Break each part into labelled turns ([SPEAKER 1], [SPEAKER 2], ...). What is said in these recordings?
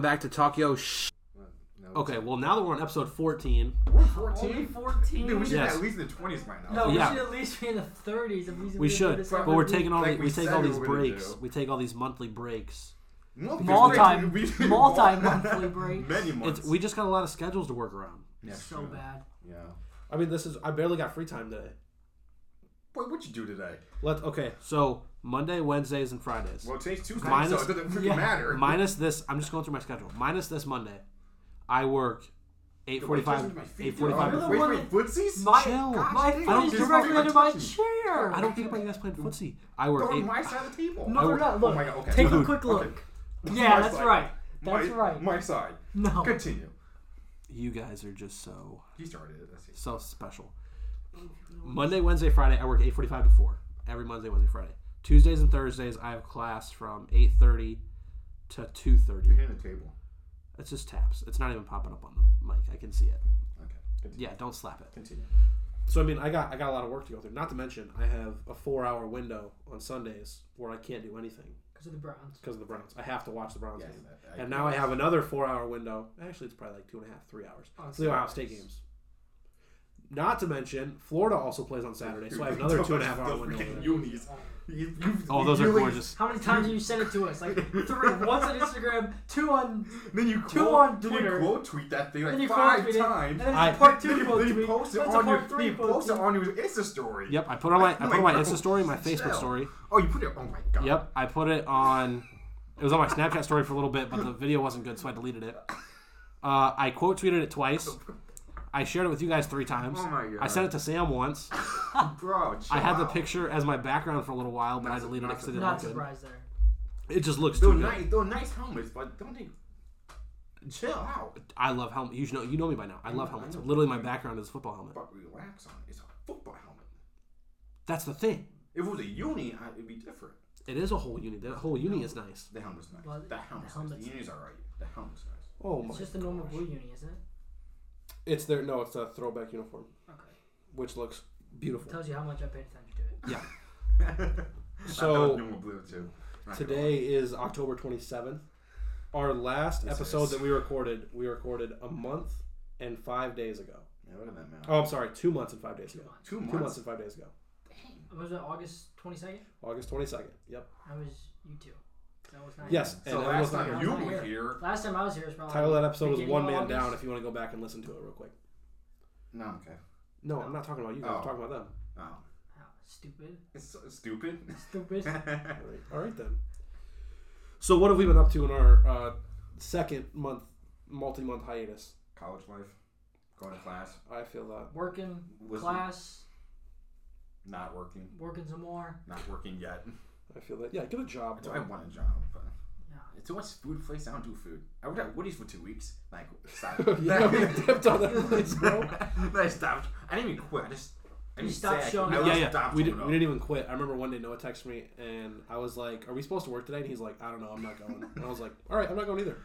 [SPEAKER 1] back to talk yo sh-
[SPEAKER 2] No,
[SPEAKER 1] Okay, well now that we're on episode 14,
[SPEAKER 2] We're
[SPEAKER 3] Only
[SPEAKER 2] 14?
[SPEAKER 3] 14.
[SPEAKER 2] Dude, we should
[SPEAKER 1] Yes.
[SPEAKER 2] be at least in the 20s right now.
[SPEAKER 3] no,
[SPEAKER 1] Yeah.
[SPEAKER 3] we should at least be in the 30s. If we,
[SPEAKER 1] we should, but we're taking all
[SPEAKER 2] Like
[SPEAKER 1] the,
[SPEAKER 2] we
[SPEAKER 1] we take
[SPEAKER 2] said
[SPEAKER 1] all
[SPEAKER 2] we
[SPEAKER 1] these
[SPEAKER 2] were gonna
[SPEAKER 1] breaks.
[SPEAKER 2] do.
[SPEAKER 1] We take all these monthly breaks.
[SPEAKER 2] No,
[SPEAKER 3] Multi-
[SPEAKER 2] because we- we-
[SPEAKER 3] multi-monthly breaks.
[SPEAKER 2] Many months.
[SPEAKER 1] It's, we just got a lot of schedules to work around.
[SPEAKER 2] yeah,
[SPEAKER 3] so
[SPEAKER 2] true.
[SPEAKER 3] bad.
[SPEAKER 2] Yeah.
[SPEAKER 1] I mean, this is I barely got free time today.
[SPEAKER 2] Boy, what'd you do today?
[SPEAKER 1] Let okay, so Monday, Wednesdays, and Fridays.
[SPEAKER 2] Well, today's Tuesday,
[SPEAKER 1] Minus-
[SPEAKER 2] so it doesn't freaking
[SPEAKER 3] yeah,
[SPEAKER 2] matter.
[SPEAKER 1] minus this i'm just going through my schedule minus this monday i work
[SPEAKER 2] Wait,
[SPEAKER 1] 8.45
[SPEAKER 2] my feet, dude.
[SPEAKER 1] 8.45
[SPEAKER 3] You're
[SPEAKER 1] to
[SPEAKER 3] the
[SPEAKER 2] Wait,
[SPEAKER 1] four.
[SPEAKER 3] one
[SPEAKER 2] wait, footsies?
[SPEAKER 3] My,
[SPEAKER 1] Chill.
[SPEAKER 3] my
[SPEAKER 2] I
[SPEAKER 3] foot
[SPEAKER 1] don't
[SPEAKER 3] is
[SPEAKER 1] just-
[SPEAKER 3] directly
[SPEAKER 2] I'm
[SPEAKER 3] under my
[SPEAKER 2] touching you.
[SPEAKER 3] chair.
[SPEAKER 1] i don't care about you guys playing footsie i work
[SPEAKER 2] They're on
[SPEAKER 1] eight,
[SPEAKER 2] my side of the table.
[SPEAKER 3] No, they're not.
[SPEAKER 2] Oh
[SPEAKER 3] Look,
[SPEAKER 2] my God, okay.
[SPEAKER 3] take a
[SPEAKER 2] Okay.
[SPEAKER 3] quick
[SPEAKER 2] Okay.
[SPEAKER 3] look. Yeah,
[SPEAKER 2] My
[SPEAKER 3] that's
[SPEAKER 2] side.
[SPEAKER 3] right. That's
[SPEAKER 2] my,
[SPEAKER 3] right. Oh.
[SPEAKER 2] My side.
[SPEAKER 3] No.
[SPEAKER 2] Continue.
[SPEAKER 1] you guys are just so
[SPEAKER 2] He started it. That's it.
[SPEAKER 1] so special monday wednesday friday i work 8.45 to 4 every monday wednesday friday tuesdays and thursdays i have class from 8.30 to
[SPEAKER 2] You're
[SPEAKER 1] 2.30
[SPEAKER 2] hitting the table.
[SPEAKER 1] it's just taps it's not even popping up on the mic i can see it
[SPEAKER 2] Okay. Continue.
[SPEAKER 1] yeah don't slap it
[SPEAKER 2] Continue.
[SPEAKER 1] So I mean, I got I got a lot of work to go through. Not to mention, I have a four-hour window on Sundays where I can't do anything
[SPEAKER 3] Because of the Browns.
[SPEAKER 1] because of the Browns. I have to watch the Browns
[SPEAKER 2] Yes,
[SPEAKER 1] game,
[SPEAKER 2] I- I-
[SPEAKER 1] and now I have another four-hour window. Actually, it's probably like two and a half, three hours.
[SPEAKER 3] On
[SPEAKER 1] Three Ohio
[SPEAKER 3] Saturdays.
[SPEAKER 1] State games. Not to mention, Florida also plays on Saturday, so I have another two and a half hour
[SPEAKER 2] The
[SPEAKER 1] window.
[SPEAKER 2] freaking
[SPEAKER 1] over there.
[SPEAKER 2] unis. You- you-
[SPEAKER 1] Oh,
[SPEAKER 2] you
[SPEAKER 1] those are
[SPEAKER 2] really-
[SPEAKER 1] gorgeous.
[SPEAKER 3] How many times have you sent it to us? Like three. Once on Instagram, two on.
[SPEAKER 2] Then you
[SPEAKER 3] Two
[SPEAKER 2] quote,
[SPEAKER 3] on
[SPEAKER 2] then
[SPEAKER 3] Twitter.
[SPEAKER 2] you quote tweet that thing
[SPEAKER 3] Then
[SPEAKER 2] like
[SPEAKER 3] you
[SPEAKER 2] five
[SPEAKER 3] quote tweet it,
[SPEAKER 2] times.
[SPEAKER 3] and then it's
[SPEAKER 1] I-
[SPEAKER 3] a part two
[SPEAKER 2] Then you,
[SPEAKER 3] quote
[SPEAKER 2] then you
[SPEAKER 3] tweet,
[SPEAKER 2] post it
[SPEAKER 3] then it's a
[SPEAKER 2] on your
[SPEAKER 3] part
[SPEAKER 2] then
[SPEAKER 3] three
[SPEAKER 2] you
[SPEAKER 3] quote
[SPEAKER 2] post it
[SPEAKER 3] tweet.
[SPEAKER 2] on your Insta story.
[SPEAKER 1] Yep, I put on my I put on my
[SPEAKER 2] Like,
[SPEAKER 1] Insta story, my Facebook
[SPEAKER 2] chill.
[SPEAKER 1] story.
[SPEAKER 2] Oh, you put it. Oh my god.
[SPEAKER 1] Yep, I put it on. It was on my Snapchat story for a little bit, but the video wasn't good, so I deleted it. Uh, I quote tweeted it twice. I shared it with you guys three times.
[SPEAKER 2] Oh my God.
[SPEAKER 1] I sent it to Sam once.
[SPEAKER 2] Bro, chill
[SPEAKER 1] I had the
[SPEAKER 2] out.
[SPEAKER 1] picture as my background for a little while, but
[SPEAKER 2] Not
[SPEAKER 1] I deleted it
[SPEAKER 2] surprised.
[SPEAKER 1] because it didn't
[SPEAKER 3] Not
[SPEAKER 1] look good.
[SPEAKER 3] surprised there.
[SPEAKER 1] It just looks
[SPEAKER 2] They're
[SPEAKER 1] too good.
[SPEAKER 2] nice. They're nice helmets, but don't they? Chill out.
[SPEAKER 1] I love helmets. You know, you know me by now. I love
[SPEAKER 2] know, I
[SPEAKER 1] helmets.
[SPEAKER 2] know.
[SPEAKER 1] Literally, my background is football helmet.
[SPEAKER 2] But relax on it. It's a football helmet.
[SPEAKER 1] That's the thing.
[SPEAKER 2] If it was a uni, I- it'd be different.
[SPEAKER 1] It is a whole uni. The whole uni is nice.
[SPEAKER 2] The helmet's nice.
[SPEAKER 3] Well,
[SPEAKER 2] the
[SPEAKER 3] the
[SPEAKER 2] helmet's nice.
[SPEAKER 3] helmet's-
[SPEAKER 2] The uni's alright. The helmet's nice.
[SPEAKER 1] Oh
[SPEAKER 3] It's just a normal blue uni, isn't it?
[SPEAKER 1] It's their no. It's a throwback uniform,
[SPEAKER 3] Okay.
[SPEAKER 1] which looks beautiful.
[SPEAKER 3] Tells you how much I paid attention to it.
[SPEAKER 1] Yeah.
[SPEAKER 2] I
[SPEAKER 1] So-
[SPEAKER 2] thought you were blue too. Not gonna
[SPEAKER 1] Today is October 27th. Our last
[SPEAKER 2] This
[SPEAKER 1] episode
[SPEAKER 2] is-
[SPEAKER 1] that we recorded, we recorded a month and five days ago.
[SPEAKER 2] lie. Yeah, what did that matter?
[SPEAKER 1] Oh, I'm sorry, two months and five days
[SPEAKER 3] Two
[SPEAKER 1] ago.
[SPEAKER 3] months.
[SPEAKER 2] Two months.
[SPEAKER 1] Two months and five days ago.
[SPEAKER 3] Was it August 22nd?
[SPEAKER 1] August 22nd. Yep.
[SPEAKER 3] I was you two. That was not
[SPEAKER 1] Yes.
[SPEAKER 2] So
[SPEAKER 1] and
[SPEAKER 2] last
[SPEAKER 1] everyone's not
[SPEAKER 2] time
[SPEAKER 1] here.
[SPEAKER 2] you
[SPEAKER 3] Not
[SPEAKER 2] were
[SPEAKER 3] here.
[SPEAKER 2] here,
[SPEAKER 3] you. Last time I was here was probably.
[SPEAKER 1] Title of that episode was
[SPEAKER 3] beginning
[SPEAKER 1] One
[SPEAKER 3] of
[SPEAKER 1] Man
[SPEAKER 3] August.
[SPEAKER 1] Down if you want to go back and listen to it real quick.
[SPEAKER 2] no, okay.
[SPEAKER 1] No, I'm not talking about you guys. I'm
[SPEAKER 2] Oh.
[SPEAKER 1] talking about them.
[SPEAKER 2] Oh,
[SPEAKER 3] Oh, stupid.
[SPEAKER 2] it's so stupid.
[SPEAKER 3] Stupid.
[SPEAKER 1] All right. All right, then. So, what have we been up to in our uh, second month, multi month hiatus?
[SPEAKER 2] College life, going to class,
[SPEAKER 1] I feel that.
[SPEAKER 3] working,
[SPEAKER 2] Listen.
[SPEAKER 3] class,
[SPEAKER 2] not working,
[SPEAKER 3] working some more.
[SPEAKER 2] not working yet.
[SPEAKER 1] I feel that. Yeah, get a job.
[SPEAKER 2] So I
[SPEAKER 1] bro.
[SPEAKER 2] want a job, but
[SPEAKER 3] Yeah.
[SPEAKER 2] it's so much food place. I don't do food. I worked at Woody's for two weeks. Like, stop.
[SPEAKER 1] yeah, we dipped on that place, bro.
[SPEAKER 2] I stopped. I didn't even quit. I just. I
[SPEAKER 3] You
[SPEAKER 2] just
[SPEAKER 3] stopped
[SPEAKER 2] said I
[SPEAKER 3] showing
[SPEAKER 2] could- I
[SPEAKER 3] up.
[SPEAKER 1] yeah,
[SPEAKER 2] just
[SPEAKER 1] yeah.
[SPEAKER 2] stopped
[SPEAKER 1] We,
[SPEAKER 2] showing
[SPEAKER 1] did,
[SPEAKER 2] up.
[SPEAKER 1] we didn't even quit. I remember one day Noah texted me and I was like, "Are we supposed to work today?" And he's like, "I don't know. I'm not going." And I was like, "All right, I'm not going either."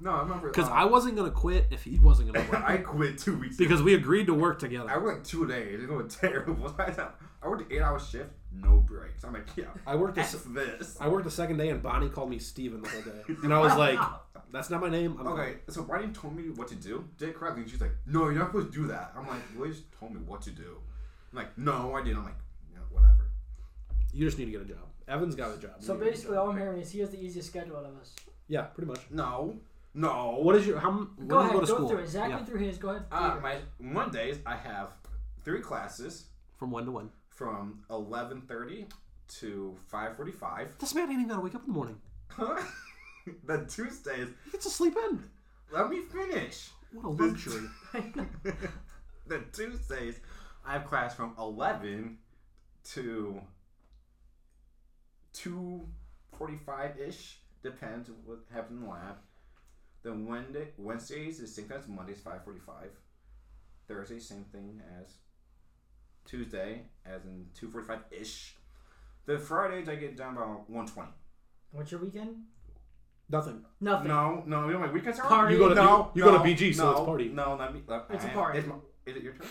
[SPEAKER 2] No, I remember.
[SPEAKER 1] Because
[SPEAKER 2] uh,
[SPEAKER 1] I wasn't gonna quit if he wasn't gonna work.
[SPEAKER 2] I quit two weeks ago.
[SPEAKER 1] because we agreed to work
[SPEAKER 2] I
[SPEAKER 1] together.
[SPEAKER 2] worked two days. It was terrible. I worked an eight hour shift, no breaks. I'm like, yeah.
[SPEAKER 1] I worked
[SPEAKER 2] F
[SPEAKER 1] this.
[SPEAKER 2] this.
[SPEAKER 1] I worked the second day and Bonnie called me Steven the whole day, and I was like, "That's not my name." I'm
[SPEAKER 2] Okay, so Brian told me what to do. Did it correctly. And she's like, no, you're not supposed to do that. I'm like, well, you just told me what to do. I'm like, no, I didn't. I'm like, you know, whatever.
[SPEAKER 1] You just need to get a job. Evan's got a job. You need to
[SPEAKER 3] So
[SPEAKER 1] get a
[SPEAKER 3] basically,
[SPEAKER 1] job.
[SPEAKER 3] all I'm hearing is he has the easiest schedule out of us.
[SPEAKER 1] yeah, pretty much.
[SPEAKER 2] No, no.
[SPEAKER 1] What is your how? m- When
[SPEAKER 3] Go
[SPEAKER 1] do you
[SPEAKER 3] ahead,
[SPEAKER 1] go
[SPEAKER 3] go
[SPEAKER 1] to school?
[SPEAKER 3] through it. Zach
[SPEAKER 1] Yeah,
[SPEAKER 3] went through his. Go ahead.
[SPEAKER 2] Uh,
[SPEAKER 3] Peter.
[SPEAKER 2] my Mondays, I have three classes
[SPEAKER 1] from one to one.
[SPEAKER 2] from 11:30 to 5:45.
[SPEAKER 1] This man ain't even gotta wake up in the morning.
[SPEAKER 2] Huh? then Tuesdays,
[SPEAKER 1] He gets to sleep in.
[SPEAKER 2] let me finish.
[SPEAKER 1] What a luxury.
[SPEAKER 2] the Tuesdays, I have class from 11 to 2.45 ish. Depends what happens in the lab. Then Wednesday, Wednesdays is same time as Mondays, 5.45. Thursday, same thing as Tuesday, as in 2.45 ish. Then Fridays, I get done about 1.20.
[SPEAKER 3] What's your weekend?
[SPEAKER 1] Nothing.
[SPEAKER 3] Nothing.
[SPEAKER 2] No, no, you know my weekends are
[SPEAKER 3] Party. You
[SPEAKER 1] go to-
[SPEAKER 2] no,
[SPEAKER 1] you- you
[SPEAKER 2] no,
[SPEAKER 1] go to BG, so
[SPEAKER 2] no,
[SPEAKER 1] it's party.
[SPEAKER 2] No, let me. Let,
[SPEAKER 3] It's a
[SPEAKER 2] I-
[SPEAKER 3] party.
[SPEAKER 2] Is, my- is it your turn?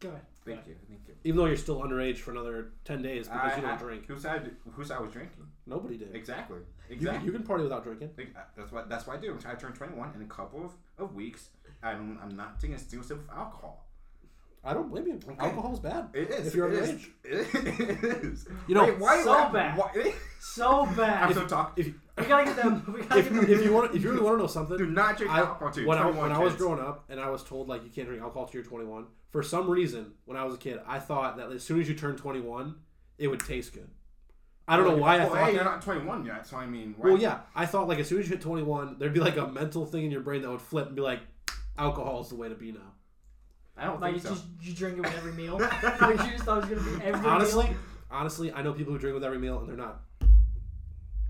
[SPEAKER 1] Go ahead.
[SPEAKER 2] Thank you, thank you.
[SPEAKER 1] Even though you're still underage for another ten days because you don't
[SPEAKER 2] I-
[SPEAKER 1] drink.
[SPEAKER 2] Who said who said I was drinking?
[SPEAKER 1] Nobody did.
[SPEAKER 2] Exactly.
[SPEAKER 1] You,
[SPEAKER 2] Exactly.
[SPEAKER 1] you can party without drinking.
[SPEAKER 2] Like, I- that's what that's what I do. I turn 21 in a couple of, of weeks. I'm, I'm not taking a single sip of alcohol.
[SPEAKER 1] I don't blame you. Alcohol's bad.
[SPEAKER 2] It is.
[SPEAKER 1] If you're
[SPEAKER 2] it
[SPEAKER 1] underage.
[SPEAKER 2] is. It is.
[SPEAKER 1] You know,
[SPEAKER 2] why
[SPEAKER 3] so
[SPEAKER 2] why-
[SPEAKER 3] bad.
[SPEAKER 2] Why,
[SPEAKER 3] So bad.
[SPEAKER 2] I'm so talk.
[SPEAKER 1] If,
[SPEAKER 3] we gotta get them. We gotta
[SPEAKER 1] if,
[SPEAKER 3] get them.
[SPEAKER 1] if you want, if you really want to know something,
[SPEAKER 2] do not drink
[SPEAKER 1] I,
[SPEAKER 2] alcohol too.
[SPEAKER 1] when, I,
[SPEAKER 2] 21
[SPEAKER 1] when I was
[SPEAKER 2] kids.
[SPEAKER 1] growing up and I was told like you can't drink alcohol till you're 21, for some reason when I was a kid, I thought that as soon as you turn 21, it would taste good. I don't know why I
[SPEAKER 2] well,
[SPEAKER 1] thought
[SPEAKER 2] hey,
[SPEAKER 1] that.
[SPEAKER 2] you're not 21 yet, so I mean, why?
[SPEAKER 1] Well, yeah, I thought like as soon as you hit 21, there'd be like a mental thing in your brain that would flip and be like, alcohol is the way to be now.
[SPEAKER 2] I don't
[SPEAKER 3] Like
[SPEAKER 2] think
[SPEAKER 3] you
[SPEAKER 2] so.
[SPEAKER 3] just you drink it with every meal. like you just thought it was gonna be every meal?
[SPEAKER 1] Honestly, honestly, I know people who drink with every meal and they're not.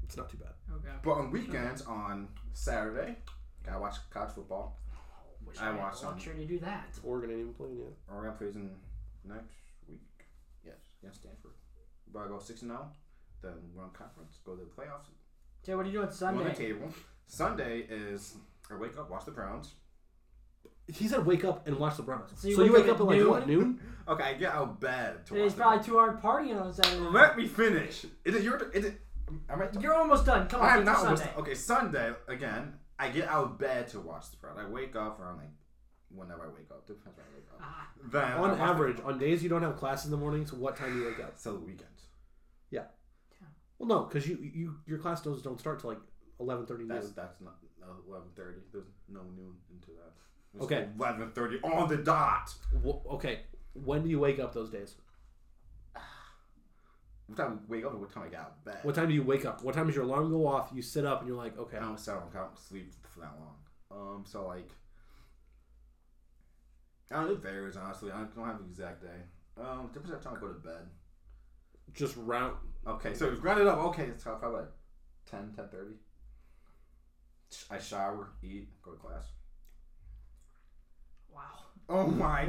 [SPEAKER 1] It's not too bad.
[SPEAKER 3] Okay.
[SPEAKER 2] But on weekends, on Saturday, I watch college football.
[SPEAKER 3] Which
[SPEAKER 2] I
[SPEAKER 3] way-
[SPEAKER 2] watched
[SPEAKER 3] I'm
[SPEAKER 2] some.
[SPEAKER 3] sure you do that.
[SPEAKER 1] Oregon ain't even playing yet.
[SPEAKER 2] Oregon plays in next week. Yes, against Stanford. But I go six and zero. Then we're on conference. Go to the playoffs.
[SPEAKER 3] Jay, what are you doing
[SPEAKER 2] Sunday. the
[SPEAKER 3] Sunday?
[SPEAKER 2] table. Sunday is I wake up, watch the Browns.
[SPEAKER 1] He said wake up and watch the Browns. So
[SPEAKER 3] So
[SPEAKER 1] you,
[SPEAKER 3] you
[SPEAKER 1] wake, up, at like
[SPEAKER 3] noon?
[SPEAKER 1] what noon?
[SPEAKER 2] Okay, I get out of bed. To
[SPEAKER 3] Today's
[SPEAKER 2] watch the
[SPEAKER 3] probably too hard partying on Saturday.
[SPEAKER 2] Browns. Let me finish. Is it your? Is it? Am I?
[SPEAKER 3] You're almost done. Come on,
[SPEAKER 2] I'm
[SPEAKER 3] get
[SPEAKER 2] not.
[SPEAKER 3] to
[SPEAKER 2] almost-
[SPEAKER 3] Sunday.
[SPEAKER 2] okay, Sunday again. I get out of bed to watch the Browns. I wake up around like whenever I wake up. Depends when I wake up.
[SPEAKER 3] Ah,
[SPEAKER 2] Then I watch
[SPEAKER 1] on
[SPEAKER 2] the-
[SPEAKER 1] average, on days you don't have class in the morning, so what time do you wake up?
[SPEAKER 2] so the weekend.
[SPEAKER 1] Well, no, because you, you your class does don't start till like eleven thirty
[SPEAKER 2] That's
[SPEAKER 1] noon.
[SPEAKER 2] that's not eleven thirty. There's no noon into that.
[SPEAKER 1] Okay.
[SPEAKER 2] eleven thirty on the dot.
[SPEAKER 1] Wh- okay, when do you wake up those days?
[SPEAKER 2] What time I wake up? and What time I get out of bed?
[SPEAKER 1] What time do you wake up? What time does your alarm go off? You sit up and you're like, okay,
[SPEAKER 2] I don't sound I don't sleep for that long. Um, so like, I don't, it varies honestly. I don't have an exact day. Um, depends on time I go to bed.
[SPEAKER 1] just round.
[SPEAKER 2] Okay, so we've grounded up. Okay, it's probably like 10, 10 I shower, eat, go to class.
[SPEAKER 3] wow.
[SPEAKER 2] Oh my god!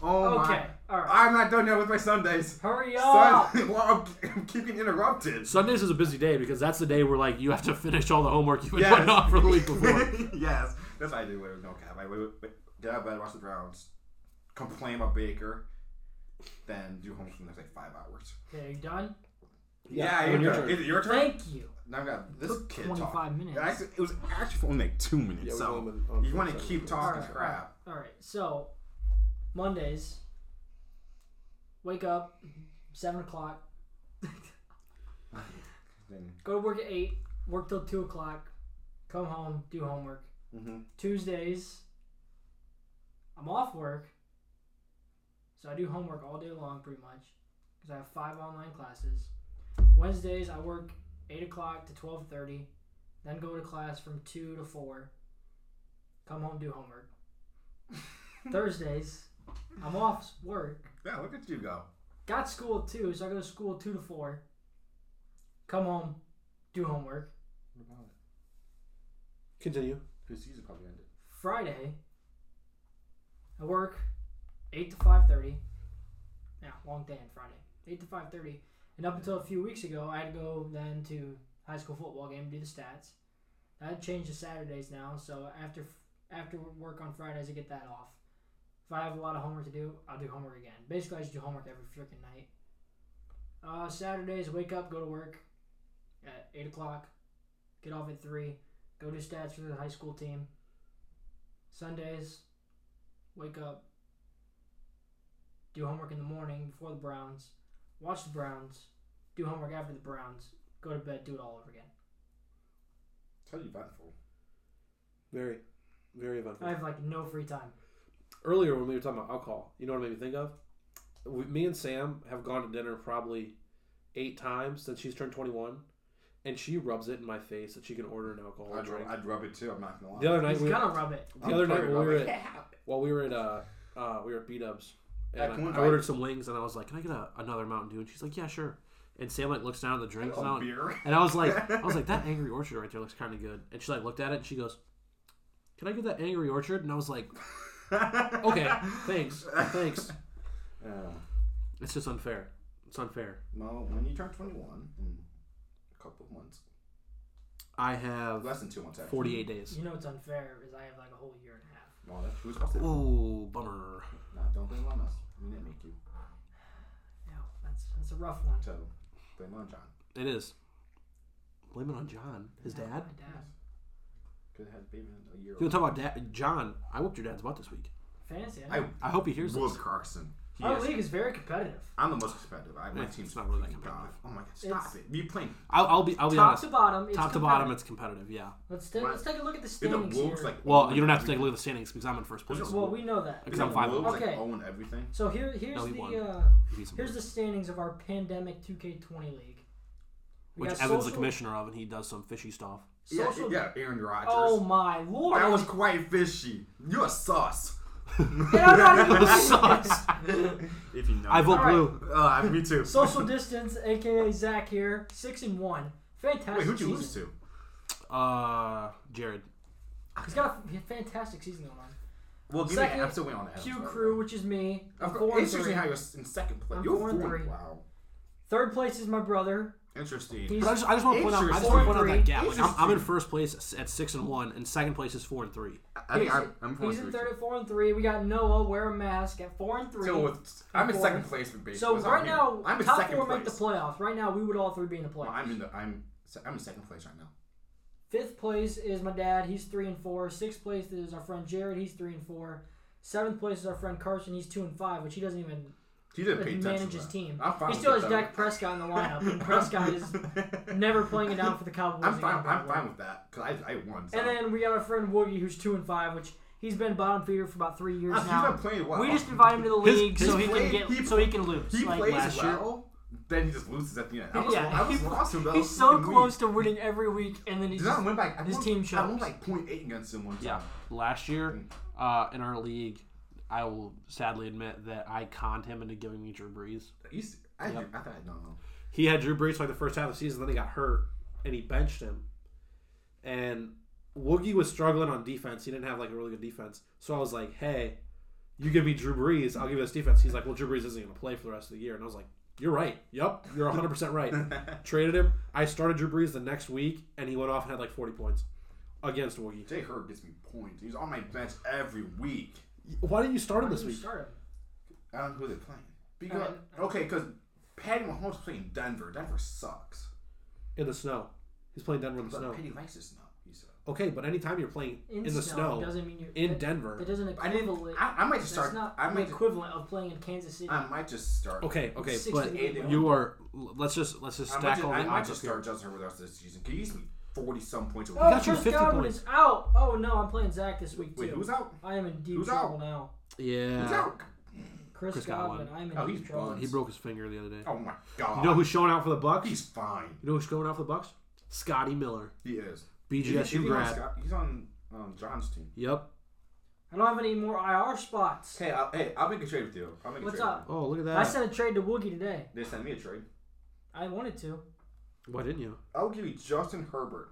[SPEAKER 3] Wow.
[SPEAKER 2] Oh
[SPEAKER 3] Okay,
[SPEAKER 2] my!
[SPEAKER 3] all right.
[SPEAKER 2] I'm not done yet with my Sundays.
[SPEAKER 3] Hurry up!
[SPEAKER 2] Sun- well, I'm, I'm keeping interrupted.
[SPEAKER 1] Sundays is a busy day because that's the day where like you have to finish all the homework you've been
[SPEAKER 2] Yes.
[SPEAKER 1] putting off for the week before.
[SPEAKER 2] yes, that's what I do. Wait, no cap. I wait, wait, wait. get out of bed, watch the Browns, complain about Baker, then do homework for the next like five hours.
[SPEAKER 3] Okay, you done?
[SPEAKER 1] and
[SPEAKER 2] your
[SPEAKER 1] your
[SPEAKER 2] turn.
[SPEAKER 1] turn.
[SPEAKER 2] Is it your turn?
[SPEAKER 3] Thank you.
[SPEAKER 2] Now I've got this
[SPEAKER 3] Took
[SPEAKER 2] kid
[SPEAKER 3] 25
[SPEAKER 2] talking.
[SPEAKER 3] minutes.
[SPEAKER 2] It Actually, it was actually for only like two minutes.
[SPEAKER 1] Yeah, we
[SPEAKER 2] so
[SPEAKER 1] went um, with- on
[SPEAKER 2] you want to
[SPEAKER 1] seven
[SPEAKER 2] keep
[SPEAKER 1] minutes.
[SPEAKER 2] talking
[SPEAKER 3] Alright,
[SPEAKER 2] crap?
[SPEAKER 3] All right, so Mondays, wake up, seven o'clock,
[SPEAKER 2] Then-
[SPEAKER 3] go to work at eight, work till two o'clock, come home, do homework.
[SPEAKER 2] mhm.
[SPEAKER 3] Tuesdays, I'm off work, so I do homework all day long pretty much because I have five online classes. Wednesdays, I work eight o'clock to twelve thirty, then go to class from two to four. Come home, do homework. Thursdays, I'm off work.
[SPEAKER 2] Yeah, look at you go.
[SPEAKER 3] Got school at two, so I go to school two to four. Come home, do homework.
[SPEAKER 1] Continue.
[SPEAKER 2] His season probably ended.
[SPEAKER 3] Friday, I work eight to five thirty. Yeah, long day on Friday, eight to five thirty. And up until a few weeks ago, I had to go then to high school football game do the stats. I changed to Saturdays now, so after after work on Fridays, I get that off. If I have a lot of homework to do, I'll do homework again. Basically, I just do homework every freaking night. Uh, Saturdays, wake up, go to work at eight o'clock, get off at three, go do stats for the high school team. Sundays, wake up, do homework in the morning before the Browns, watch the Browns, do homework after the Browns, go to bed, do it all over again.
[SPEAKER 2] Tell you eventful.
[SPEAKER 1] Very, very eventful.
[SPEAKER 3] I have like no free time.
[SPEAKER 1] Earlier when we were talking about alcohol, you know what it made me think of? We, me and Sam have gone to dinner probably eight times since she's turned 21, and she rubs it in my face that she can order an alcohol
[SPEAKER 2] I'd,
[SPEAKER 1] drink.
[SPEAKER 2] I'd rub it too. I'm not gonna lie.
[SPEAKER 1] The other night
[SPEAKER 3] He's
[SPEAKER 1] we
[SPEAKER 3] gonna rub it.
[SPEAKER 1] the other night when we were at while we were at uh, uh we were at B Dubs,
[SPEAKER 2] At
[SPEAKER 1] and I,
[SPEAKER 2] one
[SPEAKER 1] I ordered some wings, and I was like, "Can I get a, another Mountain Dew?" And she's like, "Yeah, sure." And Sam like looks down at the drinks, and, I,
[SPEAKER 2] Oh, beer.
[SPEAKER 1] and I was like, "I was like that Angry Orchard right there looks kind of good." And she like looked at it, and she goes, "Can I get that Angry Orchard?" And I was like, "Okay, thanks, thanks."
[SPEAKER 2] Yeah.
[SPEAKER 1] It's just unfair. It's unfair.
[SPEAKER 2] Uh, Well, when you turn 21 in a couple of months,
[SPEAKER 1] I have
[SPEAKER 2] less than two months actually.
[SPEAKER 1] 48 days.
[SPEAKER 3] You know what's unfair is I have like a whole year and a half.
[SPEAKER 2] Well, that's who's supposed to.
[SPEAKER 1] Oh, bummer.
[SPEAKER 2] Nah, don't blame it on us. We
[SPEAKER 3] a rough one.
[SPEAKER 2] So blame it on John.
[SPEAKER 1] It is. Blame it on John, his
[SPEAKER 3] Yeah,
[SPEAKER 1] dad.
[SPEAKER 3] My dad.
[SPEAKER 2] Could have had the baby in a year.
[SPEAKER 1] You want to talk about dad? John, I whooped your dad's butt this week.
[SPEAKER 3] Fantasy. I
[SPEAKER 2] I
[SPEAKER 3] know.
[SPEAKER 1] I hope he hears
[SPEAKER 2] love
[SPEAKER 1] this.
[SPEAKER 2] Carson. He
[SPEAKER 3] Our
[SPEAKER 2] is-
[SPEAKER 3] league is very competitive.
[SPEAKER 2] I'm the most competitive. I, my
[SPEAKER 1] Yeah,
[SPEAKER 2] team's
[SPEAKER 1] it's not really that
[SPEAKER 2] freaking god.
[SPEAKER 1] competitive.
[SPEAKER 2] Oh my god, stop
[SPEAKER 3] It's-
[SPEAKER 2] it! You playing
[SPEAKER 1] I'll, I'll be. I'll be
[SPEAKER 3] top
[SPEAKER 1] honest.
[SPEAKER 3] to bottom. It's
[SPEAKER 1] top to
[SPEAKER 3] competitive.
[SPEAKER 1] bottom, it's competitive. Yeah.
[SPEAKER 3] Let's, ta-
[SPEAKER 2] Right.
[SPEAKER 3] let's take a look at
[SPEAKER 2] did the
[SPEAKER 3] the standings
[SPEAKER 2] Wolves
[SPEAKER 3] here.
[SPEAKER 2] like?
[SPEAKER 1] Well,
[SPEAKER 2] own
[SPEAKER 1] you don't have to take a
[SPEAKER 2] everything?
[SPEAKER 1] look at the standings because I'm in first place.
[SPEAKER 2] There's
[SPEAKER 3] well, we know that.
[SPEAKER 1] Because I'm
[SPEAKER 2] Didn't
[SPEAKER 1] five
[SPEAKER 2] Wolves
[SPEAKER 1] and
[SPEAKER 2] like
[SPEAKER 3] Okay.
[SPEAKER 2] own everything.
[SPEAKER 3] So here, here's
[SPEAKER 1] No, we
[SPEAKER 3] the
[SPEAKER 1] won.
[SPEAKER 3] uh,
[SPEAKER 1] He beat some
[SPEAKER 3] here's the
[SPEAKER 1] boys,
[SPEAKER 3] standings of our pandemic 2K20 league. We
[SPEAKER 1] which
[SPEAKER 3] got
[SPEAKER 1] Evan's the
[SPEAKER 3] social-
[SPEAKER 1] commissioner of, and he does some fishy stuff.
[SPEAKER 2] Yeah,
[SPEAKER 3] Social.
[SPEAKER 2] yeah, Aaron Rodgers.
[SPEAKER 3] Oh my lord!
[SPEAKER 2] that was quite fishy. You're sauce.
[SPEAKER 3] And I'm not even
[SPEAKER 1] Sucks.
[SPEAKER 2] If you know.
[SPEAKER 1] I vote
[SPEAKER 3] All right.
[SPEAKER 1] blue.
[SPEAKER 2] Uh, me too.
[SPEAKER 3] Social distance, aka Zach here, six and one. Fantastic.
[SPEAKER 2] Wait, who'd you
[SPEAKER 3] season.
[SPEAKER 2] lose to?
[SPEAKER 1] Uh, Jared.
[SPEAKER 3] He's got a f- fantastic season going on.
[SPEAKER 2] Well, give
[SPEAKER 3] Second,
[SPEAKER 2] me. I'm still waiting on that.
[SPEAKER 3] Q Crew, which is me. I'm
[SPEAKER 2] Of
[SPEAKER 3] four
[SPEAKER 2] course,
[SPEAKER 3] and
[SPEAKER 2] interesting
[SPEAKER 3] three.
[SPEAKER 2] how you're s- in second place.
[SPEAKER 3] I'm
[SPEAKER 2] you're
[SPEAKER 3] four and
[SPEAKER 2] four-
[SPEAKER 3] three.
[SPEAKER 2] Wow.
[SPEAKER 3] Third place is my brother.
[SPEAKER 2] Interesting.
[SPEAKER 3] He's-
[SPEAKER 1] But I just, I just want to point out, I just want to
[SPEAKER 2] Interesting.
[SPEAKER 1] point out that gap. Like I'm, I'm in
[SPEAKER 2] Interesting.
[SPEAKER 1] first place at six and one, and second place is four and three.
[SPEAKER 2] I think
[SPEAKER 3] he's,
[SPEAKER 2] I'm, I'm four
[SPEAKER 3] he's
[SPEAKER 2] and
[SPEAKER 3] in
[SPEAKER 2] three.
[SPEAKER 3] third at four and three. We got Noah wear a mask at four and three.
[SPEAKER 2] So with, I'm in
[SPEAKER 3] fourth.
[SPEAKER 2] second place for baseball.
[SPEAKER 3] So
[SPEAKER 2] It's not
[SPEAKER 3] right
[SPEAKER 2] here.
[SPEAKER 3] now,
[SPEAKER 2] I'm in
[SPEAKER 3] top
[SPEAKER 2] second
[SPEAKER 3] four
[SPEAKER 2] place.
[SPEAKER 3] make the playoffs. Right now, we would all three be in the
[SPEAKER 2] Well,
[SPEAKER 3] playoffs.
[SPEAKER 2] I'm in the. I'm. se- I'm in second place right now.
[SPEAKER 3] Fifth place is my dad. He's three and four. Sixth place is our friend Jared. He's three and four. Seventh place is our friend Carson. He's two and five, which he doesn't even
[SPEAKER 2] He didn't pay
[SPEAKER 3] like,
[SPEAKER 2] attention.
[SPEAKER 3] manage
[SPEAKER 2] to
[SPEAKER 3] his
[SPEAKER 2] that.
[SPEAKER 3] team.
[SPEAKER 2] I'm fine
[SPEAKER 3] He
[SPEAKER 2] with
[SPEAKER 3] still
[SPEAKER 2] it,
[SPEAKER 3] has
[SPEAKER 2] though.
[SPEAKER 3] Dak Prescott in the lineup. and Prescott is never playing it down for the Cowboys.
[SPEAKER 2] I'm
[SPEAKER 3] again,
[SPEAKER 2] fine.
[SPEAKER 3] by
[SPEAKER 2] I'm
[SPEAKER 3] the way.
[SPEAKER 2] fine with that because I, I won. So.
[SPEAKER 3] And then we got our friend Woogie, who's two and five, which he's been bottom feeder for about three years
[SPEAKER 2] Uh, he's
[SPEAKER 3] now.
[SPEAKER 2] been playing well.
[SPEAKER 3] We just invite him to the
[SPEAKER 1] His-
[SPEAKER 3] league
[SPEAKER 1] his
[SPEAKER 3] so he
[SPEAKER 2] play-
[SPEAKER 3] can get
[SPEAKER 2] he-
[SPEAKER 3] so he can lose.
[SPEAKER 2] he
[SPEAKER 3] like,
[SPEAKER 2] plays
[SPEAKER 1] last year.
[SPEAKER 2] well, then he just loses at the end. I was,
[SPEAKER 3] Yeah,
[SPEAKER 2] I was
[SPEAKER 3] he-
[SPEAKER 2] lost to him. that
[SPEAKER 3] he's
[SPEAKER 2] was
[SPEAKER 3] so
[SPEAKER 2] freaking weak.
[SPEAKER 3] close to winning every week, and then he's
[SPEAKER 2] Did I
[SPEAKER 3] just,
[SPEAKER 2] win by? I
[SPEAKER 3] his
[SPEAKER 2] won-
[SPEAKER 3] team
[SPEAKER 2] I won
[SPEAKER 3] shows.
[SPEAKER 2] like 0.8 against him one time.
[SPEAKER 1] Yeah. Last year, uh, in our league, I will sadly admit that I conned him into giving me Drew Brees.
[SPEAKER 2] You s- I, I thought I don't know.
[SPEAKER 1] He had Drew Brees for like the first half of the season, then he got hurt, and he benched him. And Woogie was struggling on defense. He didn't have like a really good defense. So I was like, "Hey, you give me Drew Brees, I'll give you this defense." He's like, "Well, Drew Brees isn't going to play for the rest of the year," and I was like. You're right. Yep, you're 100 percent right. Traded him. I started Drew Brees the next week, and he went off and had like 40 points against Woogie.
[SPEAKER 2] Jay Herb gets me points. He's on my bench every week.
[SPEAKER 1] Why didn't you start him
[SPEAKER 3] Why
[SPEAKER 1] this
[SPEAKER 3] do you
[SPEAKER 1] week?
[SPEAKER 3] start him?
[SPEAKER 2] I don't know who they're playing. Because
[SPEAKER 3] Uh,
[SPEAKER 2] okay, because Patty Mahomes is playing Denver. Denver sucks.
[SPEAKER 1] In the snow. He's playing Denver in the
[SPEAKER 2] But
[SPEAKER 1] snow.
[SPEAKER 2] Patty likes the snow. He said.
[SPEAKER 1] Okay, but anytime you're playing in, the snow,
[SPEAKER 3] doesn't mean you're
[SPEAKER 1] in
[SPEAKER 3] that-
[SPEAKER 1] Denver.
[SPEAKER 3] That doesn't
[SPEAKER 2] I didn't.
[SPEAKER 3] equivalent.
[SPEAKER 2] I, I might just
[SPEAKER 3] that's
[SPEAKER 2] start.
[SPEAKER 3] not
[SPEAKER 2] I
[SPEAKER 3] the
[SPEAKER 2] might. Just,
[SPEAKER 3] equivalent of playing in Kansas City.
[SPEAKER 2] I might just start.
[SPEAKER 1] okay, okay,
[SPEAKER 3] Six
[SPEAKER 1] but
[SPEAKER 3] to eight.
[SPEAKER 1] you are. Let's just let's just
[SPEAKER 2] I might
[SPEAKER 1] stack
[SPEAKER 2] just,
[SPEAKER 1] all the
[SPEAKER 2] I might
[SPEAKER 1] odds up
[SPEAKER 2] just
[SPEAKER 1] here.
[SPEAKER 2] start Justin Herbert the rest of the season. 'cause He gives me forty some points a week.
[SPEAKER 3] oh,
[SPEAKER 1] got you
[SPEAKER 3] Chris
[SPEAKER 1] 50
[SPEAKER 3] Godwin
[SPEAKER 1] points.
[SPEAKER 3] is out. Oh no, I'm playing Zach this week too.
[SPEAKER 2] Wait, who's out?
[SPEAKER 3] I am in deep
[SPEAKER 2] who's
[SPEAKER 3] trouble now.
[SPEAKER 1] Yeah,
[SPEAKER 2] Who's out?
[SPEAKER 3] Chris,
[SPEAKER 1] Chris
[SPEAKER 3] Godwin, I'm in
[SPEAKER 2] Oh,
[SPEAKER 3] deep
[SPEAKER 2] he's
[SPEAKER 3] trouble.
[SPEAKER 2] bugged.
[SPEAKER 1] he broke his finger the other day.
[SPEAKER 2] Oh my god.
[SPEAKER 1] You know who's showing out for the Bucks?
[SPEAKER 2] He's fine.
[SPEAKER 1] You know who's going out for the Bucks? Scotty Miller,
[SPEAKER 2] He is. He's- he's
[SPEAKER 1] BGSU
[SPEAKER 2] on
[SPEAKER 1] grad.
[SPEAKER 2] Scott- He's on um, John's team.
[SPEAKER 1] Yep.
[SPEAKER 3] I don't have any more IR spots.
[SPEAKER 2] Hey, I'll, hey, I'll make a trade with you. I'll make
[SPEAKER 3] What's
[SPEAKER 2] a trade.
[SPEAKER 3] up?
[SPEAKER 1] Oh, look at
[SPEAKER 3] I
[SPEAKER 1] that.
[SPEAKER 3] sent a trade to Woogie today.
[SPEAKER 2] They sent me a trade.
[SPEAKER 3] I wanted to.
[SPEAKER 1] Why didn't you?
[SPEAKER 2] I'll give you Justin Herbert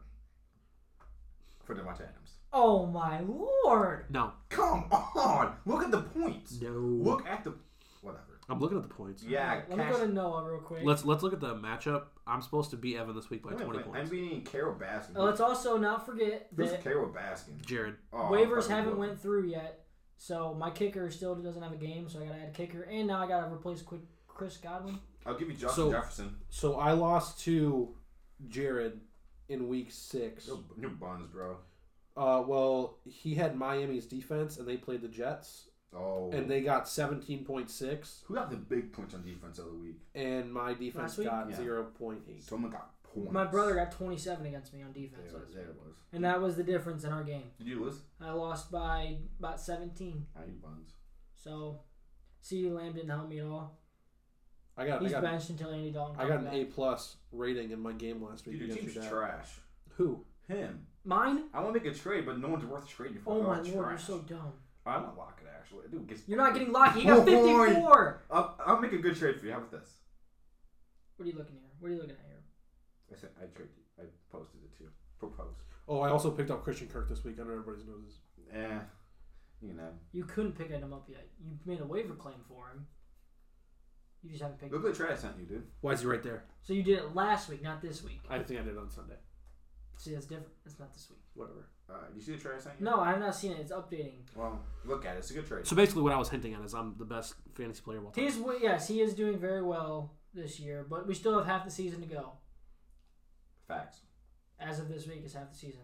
[SPEAKER 2] for Devontae Adams.
[SPEAKER 3] Oh my lord!
[SPEAKER 1] No,
[SPEAKER 2] Come on! Look at the points.
[SPEAKER 1] no.
[SPEAKER 2] Look at the whatever.
[SPEAKER 1] I'm looking at the points.
[SPEAKER 2] Yeah,
[SPEAKER 3] Let me
[SPEAKER 2] cash-
[SPEAKER 3] go to Noah real quick.
[SPEAKER 1] Let's let's look at the matchup. I'm supposed to beat Evan this week by
[SPEAKER 2] Wait a
[SPEAKER 1] 20
[SPEAKER 2] minute,
[SPEAKER 1] points.
[SPEAKER 2] I'm beating Carol Baskin.
[SPEAKER 3] Uh, let's also not forget
[SPEAKER 2] Who's
[SPEAKER 3] that
[SPEAKER 2] Carol Baskin?
[SPEAKER 1] Jared.
[SPEAKER 2] Oh,
[SPEAKER 3] waivers
[SPEAKER 2] fucking
[SPEAKER 3] haven't
[SPEAKER 2] look.
[SPEAKER 3] went through yet, so my kicker still doesn't have a game, so I gotta add a kicker, and now I gotta replace quick Chris Godwin.
[SPEAKER 2] I'll give you Justin
[SPEAKER 1] So-
[SPEAKER 2] Jefferson.
[SPEAKER 1] So I lost to Jared in week six.
[SPEAKER 2] Your, your buns, bro.
[SPEAKER 1] Uh, well, he had Miami's defense, and they played the Jets,
[SPEAKER 2] Oh.
[SPEAKER 1] and they got seventeen point six,
[SPEAKER 2] Who got the big points on defense the other week?
[SPEAKER 1] and my defense
[SPEAKER 3] Last week?
[SPEAKER 1] got
[SPEAKER 2] Yeah.
[SPEAKER 1] zero point eight.
[SPEAKER 2] Someone got points.
[SPEAKER 3] My brother got 27 against me on defense,
[SPEAKER 2] There,
[SPEAKER 3] last
[SPEAKER 2] there
[SPEAKER 3] week.
[SPEAKER 2] it was.
[SPEAKER 3] and that was the difference in our game.
[SPEAKER 2] Did you lose?
[SPEAKER 3] I lost by about 17,
[SPEAKER 2] Ah, you buns.
[SPEAKER 3] so CeeDee Lamb didn't help me at all.
[SPEAKER 1] I got I
[SPEAKER 3] He's
[SPEAKER 1] got
[SPEAKER 3] benched until Andy Dalton.
[SPEAKER 1] I got
[SPEAKER 3] comes
[SPEAKER 1] an
[SPEAKER 3] back.
[SPEAKER 1] A plus rating in my game last week
[SPEAKER 2] Dude, your
[SPEAKER 1] against
[SPEAKER 2] team's
[SPEAKER 1] your dad.
[SPEAKER 2] trash.
[SPEAKER 1] Who?
[SPEAKER 2] Him.
[SPEAKER 3] Mine?
[SPEAKER 2] I want to make a trade, but no one's worth trading for.
[SPEAKER 3] Oh my
[SPEAKER 2] trash. Oh,
[SPEAKER 3] lord, you're so dumb.
[SPEAKER 2] I'm not locking actually. Dude, gets
[SPEAKER 3] You're not getting lucky. He got
[SPEAKER 2] Oh, Boy.
[SPEAKER 3] 54.
[SPEAKER 2] I'll, I'll make a good trade for you. How about this?
[SPEAKER 3] What are you looking here? What are you looking at here?
[SPEAKER 2] I said I traded. I posted it to you. Proposed.
[SPEAKER 1] Oh, I also picked up Christian Kirk this week under everybody's noses.
[SPEAKER 2] Eh, you know.
[SPEAKER 3] You couldn't pick him up yet. You made a waiver claim for him. You just haven't picked
[SPEAKER 2] Look
[SPEAKER 3] him.
[SPEAKER 2] at the trade I sent you, dude.
[SPEAKER 1] Why is he right there?
[SPEAKER 3] So you did it last week, not this week.
[SPEAKER 1] I think I did it on Sunday.
[SPEAKER 3] See, that's different. That's not this week.
[SPEAKER 1] Whatever.
[SPEAKER 2] Uh, you see the trade I sent you?
[SPEAKER 3] No, I have not seen it. It's updating.
[SPEAKER 2] Well, look at it. It's a good trade.
[SPEAKER 1] So basically, what I was hinting at is I'm the best fantasy player of all time.
[SPEAKER 3] He's yes, he is doing very well. this year, but we still have half the season to go.
[SPEAKER 2] Facts.
[SPEAKER 3] As of this week, is half the season.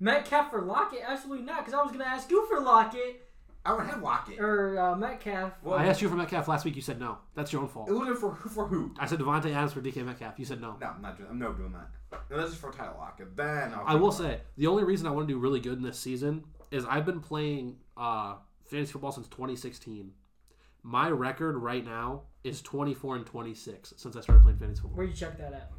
[SPEAKER 3] Metcalf for Lockett? Absolutely not, because I was going to ask you for Lockett
[SPEAKER 2] I would have Lockett.
[SPEAKER 3] or uh, Metcalf.
[SPEAKER 2] Well,
[SPEAKER 1] I asked you for Metcalf last week. You said no. That's your own fault.
[SPEAKER 2] Who did for for who?
[SPEAKER 1] I said Devontae Adams for DK Metcalf. You said no.
[SPEAKER 2] No, I'm not doing. I'm not doing that. Unless it's for Tyler Lockett, then I'll
[SPEAKER 1] I will say the only reason I want to do really good in this season is I've been playing uh, fantasy football since 2016. My record right now is 24 and 26 since I started playing fantasy football.
[SPEAKER 3] Where you check that at?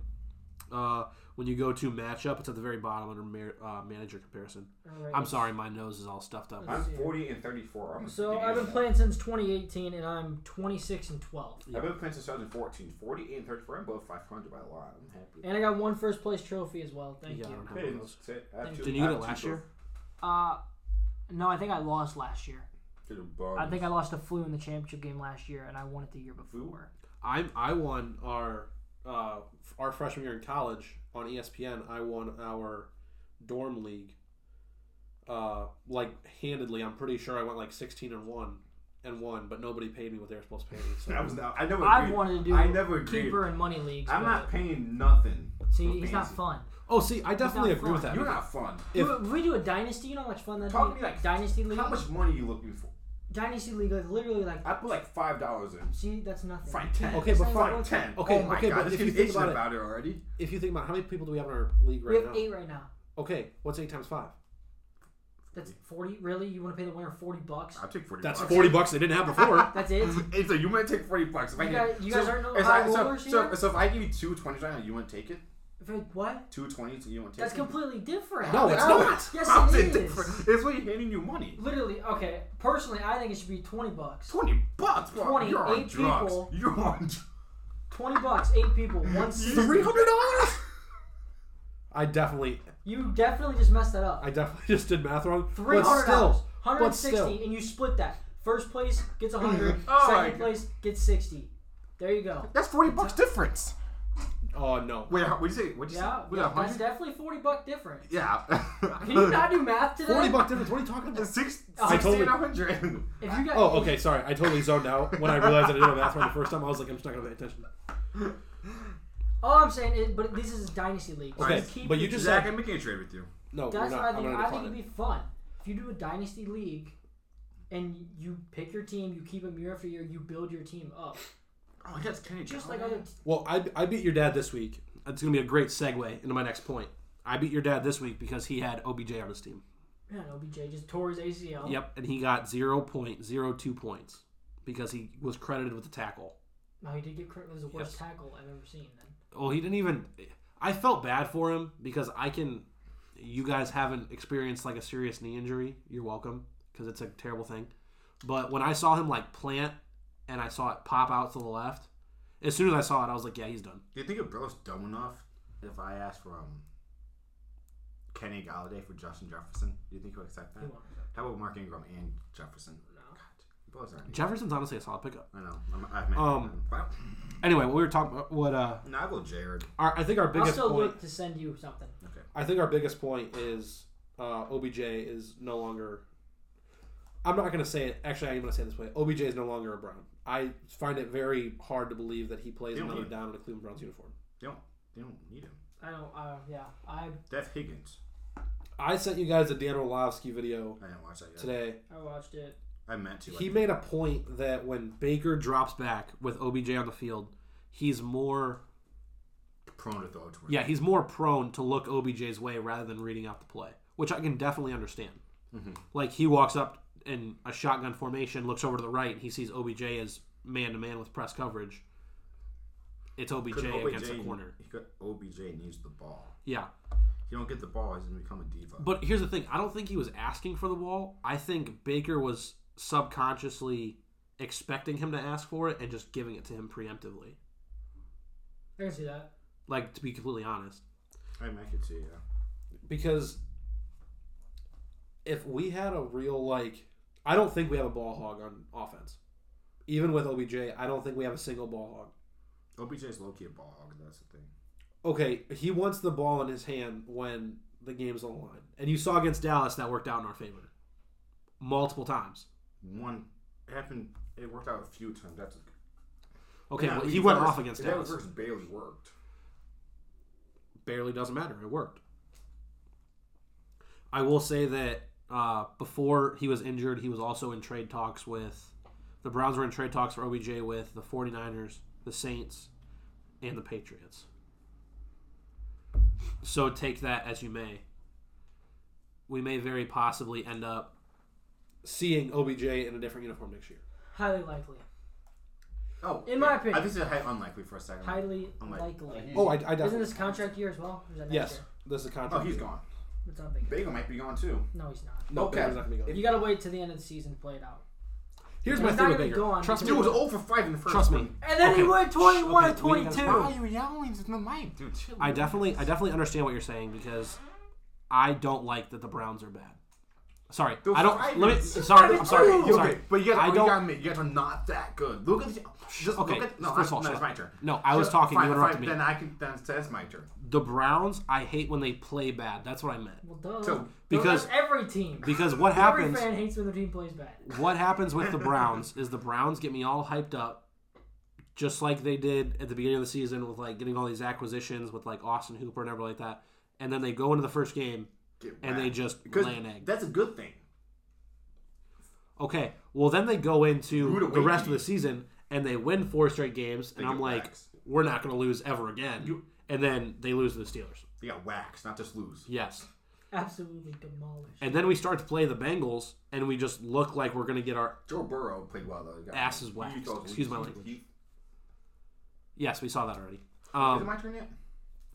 [SPEAKER 1] Uh, when you go to matchup, it's at the very bottom under mar- uh, manager comparison.
[SPEAKER 3] All right.
[SPEAKER 1] I'm sorry, my nose is all stuffed up.
[SPEAKER 2] I'm 40 and 34. I'm
[SPEAKER 3] So I've been
[SPEAKER 2] that.
[SPEAKER 3] playing since 2018, and I'm 26 and 12.
[SPEAKER 2] I've been playing since 2014. 48 and 34. I'm both 500 by a lot. I'm happy.
[SPEAKER 3] And I got one first place trophy as well. Thank
[SPEAKER 1] Yeah, I
[SPEAKER 3] you.
[SPEAKER 1] don't
[SPEAKER 2] Hey,
[SPEAKER 1] know those.
[SPEAKER 2] that's it. I have
[SPEAKER 3] Thank
[SPEAKER 2] two-
[SPEAKER 1] Didn't you
[SPEAKER 2] I
[SPEAKER 1] get
[SPEAKER 2] have
[SPEAKER 1] it
[SPEAKER 2] two
[SPEAKER 1] last
[SPEAKER 2] for-
[SPEAKER 1] year?
[SPEAKER 3] Uh, no, I think I lost last year.
[SPEAKER 2] to the bums.
[SPEAKER 3] I think I lost to flu in the championship game last year, and I won it the year before.
[SPEAKER 1] I'm I won our uh, our freshman year in college on E ESPN. I won our dorm league, uh, like handedly. I'm pretty sure I went like 16 and one and one, but nobody paid me what they were supposed to pay me. So
[SPEAKER 2] I was not. I never.
[SPEAKER 3] I
[SPEAKER 2] agreed.
[SPEAKER 3] wanted to do
[SPEAKER 2] I never agreed.
[SPEAKER 3] keeper and money leagues.
[SPEAKER 2] I'm
[SPEAKER 3] but-
[SPEAKER 2] not paying nothing.
[SPEAKER 3] See,
[SPEAKER 2] for
[SPEAKER 3] he's not
[SPEAKER 2] fantasy.
[SPEAKER 3] fun.
[SPEAKER 1] oh, see, I definitely
[SPEAKER 3] not
[SPEAKER 1] agree with
[SPEAKER 3] fun.
[SPEAKER 1] that.
[SPEAKER 2] You're not fun.
[SPEAKER 1] If-
[SPEAKER 3] if we do a dynasty, you know how much fun that'd
[SPEAKER 2] Talk
[SPEAKER 3] be.
[SPEAKER 2] to me like-
[SPEAKER 3] dynasty league.
[SPEAKER 2] How much money are you looking for?
[SPEAKER 3] Dynasty league, like, literally, like
[SPEAKER 2] I put like five dollars in.
[SPEAKER 3] see, that's nothing.
[SPEAKER 2] Fine ten.
[SPEAKER 1] Okay,
[SPEAKER 3] It's
[SPEAKER 1] but
[SPEAKER 3] not
[SPEAKER 1] fine,
[SPEAKER 3] even
[SPEAKER 2] Five
[SPEAKER 3] worth
[SPEAKER 2] ten.
[SPEAKER 3] it.
[SPEAKER 1] Okay,
[SPEAKER 2] oh my
[SPEAKER 1] okay,
[SPEAKER 2] god,
[SPEAKER 1] but
[SPEAKER 2] this
[SPEAKER 1] if you
[SPEAKER 2] kid's
[SPEAKER 1] think
[SPEAKER 2] itching
[SPEAKER 1] about it-
[SPEAKER 2] about it already.
[SPEAKER 1] If you think about it, how many people do we have in our league
[SPEAKER 3] We
[SPEAKER 1] right
[SPEAKER 3] have
[SPEAKER 1] now?
[SPEAKER 3] eight right now.
[SPEAKER 1] Okay, what's eight times five?
[SPEAKER 3] That's forty. Really, you want to pay the winner forty bucks?
[SPEAKER 2] I'll take forty.
[SPEAKER 1] That's
[SPEAKER 2] bucks.
[SPEAKER 1] 40 bucks they didn't have before.
[SPEAKER 3] That's it.
[SPEAKER 2] Hey, so you might take forty bucks. If I
[SPEAKER 3] You
[SPEAKER 2] get-
[SPEAKER 3] guys- you
[SPEAKER 2] so
[SPEAKER 3] guys aren't no
[SPEAKER 2] if
[SPEAKER 3] high
[SPEAKER 2] I- so-
[SPEAKER 3] rollers
[SPEAKER 2] so,
[SPEAKER 3] here?
[SPEAKER 2] So, if I give you two twenties right now, you wouldn't take it.
[SPEAKER 3] If it- what?
[SPEAKER 2] Two twenties, you wouldn't take
[SPEAKER 3] That's
[SPEAKER 2] it.
[SPEAKER 3] completely different.
[SPEAKER 1] No, it's
[SPEAKER 2] How-
[SPEAKER 1] not.
[SPEAKER 3] Yes,
[SPEAKER 2] how's
[SPEAKER 3] it is.
[SPEAKER 2] different? It's what you're handing you money.
[SPEAKER 3] Literally, okay. Personally, I think it should be twenty bucks.
[SPEAKER 2] Twenty bucks. Bro.
[SPEAKER 3] 20,
[SPEAKER 2] You're on
[SPEAKER 3] eight
[SPEAKER 2] drugs.
[SPEAKER 3] people.
[SPEAKER 2] You're on. dr-
[SPEAKER 3] Twenty bucks, eight people, one season.
[SPEAKER 1] Three hundred dollars. I definitely,
[SPEAKER 3] You definitely just messed that up.
[SPEAKER 1] I definitely just did math wrong.
[SPEAKER 3] Three
[SPEAKER 1] But
[SPEAKER 3] hundred
[SPEAKER 1] still,
[SPEAKER 3] dollars,
[SPEAKER 1] but
[SPEAKER 3] hundred sixty,
[SPEAKER 1] still,
[SPEAKER 3] and you split that. First place gets a hundred.
[SPEAKER 2] Oh my
[SPEAKER 3] second
[SPEAKER 2] God.
[SPEAKER 3] place gets sixty. There you go.
[SPEAKER 2] That's forty bucks difference.
[SPEAKER 1] oh no,
[SPEAKER 2] Wait, what would you say? What you
[SPEAKER 3] Yeah,
[SPEAKER 2] say?
[SPEAKER 3] yeah, that's
[SPEAKER 2] 100?
[SPEAKER 3] definitely forty buck difference.
[SPEAKER 2] Yeah.
[SPEAKER 3] Can you not do math today?
[SPEAKER 1] forty buck difference. What are you talking about?
[SPEAKER 2] Six,
[SPEAKER 3] I
[SPEAKER 2] 60
[SPEAKER 1] totally-
[SPEAKER 2] and 100.
[SPEAKER 3] If you got
[SPEAKER 1] Oh, okay. Sorry, I totally zoned out when I realized I did a math wrong the first time. I was like, I'm just not gonna pay attention.
[SPEAKER 3] All I'm saying is, but this is dynasty league. so
[SPEAKER 1] Okay,
[SPEAKER 3] just keep
[SPEAKER 1] but
[SPEAKER 3] it-
[SPEAKER 1] you just
[SPEAKER 2] Zach,
[SPEAKER 1] said
[SPEAKER 2] I'm making a trade with you.
[SPEAKER 1] no. We're
[SPEAKER 3] That's
[SPEAKER 1] not.
[SPEAKER 3] what I
[SPEAKER 1] I'm
[SPEAKER 3] think.
[SPEAKER 1] gonna
[SPEAKER 3] I think
[SPEAKER 1] decline
[SPEAKER 3] it'd
[SPEAKER 1] it.
[SPEAKER 3] be fun if you do a dynasty league, and you pick your team, you keep them year after year, you build your team up,
[SPEAKER 2] Oh, I guess Kenny
[SPEAKER 3] just
[SPEAKER 2] Galladay.
[SPEAKER 3] like other. T-
[SPEAKER 1] Well, I, I beat your dad this week. It's gonna be a great segue into my next point. I beat your dad this week because he had OBJ on his team.
[SPEAKER 3] man, OBJ just tore his ACL.
[SPEAKER 1] Yep, and he got zero point zero two points because he was credited with the tackle.
[SPEAKER 3] No, he did get crit. It was the worst tackle I've ever seen. Then
[SPEAKER 1] Well, he didn't even. I felt bad for him because I can. You guys haven't experienced like a serious knee injury. You're welcome because it's a terrible thing. But when I saw him like plant and I saw it pop out to the left, as soon as I saw it, I was like, yeah, he's done.
[SPEAKER 2] Do you think if Burrow's dumb enough, if I asked for um, Kenny Galladay for Justin Jefferson, do you think he would accept that?
[SPEAKER 3] he won.
[SPEAKER 2] How about Mark Ingram and Jefferson?
[SPEAKER 3] No.
[SPEAKER 2] God, Burrow's not.
[SPEAKER 1] Jefferson's honestly a solid pickup.
[SPEAKER 2] I know. I'm, I've met
[SPEAKER 1] Um,
[SPEAKER 2] him. Wow.
[SPEAKER 1] Anyway, what we were talking about, what uh,
[SPEAKER 2] No, I go Jared.
[SPEAKER 1] our, I think our
[SPEAKER 3] I'll
[SPEAKER 1] biggest
[SPEAKER 3] still
[SPEAKER 1] point.
[SPEAKER 3] look to send you something.
[SPEAKER 1] I think our biggest point is uh, OBJ is no longer. I'm not going to say it. Actually, I am going to say it this way. OBJ is no longer a Brown. I find it very hard to believe that he plays
[SPEAKER 2] You don't
[SPEAKER 1] another
[SPEAKER 2] need-
[SPEAKER 1] down in a Cleveland Browns uniform.
[SPEAKER 2] They don't. They don't need him.
[SPEAKER 3] I don't. Uh, yeah, I.
[SPEAKER 2] They have Higgins.
[SPEAKER 1] I sent you guys a Dan Orlovsky video
[SPEAKER 2] I didn't watch that yet.
[SPEAKER 1] today.
[SPEAKER 3] I watched it.
[SPEAKER 2] I meant to.
[SPEAKER 1] He made a point that when Baker drops back with OBJ on the field, he's more
[SPEAKER 2] like, prone to throw towards.
[SPEAKER 1] yeah, he's more prone to look OBJ's way rather than reading out the play, which I can definitely understand. Like he walks up in a shotgun formation, looks over to the right, and he sees OBJ as man to man with press coverage. It's OBJ,
[SPEAKER 2] Could
[SPEAKER 1] against a corner.
[SPEAKER 2] He could, OBJ needs the ball.
[SPEAKER 1] Yeah.
[SPEAKER 2] He don't get the ball, he's gonna become a diva.
[SPEAKER 1] But here's the thing: I don't think he was asking for the ball. I think Baker was subconsciously expecting him to ask for it and just giving it to him preemptively.
[SPEAKER 3] I can see that.
[SPEAKER 1] Like to be completely honest,
[SPEAKER 2] I mean, I could see. Yeah.
[SPEAKER 1] because if we had a real like, I don't think we have a ball hog on offense. Even with OBJ, I don't think we have a single ball hog.
[SPEAKER 2] OBJ's low key a ball hog. That's the thing.
[SPEAKER 1] Okay, he wants the ball in his hand when the game's on the line, and you saw against Dallas that worked out in our favor multiple times.
[SPEAKER 2] One it happened. It worked out a few times. That's
[SPEAKER 1] Okay,
[SPEAKER 2] No,
[SPEAKER 1] well,
[SPEAKER 2] we
[SPEAKER 1] he went
[SPEAKER 2] reversed-
[SPEAKER 1] off against
[SPEAKER 2] if that
[SPEAKER 1] Dallas.
[SPEAKER 2] reverse barely worked.
[SPEAKER 1] barely doesn't matter. It worked. I will say that uh, before he was injured, he was also in trade talks with the Browns were in trade talks for OBJ with the 49ers, the Saints, and the Patriots. So take that as you may. We may very possibly end up seeing OBJ in a different uniform next year.
[SPEAKER 3] Highly likely.
[SPEAKER 2] Oh,
[SPEAKER 3] In my
[SPEAKER 2] I
[SPEAKER 3] opinion.
[SPEAKER 2] think it's a high unlikely for a second.
[SPEAKER 3] Highly
[SPEAKER 2] I'm like-
[SPEAKER 3] likely.
[SPEAKER 1] Oh, I, I
[SPEAKER 3] Isn't
[SPEAKER 1] definitely.
[SPEAKER 3] this contract year as well? Or is that next
[SPEAKER 1] Yes,
[SPEAKER 3] year?
[SPEAKER 1] this is a
[SPEAKER 2] oh,
[SPEAKER 1] contract.
[SPEAKER 2] he's
[SPEAKER 1] year.
[SPEAKER 2] gone.
[SPEAKER 3] That's what I'm thinking.
[SPEAKER 2] Bagel might be gone too.
[SPEAKER 3] No, he's not.
[SPEAKER 1] No,
[SPEAKER 2] Okay.
[SPEAKER 1] Baker's not gonna be gone.
[SPEAKER 3] You gotta wait to the end of the season to play it out.
[SPEAKER 1] Here's
[SPEAKER 3] He's
[SPEAKER 1] my
[SPEAKER 3] not
[SPEAKER 1] thing with
[SPEAKER 3] gonna
[SPEAKER 1] Baker.
[SPEAKER 3] go on
[SPEAKER 1] Trust
[SPEAKER 3] the
[SPEAKER 1] me,
[SPEAKER 2] Dude was 0 for 5 in the first
[SPEAKER 1] Trust me.
[SPEAKER 2] one.
[SPEAKER 3] And then he
[SPEAKER 1] Okay.
[SPEAKER 3] went 21
[SPEAKER 1] Okay,
[SPEAKER 3] to
[SPEAKER 1] we need to
[SPEAKER 3] 22.
[SPEAKER 1] stop.
[SPEAKER 2] Why are you yelling into the mic, dude? Chill.
[SPEAKER 1] I definitely, I definitely understand what you're saying because I don't like that the Browns are bad. Sorry,
[SPEAKER 2] Those
[SPEAKER 1] I don't.
[SPEAKER 2] five
[SPEAKER 1] Let me.
[SPEAKER 2] and two.
[SPEAKER 1] Sorry, I'm sorry.
[SPEAKER 3] Five and
[SPEAKER 1] I'm
[SPEAKER 3] two.
[SPEAKER 1] sorry.
[SPEAKER 2] Okay, but you guys,
[SPEAKER 1] I
[SPEAKER 2] I
[SPEAKER 1] don't-
[SPEAKER 2] don't. You gotta admit, you guys are not that good. Look at the. Just
[SPEAKER 1] Okay,
[SPEAKER 2] look at, no,
[SPEAKER 1] first of
[SPEAKER 2] I,
[SPEAKER 1] all,
[SPEAKER 2] no,
[SPEAKER 1] shut
[SPEAKER 2] it's
[SPEAKER 1] up.
[SPEAKER 2] my turn.
[SPEAKER 1] No, I was
[SPEAKER 2] Shut-
[SPEAKER 1] talking, you
[SPEAKER 2] fine,
[SPEAKER 1] interrupted
[SPEAKER 2] fine,
[SPEAKER 1] me.
[SPEAKER 2] Then I can. Then that's my turn.
[SPEAKER 1] The Browns, I hate when they play bad. That's what I meant.
[SPEAKER 3] Well, duh.
[SPEAKER 2] So,
[SPEAKER 1] because-
[SPEAKER 3] Well, that's every team.
[SPEAKER 1] Because what
[SPEAKER 3] every
[SPEAKER 1] happens?
[SPEAKER 3] fan hates when their team plays bad.
[SPEAKER 1] What happens with the Browns is the Browns get me all hyped up, just like they did at the beginning of the season with like getting all these acquisitions with like Austin Hooper and everything like that, and then they go into the first game
[SPEAKER 2] Get
[SPEAKER 1] and they
[SPEAKER 2] whacked.
[SPEAKER 1] just
[SPEAKER 2] because
[SPEAKER 1] lay an egg.
[SPEAKER 2] that's a good thing.
[SPEAKER 1] Okay. Well, then they go into
[SPEAKER 2] Rude
[SPEAKER 1] the
[SPEAKER 2] awakening.
[SPEAKER 1] rest of the season and they win four straight games, and
[SPEAKER 2] They
[SPEAKER 1] I'm
[SPEAKER 2] get
[SPEAKER 1] like,
[SPEAKER 2] waxed.
[SPEAKER 1] we're not going to lose ever again.
[SPEAKER 2] You-
[SPEAKER 1] and then they lose to the Steelers.
[SPEAKER 2] They got waxed, not just lose.
[SPEAKER 1] Yes.
[SPEAKER 3] Absolutely demolished.
[SPEAKER 1] And then we start to play the Bengals, and we just look like we're going to get our
[SPEAKER 2] Joe Burrow played well though. He got-
[SPEAKER 1] asses
[SPEAKER 2] he
[SPEAKER 1] waxed.
[SPEAKER 2] thought-
[SPEAKER 1] Excuse my
[SPEAKER 2] he-
[SPEAKER 1] language.
[SPEAKER 2] he-
[SPEAKER 1] Yes, we saw that already.
[SPEAKER 2] Is it
[SPEAKER 1] Um,
[SPEAKER 2] my turn yet?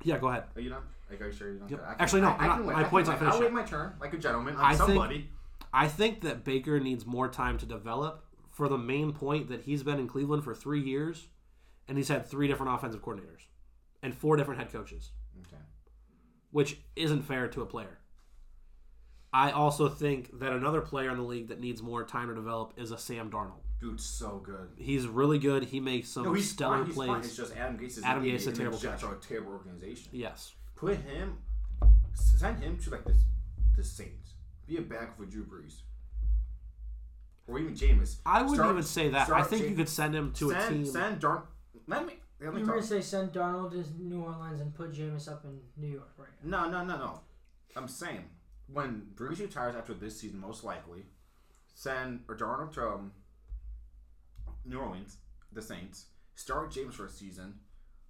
[SPEAKER 1] yeah, go ahead.
[SPEAKER 2] Are Oh, you done? Like, are you sure you're done?
[SPEAKER 1] Yep.
[SPEAKER 2] Okay, I
[SPEAKER 1] Actually, no,
[SPEAKER 2] I, I
[SPEAKER 1] not-
[SPEAKER 2] can wait.
[SPEAKER 1] my
[SPEAKER 2] I can
[SPEAKER 1] point's not
[SPEAKER 2] wait.
[SPEAKER 1] finished
[SPEAKER 2] I'll wait
[SPEAKER 1] yet.
[SPEAKER 2] my turn, like a gentleman,
[SPEAKER 1] I
[SPEAKER 2] like
[SPEAKER 1] think-
[SPEAKER 2] somebody.
[SPEAKER 1] I think that Baker needs more time to develop for the main point that he's been in Cleveland for three years, and he's had three different offensive coordinators and four different head coaches.
[SPEAKER 2] Okay.
[SPEAKER 1] which isn't fair to a player. I also think that another player in the league that needs more time to develop is a Sam Darnold.
[SPEAKER 2] Dude's so good.
[SPEAKER 1] He's really good. He makes some
[SPEAKER 2] No, he's
[SPEAKER 1] stellar
[SPEAKER 2] fine, he's
[SPEAKER 1] plays.
[SPEAKER 2] fine. It's just Adam Gates is
[SPEAKER 1] Adam
[SPEAKER 2] an
[SPEAKER 1] Gase is
[SPEAKER 2] idiot,
[SPEAKER 1] a
[SPEAKER 2] and
[SPEAKER 1] terrible
[SPEAKER 2] the Jets are a terrible organization.
[SPEAKER 1] Yes.
[SPEAKER 2] Put him, send him to like this, the Saints. Be a back for Drew Brees, or even Jameis.
[SPEAKER 1] I wouldn't
[SPEAKER 2] Start-
[SPEAKER 1] even say that. I
[SPEAKER 2] start
[SPEAKER 1] think you
[SPEAKER 2] Jam-
[SPEAKER 1] could send him to
[SPEAKER 2] send,
[SPEAKER 1] a team.
[SPEAKER 2] Send Darn. Let me. Let me
[SPEAKER 3] You were
[SPEAKER 2] talk.
[SPEAKER 3] gonna say send Darnold to New Orleans and put Jameis up in New York, right?
[SPEAKER 2] No, no, no, no. I'm saying when Brees retires after this season, most likely, send or Darnold to um, New Orleans, the Saints. Start James for a season.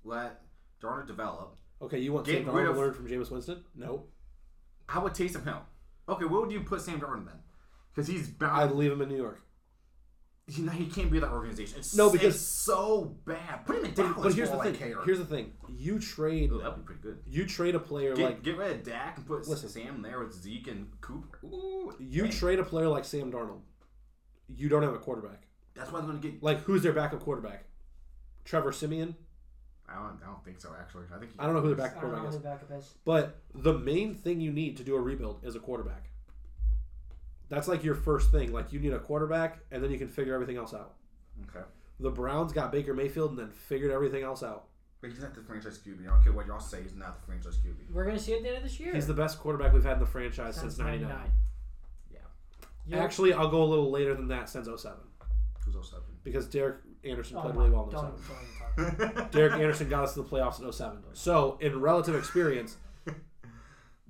[SPEAKER 2] Let Darnold develop.
[SPEAKER 1] Okay, you want
[SPEAKER 2] Get
[SPEAKER 1] Sam
[SPEAKER 2] rid
[SPEAKER 1] Darnold
[SPEAKER 2] of-
[SPEAKER 1] to learn from Jameis Winston? No.
[SPEAKER 2] I would taste him Hill. Okay, where would you put Sam Darnold then? Because he's
[SPEAKER 1] I
[SPEAKER 2] bad.
[SPEAKER 1] leave him in New York.
[SPEAKER 2] He, he can't be that organization. It's,
[SPEAKER 1] No,
[SPEAKER 2] no,
[SPEAKER 1] because-
[SPEAKER 2] because it's so bad. Put him in Dallas.
[SPEAKER 1] But, but here's
[SPEAKER 2] for
[SPEAKER 1] the
[SPEAKER 2] all I
[SPEAKER 1] thing.
[SPEAKER 2] care.
[SPEAKER 1] Here's the thing. You trade.
[SPEAKER 2] Ooh, that'd be pretty good.
[SPEAKER 1] You trade a player
[SPEAKER 2] Get,
[SPEAKER 1] like
[SPEAKER 2] get rid of Dak and put
[SPEAKER 1] Listen.
[SPEAKER 2] Sam there with Zeke and Cooper. Ooh,
[SPEAKER 1] you
[SPEAKER 2] man,
[SPEAKER 1] trade a player like Sam Darnold. You don't have a quarterback.
[SPEAKER 2] that's what I'm gonna get.
[SPEAKER 1] Like who's their backup quarterback? Trevor Simeon.
[SPEAKER 2] I don't, I don't think so. Actually, I think.
[SPEAKER 1] I don't know who their
[SPEAKER 3] I
[SPEAKER 1] backup
[SPEAKER 3] don't know
[SPEAKER 1] quarterback
[SPEAKER 3] who
[SPEAKER 1] is.
[SPEAKER 3] the backup is.
[SPEAKER 1] But the main thing you need to do a rebuild is a quarterback. That's like your first thing. Like you need a quarterback, and then you can figure everything else out.
[SPEAKER 2] Okay,
[SPEAKER 1] The Browns got Baker Mayfield, and then figured everything else out.
[SPEAKER 2] but he's not the franchise QB. I don't care what y'all say. He's not the franchise QB.
[SPEAKER 3] We're gonna see at the end of this year.
[SPEAKER 1] He's the best quarterback we've had in the franchise since '99.
[SPEAKER 2] Yeah,
[SPEAKER 3] Yeah.
[SPEAKER 1] Actually, I'll go a little later than that since 07.
[SPEAKER 2] who's also seven?
[SPEAKER 1] because Derek Anderson
[SPEAKER 3] Oh
[SPEAKER 1] played
[SPEAKER 3] my-
[SPEAKER 1] really well in 07.
[SPEAKER 3] don't even- don't even talk about it.
[SPEAKER 1] Derek Anderson got us to the playoffs in 07. So in relative experience,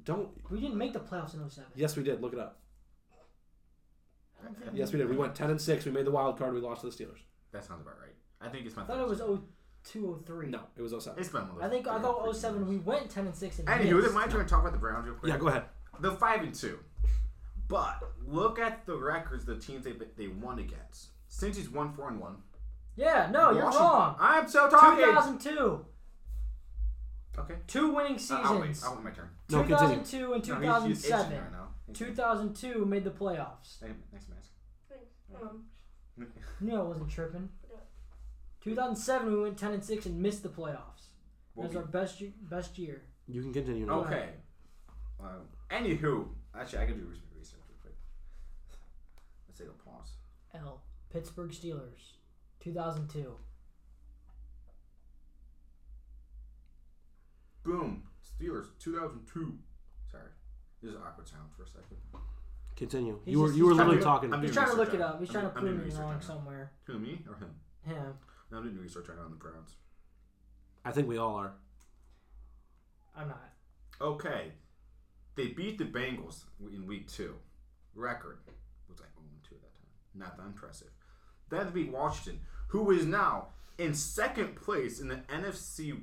[SPEAKER 1] don't.
[SPEAKER 3] We didn't make the playoffs in 07.
[SPEAKER 1] Yes, we did. Look it up.
[SPEAKER 3] I don't think
[SPEAKER 1] Yes, we did. We went 10 and six. We made the wild card. We lost to the Steelers.
[SPEAKER 2] That sounds about right. I think it's my.
[SPEAKER 3] I thought it was 02, 03.
[SPEAKER 1] No, it was 07.
[SPEAKER 2] It's been one of those
[SPEAKER 3] I think I
[SPEAKER 2] freaking-
[SPEAKER 3] thought
[SPEAKER 2] freaking
[SPEAKER 3] 07 we
[SPEAKER 2] years.
[SPEAKER 3] went 10 and 6 and
[SPEAKER 2] Anywho, is it
[SPEAKER 3] missed.
[SPEAKER 2] my turn to talk about the Browns real quick?
[SPEAKER 1] Yeah, go ahead.
[SPEAKER 2] the five and two. But look at the records the teams they they won against. Since he's one four and one.
[SPEAKER 3] Yeah, no, you're
[SPEAKER 2] Washington-
[SPEAKER 3] wrong.
[SPEAKER 2] I'm so talking.
[SPEAKER 3] 2002.
[SPEAKER 2] Okay.
[SPEAKER 3] Two winning
[SPEAKER 2] I- I'll wait.
[SPEAKER 3] seasons.
[SPEAKER 2] I'll wait my turn.
[SPEAKER 1] No, continue.
[SPEAKER 3] 2002 and
[SPEAKER 2] No, he's- he's itching
[SPEAKER 3] 2007.
[SPEAKER 2] right now. Next-
[SPEAKER 3] 2002 made the playoffs.
[SPEAKER 2] Next mask.
[SPEAKER 4] Um,
[SPEAKER 3] No, I wasn't tripping. 2007, we went 10 and 6 and missed the playoffs. That
[SPEAKER 2] What
[SPEAKER 3] was
[SPEAKER 2] we-
[SPEAKER 3] our best ye- best year.
[SPEAKER 1] You can continue. now.
[SPEAKER 2] Okay. Um, anywho, actually, I can do research research real quick. Let's take a pause.
[SPEAKER 3] L. Pittsburgh Steelers, 2002.
[SPEAKER 2] Boom. Steelers, 2002. Sorry. This is an awkward sound for a second.
[SPEAKER 1] Continue.
[SPEAKER 3] He's
[SPEAKER 1] you were
[SPEAKER 3] just-
[SPEAKER 1] you were
[SPEAKER 3] he's
[SPEAKER 1] literally
[SPEAKER 2] trying to-
[SPEAKER 1] talking.
[SPEAKER 2] I'm
[SPEAKER 3] He's
[SPEAKER 2] doing
[SPEAKER 3] trying to
[SPEAKER 2] research
[SPEAKER 3] look it
[SPEAKER 2] on it.
[SPEAKER 3] up. He's
[SPEAKER 2] I'm
[SPEAKER 3] trying to
[SPEAKER 2] doing- I'm
[SPEAKER 3] prove
[SPEAKER 2] doing
[SPEAKER 3] me
[SPEAKER 2] research on
[SPEAKER 3] wrong
[SPEAKER 2] it.
[SPEAKER 3] somewhere.
[SPEAKER 2] Who, me or him?
[SPEAKER 3] Him.
[SPEAKER 2] Now I'm doing research right now on the Browns.
[SPEAKER 1] I think we all are.
[SPEAKER 3] I'm not.
[SPEAKER 2] Okay, they beat the Bengals in Week Two. Record was like 0-2 at that time. Not that impressive. Then they beat Washington, who is now in second place in the NFC.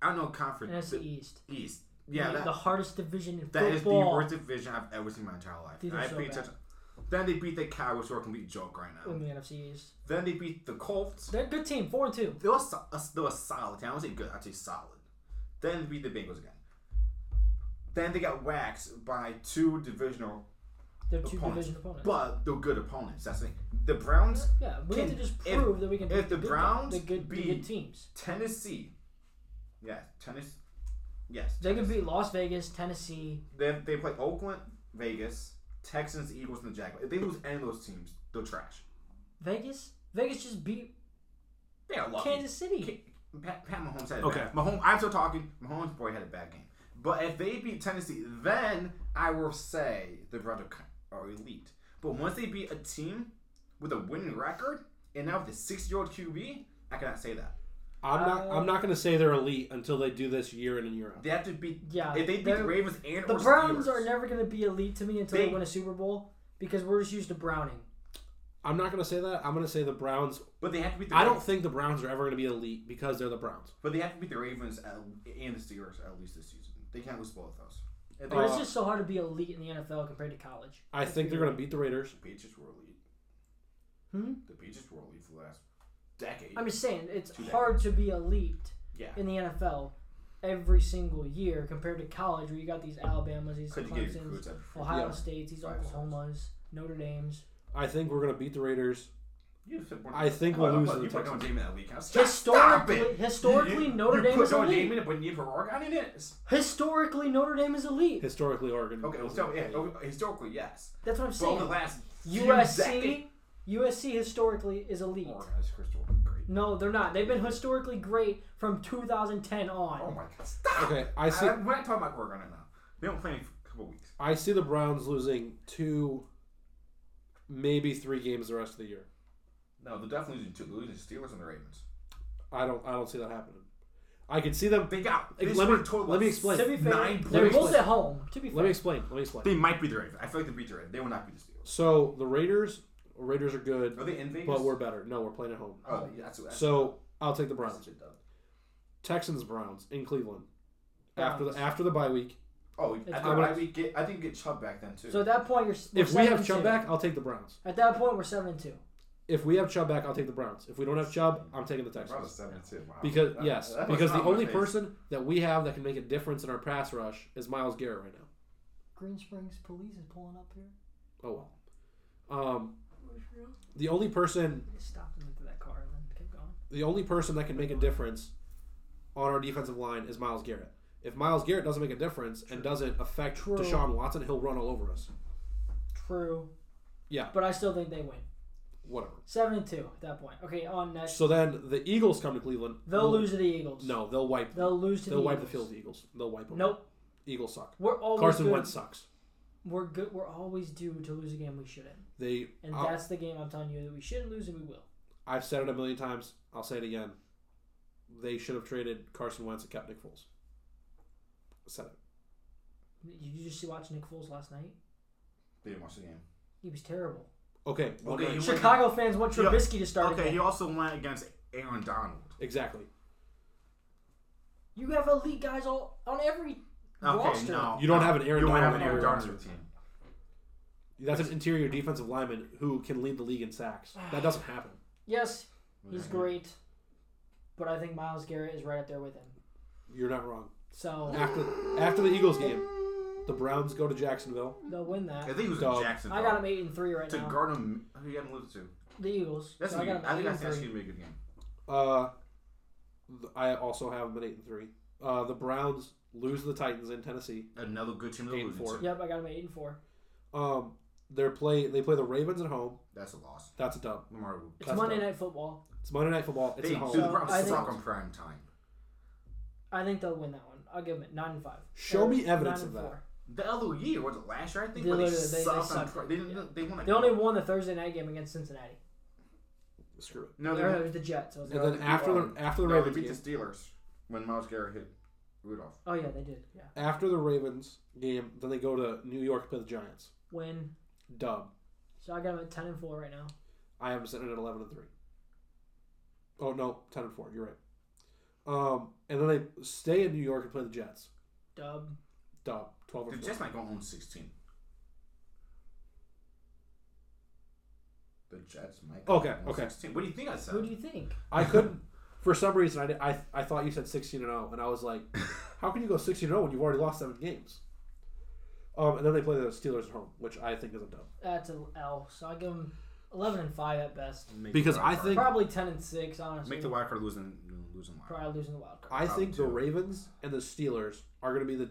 [SPEAKER 2] I don't know conference
[SPEAKER 3] NFC East.
[SPEAKER 2] the East. Yeah,
[SPEAKER 3] the,
[SPEAKER 2] that,
[SPEAKER 3] the hardest division in
[SPEAKER 2] that is the
[SPEAKER 3] football.
[SPEAKER 2] worst division I've ever seen in my entire life.
[SPEAKER 3] Dude,
[SPEAKER 2] And
[SPEAKER 3] they're
[SPEAKER 2] I
[SPEAKER 3] so
[SPEAKER 2] beat
[SPEAKER 3] bad.
[SPEAKER 2] such- then they beat the Cowboys, who are a complete joke right now.
[SPEAKER 3] in the NFC East.
[SPEAKER 2] Then they beat the Colts.
[SPEAKER 3] They're a good team, four and two.
[SPEAKER 2] They were, so- uh, they were solid. I won't say good. I'd say solid. Then they beat the Bengals again. Then they got waxed by two divisional,
[SPEAKER 3] They're two
[SPEAKER 2] Opponents.
[SPEAKER 3] division opponents.
[SPEAKER 2] but they're good opponents. That's the thing. The Browns,
[SPEAKER 3] yeah, we have
[SPEAKER 2] Can-
[SPEAKER 3] to just
[SPEAKER 2] if-
[SPEAKER 3] prove that we can.
[SPEAKER 2] if
[SPEAKER 3] beat
[SPEAKER 2] the
[SPEAKER 3] good-
[SPEAKER 2] Browns
[SPEAKER 3] the good, the
[SPEAKER 2] beat-
[SPEAKER 3] good teams,
[SPEAKER 2] Tennessee. Yes, Tennessee. Yes.
[SPEAKER 3] they could
[SPEAKER 2] Tennessee.
[SPEAKER 3] beat Las Vegas, Tennessee.
[SPEAKER 2] They, they play Oakland, Vegas, Texans, Eagles, and the Jaguars. If they lose any of those teams, they're trash.
[SPEAKER 3] Vegas, Vegas just beat
[SPEAKER 2] They are lucky.
[SPEAKER 3] Kansas City.
[SPEAKER 2] Ki- Pat, Pat Mahomes had a
[SPEAKER 1] Okay.
[SPEAKER 2] bad. Mahomes, I'm still talking. Mahomes boy had a bad game. But if they beat Tennessee, then I will say the Browns are ki- are elite. But once they beat a team with a winning record and now with a six year old QB, I cannot say that.
[SPEAKER 1] I'm not.
[SPEAKER 3] Uh,
[SPEAKER 1] I'm not going to say they're elite until they do this year in and year out.
[SPEAKER 2] They have to beat.
[SPEAKER 3] Yeah,
[SPEAKER 2] If they beat the
[SPEAKER 3] they're-
[SPEAKER 2] Ravens and
[SPEAKER 3] The
[SPEAKER 2] or
[SPEAKER 3] Browns
[SPEAKER 2] Steelers,
[SPEAKER 3] are never going to be elite to me until they,
[SPEAKER 2] They-
[SPEAKER 3] win a Super Bowl because we're just used to Browning.
[SPEAKER 1] I'm not going to say that. I'm going to say the Browns.
[SPEAKER 2] But they have to beat. The
[SPEAKER 1] I don't
[SPEAKER 2] Ravens-
[SPEAKER 1] think the Browns are ever going to be elite because they're the Browns.
[SPEAKER 2] But they have to beat the Ravens at, and the Steelers at least this season. They can't lose both of those. And they
[SPEAKER 3] But it's
[SPEAKER 1] Uh,
[SPEAKER 3] just so hard to be elite in the NFL compared to college.
[SPEAKER 1] I think they're going to beat the Raiders.
[SPEAKER 2] the Patriots were elite.
[SPEAKER 3] Hmm?
[SPEAKER 2] The Patriots were elite for the last decade.
[SPEAKER 3] I'm just saying it's
[SPEAKER 2] Two
[SPEAKER 3] hard to be elite
[SPEAKER 2] yeah.
[SPEAKER 3] in the NFL every single year compared to college where you got these Alabamas, these
[SPEAKER 2] Could you get recruits
[SPEAKER 3] Clemson's,
[SPEAKER 2] at
[SPEAKER 3] Ohio
[SPEAKER 1] Yeah.
[SPEAKER 3] States, these
[SPEAKER 2] Five stars.
[SPEAKER 3] Oklahomas, Notre Dames.
[SPEAKER 1] I think we're going to beat the Raiders.
[SPEAKER 2] You said one-
[SPEAKER 1] I think we'll
[SPEAKER 2] Oh,
[SPEAKER 1] lose
[SPEAKER 2] but
[SPEAKER 1] to the
[SPEAKER 2] You put Notre
[SPEAKER 1] Texans.
[SPEAKER 2] Dame in that league. Now, Stop,
[SPEAKER 3] Historically,
[SPEAKER 2] stop it.
[SPEAKER 3] historically,
[SPEAKER 2] you,
[SPEAKER 3] Notre
[SPEAKER 2] you
[SPEAKER 3] Dame
[SPEAKER 2] put
[SPEAKER 3] is
[SPEAKER 2] Notre
[SPEAKER 3] elite.
[SPEAKER 2] Dame in it, but you put Oregon in it. It's-
[SPEAKER 3] Historically, Notre Dame is elite.
[SPEAKER 1] Historically, Oregon.
[SPEAKER 2] Okay, so yeah, okay, historically yes,
[SPEAKER 3] That's what I'm
[SPEAKER 2] but over the
[SPEAKER 3] saying.
[SPEAKER 2] last few decades- Oh,
[SPEAKER 3] USC, USC historically is elite.
[SPEAKER 2] Oregon is historically great.
[SPEAKER 3] No, they're not. They've been historically great from 2010 on.
[SPEAKER 2] Oh my god, stop!
[SPEAKER 1] Okay, I see.
[SPEAKER 2] we're not talking about Oregon right now. They don't play in a couple weeks.
[SPEAKER 1] I see the Browns losing two, maybe three games the rest of the year.
[SPEAKER 2] No, they're definitely losing two. They're losing to Steelers and the Ravens.
[SPEAKER 1] I don't. I don't see that happening. I could see them.
[SPEAKER 2] They got. They
[SPEAKER 1] Let
[SPEAKER 2] scored
[SPEAKER 1] me-
[SPEAKER 2] a total of
[SPEAKER 1] let me explain.
[SPEAKER 3] to be fair,
[SPEAKER 2] Nine
[SPEAKER 3] they're
[SPEAKER 1] points.
[SPEAKER 3] both at home. To be fair,
[SPEAKER 1] Let me explain. Let me explain.
[SPEAKER 2] They might be the Ravens. I feel like they beat the Ravens. They will not beat the Steelers.
[SPEAKER 1] So the Raiders. Raiders are good,
[SPEAKER 2] Are they in Vegas?
[SPEAKER 1] but we're better. No, we're playing at home.
[SPEAKER 2] Oh, that's what. That's
[SPEAKER 1] So I'll take the
[SPEAKER 2] that's
[SPEAKER 1] Browns.
[SPEAKER 2] such a dub.
[SPEAKER 1] Texans Browns in Cleveland. After
[SPEAKER 3] Browns.
[SPEAKER 1] the after the bye week.
[SPEAKER 2] Oh,
[SPEAKER 3] It's
[SPEAKER 2] I think,
[SPEAKER 1] Browns.
[SPEAKER 2] we get, I think we get Chubb back then too.
[SPEAKER 3] so at that point, you're. s-
[SPEAKER 1] If
[SPEAKER 3] we're
[SPEAKER 1] we
[SPEAKER 3] seven
[SPEAKER 1] have
[SPEAKER 3] and
[SPEAKER 1] Chubb
[SPEAKER 3] two.
[SPEAKER 1] back, I'll take the Browns.
[SPEAKER 3] at that point we're seven and two.
[SPEAKER 1] If we have Chubb back, I'll take the Browns. If we don't have Chubb, I'm taking the
[SPEAKER 2] Probably
[SPEAKER 1] Texans.
[SPEAKER 2] seven two. Wow.
[SPEAKER 1] Because
[SPEAKER 2] That-
[SPEAKER 1] yes,
[SPEAKER 2] that was
[SPEAKER 1] because the
[SPEAKER 2] not my
[SPEAKER 1] only
[SPEAKER 2] face.
[SPEAKER 1] person that we have that can make a difference in our pass rush is Miles Garrett right now.
[SPEAKER 3] Green Springs police is pulling up here.
[SPEAKER 1] Oh well. Um, the only person,
[SPEAKER 3] I just stopped and looked at that car and then kept going.
[SPEAKER 1] the only person that can make a difference on our defensive line is Miles Garrett. If Miles Garrett doesn't make a difference and doesn't affect
[SPEAKER 3] True.
[SPEAKER 1] Deshaun Watson, he'll run all over us.
[SPEAKER 3] True.
[SPEAKER 1] Yeah.
[SPEAKER 3] But I still think they win.
[SPEAKER 1] Whatever.
[SPEAKER 3] Seven and two at that point. Okay, on next,
[SPEAKER 1] So then the Eagles come to Cleveland.
[SPEAKER 3] they'll lose to the Eagles.
[SPEAKER 1] No, they'll wipe.
[SPEAKER 3] they'll lose to
[SPEAKER 1] They'll
[SPEAKER 3] the
[SPEAKER 1] wipe the
[SPEAKER 3] Eagles.
[SPEAKER 1] field. with The Eagles. They'll wipe them.
[SPEAKER 3] Nope,
[SPEAKER 1] Eagles suck.
[SPEAKER 3] we're always
[SPEAKER 1] Carson
[SPEAKER 3] good.
[SPEAKER 1] Wentz sucks.
[SPEAKER 3] We're good. We're always due to lose a game we shouldn't,
[SPEAKER 1] They.
[SPEAKER 3] and
[SPEAKER 1] I'll-
[SPEAKER 3] that's the game I'm telling you that we shouldn't lose and we will.
[SPEAKER 1] I've said it a million times. I'll say it again. They should have traded Carson Wentz and kept Nick Foles. Said it.
[SPEAKER 3] Did you just see watch Nick Foles last night?
[SPEAKER 2] They didn't watch the game.
[SPEAKER 3] He was terrible.
[SPEAKER 1] Okay. one
[SPEAKER 2] Okay,
[SPEAKER 1] night.
[SPEAKER 2] you-
[SPEAKER 3] Chicago fans want
[SPEAKER 2] Yeah.
[SPEAKER 3] Trubisky to start.
[SPEAKER 2] Okay,
[SPEAKER 3] again.
[SPEAKER 2] he also went against Aaron Donald.
[SPEAKER 1] exactly.
[SPEAKER 3] You have elite guys all on every
[SPEAKER 2] Okay,
[SPEAKER 3] roster.
[SPEAKER 2] no,
[SPEAKER 1] You don't
[SPEAKER 2] no.
[SPEAKER 1] have an Aaron
[SPEAKER 2] You don't
[SPEAKER 1] Donald
[SPEAKER 2] have an
[SPEAKER 1] on
[SPEAKER 2] Aaron
[SPEAKER 1] your
[SPEAKER 2] Donald on your
[SPEAKER 1] roster.
[SPEAKER 2] team.
[SPEAKER 1] That's an interior defensive lineman who can lead the league in sacks. That doesn't happen.
[SPEAKER 3] Yes, he's
[SPEAKER 2] Mhm.
[SPEAKER 3] great, but I think Miles Garrett is right up there with him.
[SPEAKER 1] You're not wrong.
[SPEAKER 3] So
[SPEAKER 1] After after the Eagles game, the Browns go to Jacksonville.
[SPEAKER 3] they'll win
[SPEAKER 2] I
[SPEAKER 3] that.
[SPEAKER 2] think he was
[SPEAKER 1] Dog.
[SPEAKER 2] in Jackson.
[SPEAKER 3] I got him eight and three right
[SPEAKER 2] to
[SPEAKER 3] now.
[SPEAKER 2] guard him. Who you haven't lose to?
[SPEAKER 3] the Eagles.
[SPEAKER 2] That's
[SPEAKER 3] so
[SPEAKER 2] a
[SPEAKER 3] I
[SPEAKER 2] good,
[SPEAKER 3] got
[SPEAKER 2] I
[SPEAKER 3] him
[SPEAKER 2] think
[SPEAKER 3] eight and
[SPEAKER 2] that's actually
[SPEAKER 3] three.
[SPEAKER 2] gonna be a good game.
[SPEAKER 1] Uh, th- I also have them at eight and three. Uh, the Browns lose to the Titans in Tennessee.
[SPEAKER 2] Another good team to
[SPEAKER 1] Eight and
[SPEAKER 2] lose
[SPEAKER 1] four.
[SPEAKER 2] to.
[SPEAKER 3] Yep, I got him eight and four.
[SPEAKER 1] Um, they play they play the Ravens at home.
[SPEAKER 2] That's a loss.
[SPEAKER 1] That's a dub.
[SPEAKER 2] Lamar. will-
[SPEAKER 3] It's
[SPEAKER 1] That's
[SPEAKER 3] Monday
[SPEAKER 1] dope.
[SPEAKER 3] Night Football.
[SPEAKER 1] It's Monday Night Football. It's
[SPEAKER 2] They
[SPEAKER 1] at
[SPEAKER 2] do
[SPEAKER 1] home.
[SPEAKER 2] the
[SPEAKER 3] So, I
[SPEAKER 2] Browns
[SPEAKER 3] think-
[SPEAKER 2] suck on prime time.
[SPEAKER 3] I think they'll win that one. I'll give him it nine and five.
[SPEAKER 1] Show
[SPEAKER 3] Or
[SPEAKER 1] me evidence
[SPEAKER 3] nine
[SPEAKER 1] of
[SPEAKER 3] and
[SPEAKER 1] that.
[SPEAKER 3] four.
[SPEAKER 2] The other year was it last year? I think.
[SPEAKER 3] They
[SPEAKER 2] where They,
[SPEAKER 3] literally- they- they
[SPEAKER 2] sucked on
[SPEAKER 3] sucked.
[SPEAKER 2] prime. They, didn't-
[SPEAKER 3] Yeah.
[SPEAKER 2] they won. a-
[SPEAKER 3] They only won the Thursday night game against Cincinnati.
[SPEAKER 1] screw it.
[SPEAKER 2] No, they
[SPEAKER 3] Or
[SPEAKER 2] won-
[SPEAKER 3] it was the Jets. I
[SPEAKER 1] And
[SPEAKER 3] was like,
[SPEAKER 2] No,
[SPEAKER 1] then
[SPEAKER 2] they
[SPEAKER 1] after the
[SPEAKER 2] won.
[SPEAKER 1] after the
[SPEAKER 2] no, they
[SPEAKER 1] Ravens
[SPEAKER 2] beat
[SPEAKER 1] game,
[SPEAKER 2] the Steelers when Miles Garrett hit Rudolph.
[SPEAKER 3] oh yeah, they did. Yeah.
[SPEAKER 1] after the Ravens game, then they go to New York to play the Giants.
[SPEAKER 3] Win.
[SPEAKER 1] Dub.
[SPEAKER 3] So I got them at ten and four right now.
[SPEAKER 1] I have them sitting at eleven and three. Oh no, ten and four. You're right. Um, and then they stay in New York and play the Jets.
[SPEAKER 3] Dub.
[SPEAKER 1] Dub. Twelve
[SPEAKER 2] The
[SPEAKER 1] and
[SPEAKER 2] Jets
[SPEAKER 1] four.
[SPEAKER 2] might go on sixteen. The Jets might. go
[SPEAKER 1] Okay,
[SPEAKER 2] on
[SPEAKER 1] okay.
[SPEAKER 2] 16. What do you think I said?
[SPEAKER 3] Who do you think?
[SPEAKER 1] I couldn't. For some reason, I, did, I I thought you said sixteen and zero, and I was like, how can you go sixteen and zero when you've already lost seven games? Um, and then they play the Steelers at home, which I think is a dub.
[SPEAKER 3] That's a L. So I give them eleven and five at best.
[SPEAKER 2] Make
[SPEAKER 1] Because
[SPEAKER 2] the wild
[SPEAKER 1] I
[SPEAKER 2] card.
[SPEAKER 1] think-
[SPEAKER 3] Probably ten and six. Honestly,
[SPEAKER 2] make the wild card losing losing wild.
[SPEAKER 3] probably losing the wild card.
[SPEAKER 1] I
[SPEAKER 2] Top
[SPEAKER 1] think
[SPEAKER 2] two.
[SPEAKER 1] the Ravens and the Steelers are going to be the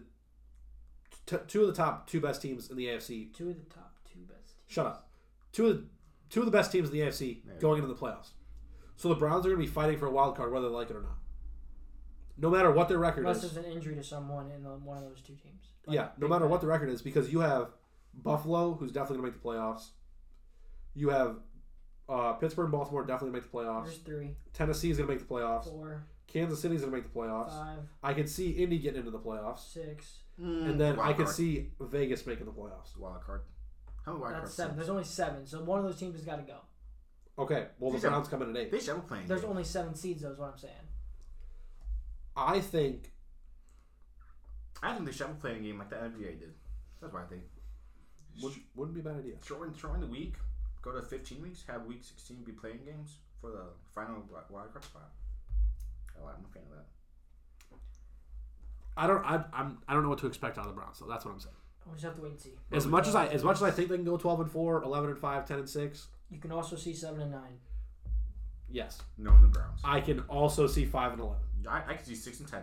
[SPEAKER 1] t- two of the top two best teams in the AFC.
[SPEAKER 3] Two of the top two best. Teams.
[SPEAKER 1] Shut up. Two of the, two of the best teams in the AFC
[SPEAKER 2] Yeah.
[SPEAKER 1] going into the playoffs. So the Browns are going to be fighting for a wild card, whether they like it or not. No matter what their record
[SPEAKER 3] Unless
[SPEAKER 1] is,
[SPEAKER 3] there's an injury to someone in the, one of those two teams. Like,
[SPEAKER 1] yeah. No
[SPEAKER 3] big
[SPEAKER 1] matter
[SPEAKER 3] bad.
[SPEAKER 1] what the record is, because you have Buffalo, who's definitely going to make the playoffs. You have uh, Pittsburgh and Baltimore definitely make the playoffs.
[SPEAKER 3] There's three,
[SPEAKER 1] Tennessee's going to make the playoffs.
[SPEAKER 3] four,
[SPEAKER 1] Kansas City's going to make the playoffs.
[SPEAKER 3] five,
[SPEAKER 1] I could see Indy getting into the playoffs.
[SPEAKER 3] six.
[SPEAKER 1] and then
[SPEAKER 2] wild
[SPEAKER 1] I could
[SPEAKER 2] card.
[SPEAKER 1] see Vegas making the playoffs.
[SPEAKER 2] wild card. How many wild
[SPEAKER 3] That's
[SPEAKER 2] cards?
[SPEAKER 3] seven. There's only seven. So one of those teams has got to go.
[SPEAKER 1] Okay, well the
[SPEAKER 2] These are-
[SPEAKER 1] Browns come in at eight.
[SPEAKER 2] They should have a playing.
[SPEAKER 3] There's
[SPEAKER 2] game.
[SPEAKER 3] only seven seeds, though, is what I'm saying.
[SPEAKER 1] I think
[SPEAKER 2] I think they should have a playing game like the NBA did. That's what I think.
[SPEAKER 1] would, wouldn't be a bad idea.
[SPEAKER 2] Shorten shorten the week. Go to 15 weeks. Have week 16 be playing games for the final wi- wild card spot. Oh, I'm a fan of that.
[SPEAKER 1] I don't. I, I'm. I don't know what to expect out of the Browns. So that's what I'm saying.
[SPEAKER 3] We'll just have to wait and see.
[SPEAKER 1] As much as I, as much as I think they can go 12 and 4, 11 and 5, 10 and 6.
[SPEAKER 3] You can also see seven and nine.
[SPEAKER 1] Yes,
[SPEAKER 2] No, on the Browns.
[SPEAKER 1] I can also see 5 and 11.
[SPEAKER 2] I, I could see six and ten.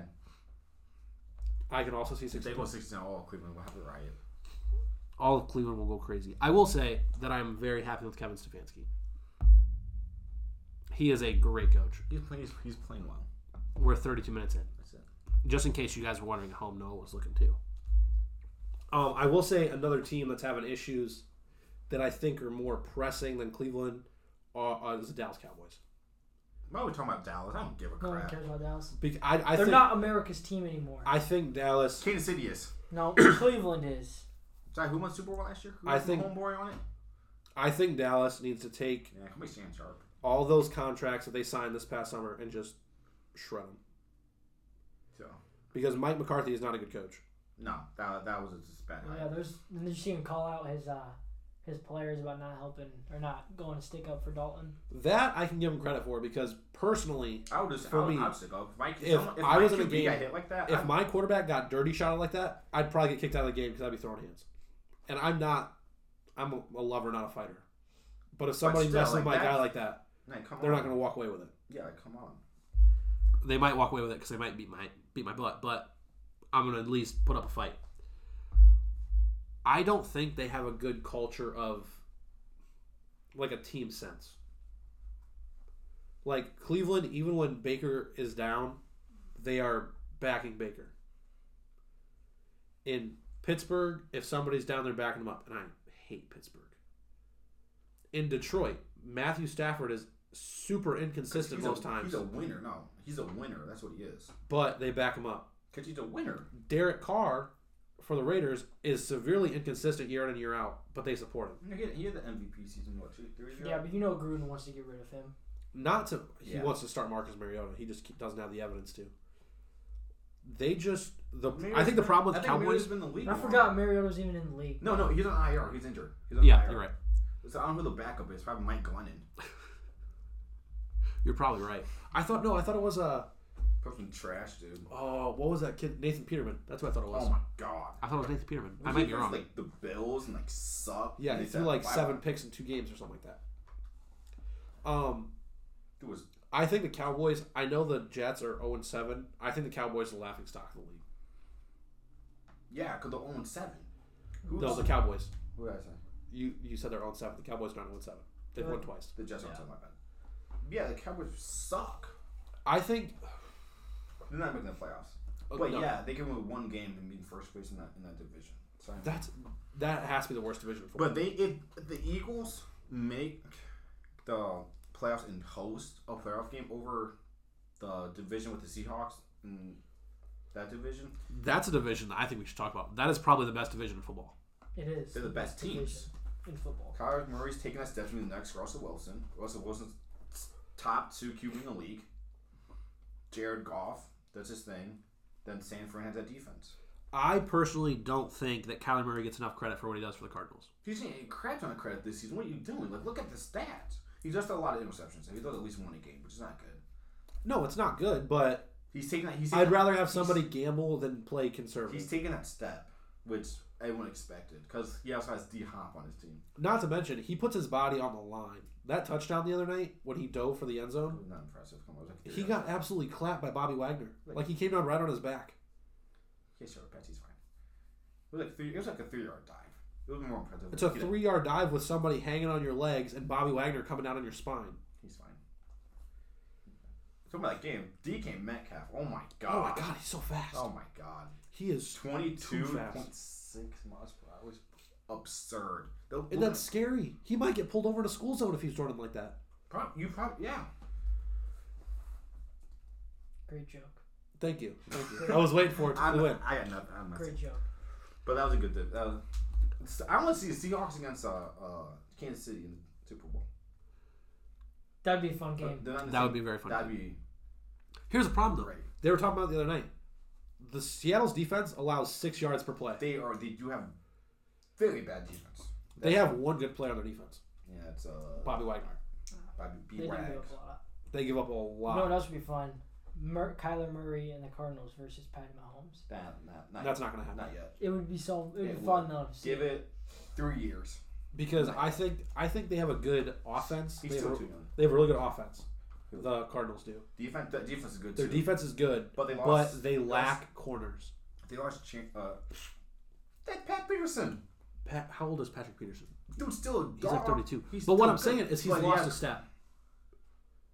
[SPEAKER 1] I can also see
[SPEAKER 2] If
[SPEAKER 1] six.
[SPEAKER 2] they
[SPEAKER 1] and
[SPEAKER 2] go
[SPEAKER 1] 10.
[SPEAKER 2] six and all, Cleveland will have a riot.
[SPEAKER 1] All of Cleveland will go crazy. I will say that I am very happy with Kevin Stefanski. He is a great coach.
[SPEAKER 2] He's playing. He's, he's playing well.
[SPEAKER 1] We're 32 minutes in.
[SPEAKER 2] That's it.
[SPEAKER 1] just in case you guys were wondering at home, Noah was looking too. Um, I will say another team that's having issues that I think are more pressing than Cleveland are, are is the Dallas Cowboys.
[SPEAKER 2] Why are we talking about Dallas? I don't give a
[SPEAKER 3] No one
[SPEAKER 2] crap.
[SPEAKER 3] cares about Dallas.
[SPEAKER 1] Because I, I
[SPEAKER 3] They're
[SPEAKER 1] think
[SPEAKER 3] not America's team anymore.
[SPEAKER 1] I think Dallas.
[SPEAKER 2] Kansas City is.
[SPEAKER 3] no, Cleveland is.
[SPEAKER 2] Sorry, who won Super Bowl last year? Who
[SPEAKER 1] I
[SPEAKER 2] was the
[SPEAKER 1] think-
[SPEAKER 2] homeboy on it.
[SPEAKER 1] I think Dallas needs to take
[SPEAKER 2] Yeah, can we stand sharp?
[SPEAKER 1] all those contracts that they signed this past summer and just shred them
[SPEAKER 2] So
[SPEAKER 1] because Mike McCarthy is not a good coach.
[SPEAKER 2] no, that, that was just bad.
[SPEAKER 3] Yeah, there's. And you see him call out his uh, his players about not helping or not going to stick up for Dalton.
[SPEAKER 1] That I can give him credit for because personally,
[SPEAKER 2] I would just
[SPEAKER 1] For
[SPEAKER 2] I would,
[SPEAKER 1] me,
[SPEAKER 2] I would stick up. Mike,
[SPEAKER 1] if
[SPEAKER 2] someone-
[SPEAKER 1] I
[SPEAKER 2] my
[SPEAKER 1] was in a
[SPEAKER 2] QB
[SPEAKER 1] game-
[SPEAKER 2] got hit like that,
[SPEAKER 1] if
[SPEAKER 2] I'd-
[SPEAKER 1] my quarterback got dirty shot like that, I'd probably get kicked out of the game because I'd be throwing hands. And I'm not, I'm a, a lover, not a fighter. But if somebody
[SPEAKER 2] still,
[SPEAKER 1] messes
[SPEAKER 2] like,
[SPEAKER 1] with my guy
[SPEAKER 2] that's-
[SPEAKER 1] like that,
[SPEAKER 2] like, come
[SPEAKER 1] they're
[SPEAKER 2] on.
[SPEAKER 1] not going to walk away with it.
[SPEAKER 2] Yeah, like, come on.
[SPEAKER 1] They might walk away with it because they might beat my beat my butt, but I'm going to at least put up a fight. I don't think they have a good culture of like a team sense. Like Cleveland, even when Baker is down, they are backing Baker. In Pittsburgh, if somebody's down, they're backing them up, and I hate Pittsburgh. In Detroit, Matthew Stafford is super inconsistent
[SPEAKER 2] He's a-
[SPEAKER 1] most times,
[SPEAKER 2] He's a winner. No, he's a winner. That's what he is.
[SPEAKER 1] but they back him up.
[SPEAKER 2] Because he's a winner.
[SPEAKER 1] Derek Carr for the Raiders is severely inconsistent year in and year out, but they support him.
[SPEAKER 2] He had, he had the MVP season, what, two, three years
[SPEAKER 3] Yeah, but you know Gruden wants to get rid of him.
[SPEAKER 1] Not to he
[SPEAKER 2] Yeah.
[SPEAKER 1] wants to start Marcus Mariota. He just doesn't have the evidence to. They just the
[SPEAKER 2] Mariota's
[SPEAKER 1] I think the
[SPEAKER 2] been-
[SPEAKER 1] problem
[SPEAKER 2] I
[SPEAKER 1] with the
[SPEAKER 2] think Mariota's
[SPEAKER 1] Cowboys.
[SPEAKER 2] been in the league
[SPEAKER 3] I
[SPEAKER 2] longer.
[SPEAKER 3] forgot Mariota's even in the league.
[SPEAKER 2] No, no, he's on IR. He's injured. He's on
[SPEAKER 1] Yeah,
[SPEAKER 2] IR.
[SPEAKER 1] you're right.
[SPEAKER 2] So I don't know who the backup is. Probably Mike Glennon.
[SPEAKER 1] You're probably right. I thought no, I thought it was uh
[SPEAKER 2] Probably some trash, dude.
[SPEAKER 1] oh what was that kid Nathan Peterman? That's what I thought it was.
[SPEAKER 2] Oh my god.
[SPEAKER 1] I thought it was Nathan Peterman. I
[SPEAKER 2] Was
[SPEAKER 1] might
[SPEAKER 2] he
[SPEAKER 1] be
[SPEAKER 2] against,
[SPEAKER 1] wrong.
[SPEAKER 2] Like the Bills and like suck.
[SPEAKER 1] yeah,
[SPEAKER 2] And
[SPEAKER 1] he
[SPEAKER 2] they
[SPEAKER 1] threw
[SPEAKER 2] said,
[SPEAKER 1] like
[SPEAKER 2] "Wow,
[SPEAKER 1] seven picks in two games or something like that. Um,
[SPEAKER 2] It was
[SPEAKER 1] I think the Cowboys. I know the Jets are zero and seven. I think the Cowboys are the laughing stock of the league.
[SPEAKER 2] yeah, because they're owned seven. Who's
[SPEAKER 1] No, the Cowboys.
[SPEAKER 2] who did I say?
[SPEAKER 1] You you said they're on seven. The Cowboys are not on seven. They've won
[SPEAKER 3] Good.
[SPEAKER 1] twice.
[SPEAKER 2] The Jets
[SPEAKER 3] Yeah.
[SPEAKER 2] yeah. on my bad. Yeah, the Cowboys suck.
[SPEAKER 1] I think
[SPEAKER 2] They're not making the playoffs.
[SPEAKER 1] Oh,
[SPEAKER 2] but
[SPEAKER 1] no.
[SPEAKER 2] yeah, they can win one game and be in first place in that in that division. So
[SPEAKER 1] that's that has to be the worst division. For
[SPEAKER 2] But they if the Eagles make the playoffs and host a playoff game over the division with the Seahawks and that division.
[SPEAKER 1] That's a division that I think we should talk about. That is probably the best division in football.
[SPEAKER 3] It is.
[SPEAKER 2] They're the best teams.
[SPEAKER 3] division in football.
[SPEAKER 2] Kyler Murray's taking that step to the next Russell Wilson. Russell Wilson's top two QB in the league. Jared Goff does his thing. Then Sanford has that defense.
[SPEAKER 1] I personally don't think that Kyler Murray gets enough credit for what he does for the Cardinals.
[SPEAKER 2] He's getting a crap ton of credit this season. What are you doing? Like, look at the stats. He does throw a lot of interceptions. and He does at least one a game, which is not good.
[SPEAKER 1] No, it's not good, but
[SPEAKER 2] He's taking that. He's taking
[SPEAKER 1] I'd
[SPEAKER 2] that-
[SPEAKER 1] rather have
[SPEAKER 2] he's-
[SPEAKER 1] somebody gamble than play conservative.
[SPEAKER 2] He's taking that step, which everyone expected, because he also has D Hop on his team.
[SPEAKER 1] Not to mention, he puts his body on the line. That touchdown the other night when he dove for the end zone,
[SPEAKER 2] Not impressive. Come on, I was like,
[SPEAKER 1] he got absolutely clapped by Bobby Wagner. Like he came down right on his back.
[SPEAKER 2] Yeah, sure, Patsy's fine. It was like three. It was like a three-yard dive. It was more impressive.
[SPEAKER 1] It's a
[SPEAKER 2] He-
[SPEAKER 1] three-yard dive with somebody hanging on your legs and Bobby Wagner coming down on your spine.
[SPEAKER 2] He's fine. Talking about that game, DK Metcalf. Oh my
[SPEAKER 1] Oh my
[SPEAKER 2] god.
[SPEAKER 1] god, he's so fast.
[SPEAKER 2] Oh my god.
[SPEAKER 1] He is
[SPEAKER 2] Twenty-two
[SPEAKER 1] fast.
[SPEAKER 2] point six miles per hour is absurd. The-
[SPEAKER 1] And that's scary. He might get pulled over in a school zone if he's running like that.
[SPEAKER 2] Prob- you probably yeah.
[SPEAKER 3] Great joke.
[SPEAKER 1] Thank you. Thank you. I was waiting for it to
[SPEAKER 2] I'm,
[SPEAKER 1] win.
[SPEAKER 2] I got nothing. I'm not
[SPEAKER 3] Great joke.
[SPEAKER 2] But that was a good. Dip. That was, so I want to see the Seahawks against uh, uh, Kansas City in the Super Bowl.
[SPEAKER 3] That'd be a fun game.
[SPEAKER 1] That would be very funny.
[SPEAKER 2] That'd be
[SPEAKER 1] Here's the problem though.
[SPEAKER 2] great.
[SPEAKER 1] They were talking about it the other night. The Seattle's defense allows six yards per play.
[SPEAKER 2] They are. They do have very bad defense.
[SPEAKER 1] They have one good player on their defense,
[SPEAKER 2] Yeah, it's uh,
[SPEAKER 1] Bobby Wagner.
[SPEAKER 2] Bobby B
[SPEAKER 3] They do give
[SPEAKER 2] Wags.
[SPEAKER 3] up a lot.
[SPEAKER 1] They give up a
[SPEAKER 3] You know what
[SPEAKER 1] lot.
[SPEAKER 3] else would be fun? Mur- Kyler Murray and the Cardinals versus Pat Mahomes.
[SPEAKER 2] That, not, not,
[SPEAKER 1] That's not going to happen
[SPEAKER 2] not yet.
[SPEAKER 3] It would be so. It would
[SPEAKER 2] It would.
[SPEAKER 3] be fun though. to see.
[SPEAKER 2] Give it three years.
[SPEAKER 1] because I think I think they have a good offense.
[SPEAKER 2] He's
[SPEAKER 1] They have,
[SPEAKER 2] still
[SPEAKER 1] a,
[SPEAKER 2] too young.
[SPEAKER 1] they have a really good offense. The Cardinals do.
[SPEAKER 2] Defense. That defense is good
[SPEAKER 1] Their
[SPEAKER 2] too.
[SPEAKER 1] defense is good,
[SPEAKER 2] But they lost.
[SPEAKER 1] but they
[SPEAKER 2] lost-
[SPEAKER 1] lack corners.
[SPEAKER 2] They lost. Chan- uh, that Pat Peterson.
[SPEAKER 1] Pat, how old is Patrick Peterson?
[SPEAKER 2] Dude's still a dog.
[SPEAKER 1] He's like 32.
[SPEAKER 2] He's
[SPEAKER 1] but what
[SPEAKER 2] still
[SPEAKER 1] I'm saying
[SPEAKER 2] good.
[SPEAKER 1] is he's
[SPEAKER 2] But
[SPEAKER 1] lost
[SPEAKER 2] yeah,
[SPEAKER 1] a step.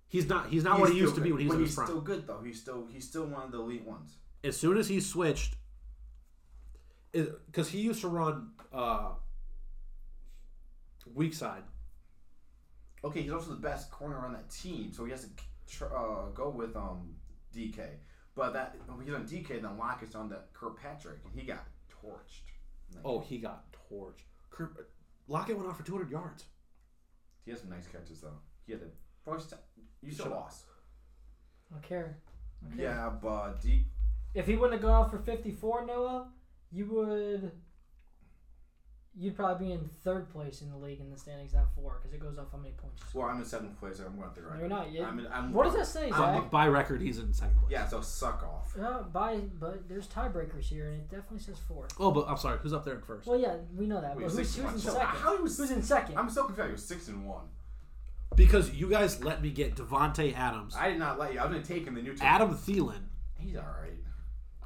[SPEAKER 1] He's not. He's not
[SPEAKER 2] he's
[SPEAKER 1] what he
[SPEAKER 2] still
[SPEAKER 1] used to be
[SPEAKER 2] good.
[SPEAKER 1] when he was
[SPEAKER 2] But
[SPEAKER 1] in his
[SPEAKER 2] he's
[SPEAKER 1] prime.
[SPEAKER 2] still good though. He's still he's still one of the elite ones.
[SPEAKER 1] as soon as he switched, because he used to run uh, weak side.
[SPEAKER 2] Okay, he's also the best corner on that team, so he has to tr- uh, go with um DK. But that when he's on DK, then Lockett's on that Kirkpatrick, and he got torched. Like,
[SPEAKER 1] Oh, he got torched. Kirk, Lockett went off for 200 yards.
[SPEAKER 2] he has some nice catches though. He had a first. Time, you still
[SPEAKER 1] Shut up.
[SPEAKER 2] lost.
[SPEAKER 3] I don't care.
[SPEAKER 2] Yeah, but D.
[SPEAKER 3] If he wouldn't have gone off for 54, Noah, you would. You'd probably be in third place in the league in the standings, not four, because it goes off how many points. you score.
[SPEAKER 2] Well, I'm in seventh place. I'm going third.
[SPEAKER 3] No, you're not yet.
[SPEAKER 2] I'm in, I'm,
[SPEAKER 3] What does that say,
[SPEAKER 1] Uh,
[SPEAKER 3] Zach?
[SPEAKER 1] by record, he's in second place.
[SPEAKER 2] Yeah, so suck off.
[SPEAKER 3] Uh, by, but there's tiebreakers here, and it definitely says four.
[SPEAKER 1] Oh, but I'm sorry. Who's up there at first?
[SPEAKER 3] Well, yeah, we know that.
[SPEAKER 2] Wait,
[SPEAKER 3] but who's,
[SPEAKER 2] six
[SPEAKER 3] who's
[SPEAKER 2] and
[SPEAKER 3] in
[SPEAKER 2] one. So
[SPEAKER 3] second?
[SPEAKER 2] how was-
[SPEAKER 3] who's in second?
[SPEAKER 2] I'm so confused. You're six and one.
[SPEAKER 1] Because you guys let me get Devonte Adams,
[SPEAKER 2] I did not let you. I'm gonna take him the new team.
[SPEAKER 1] Adam Thielen.
[SPEAKER 2] He's all right.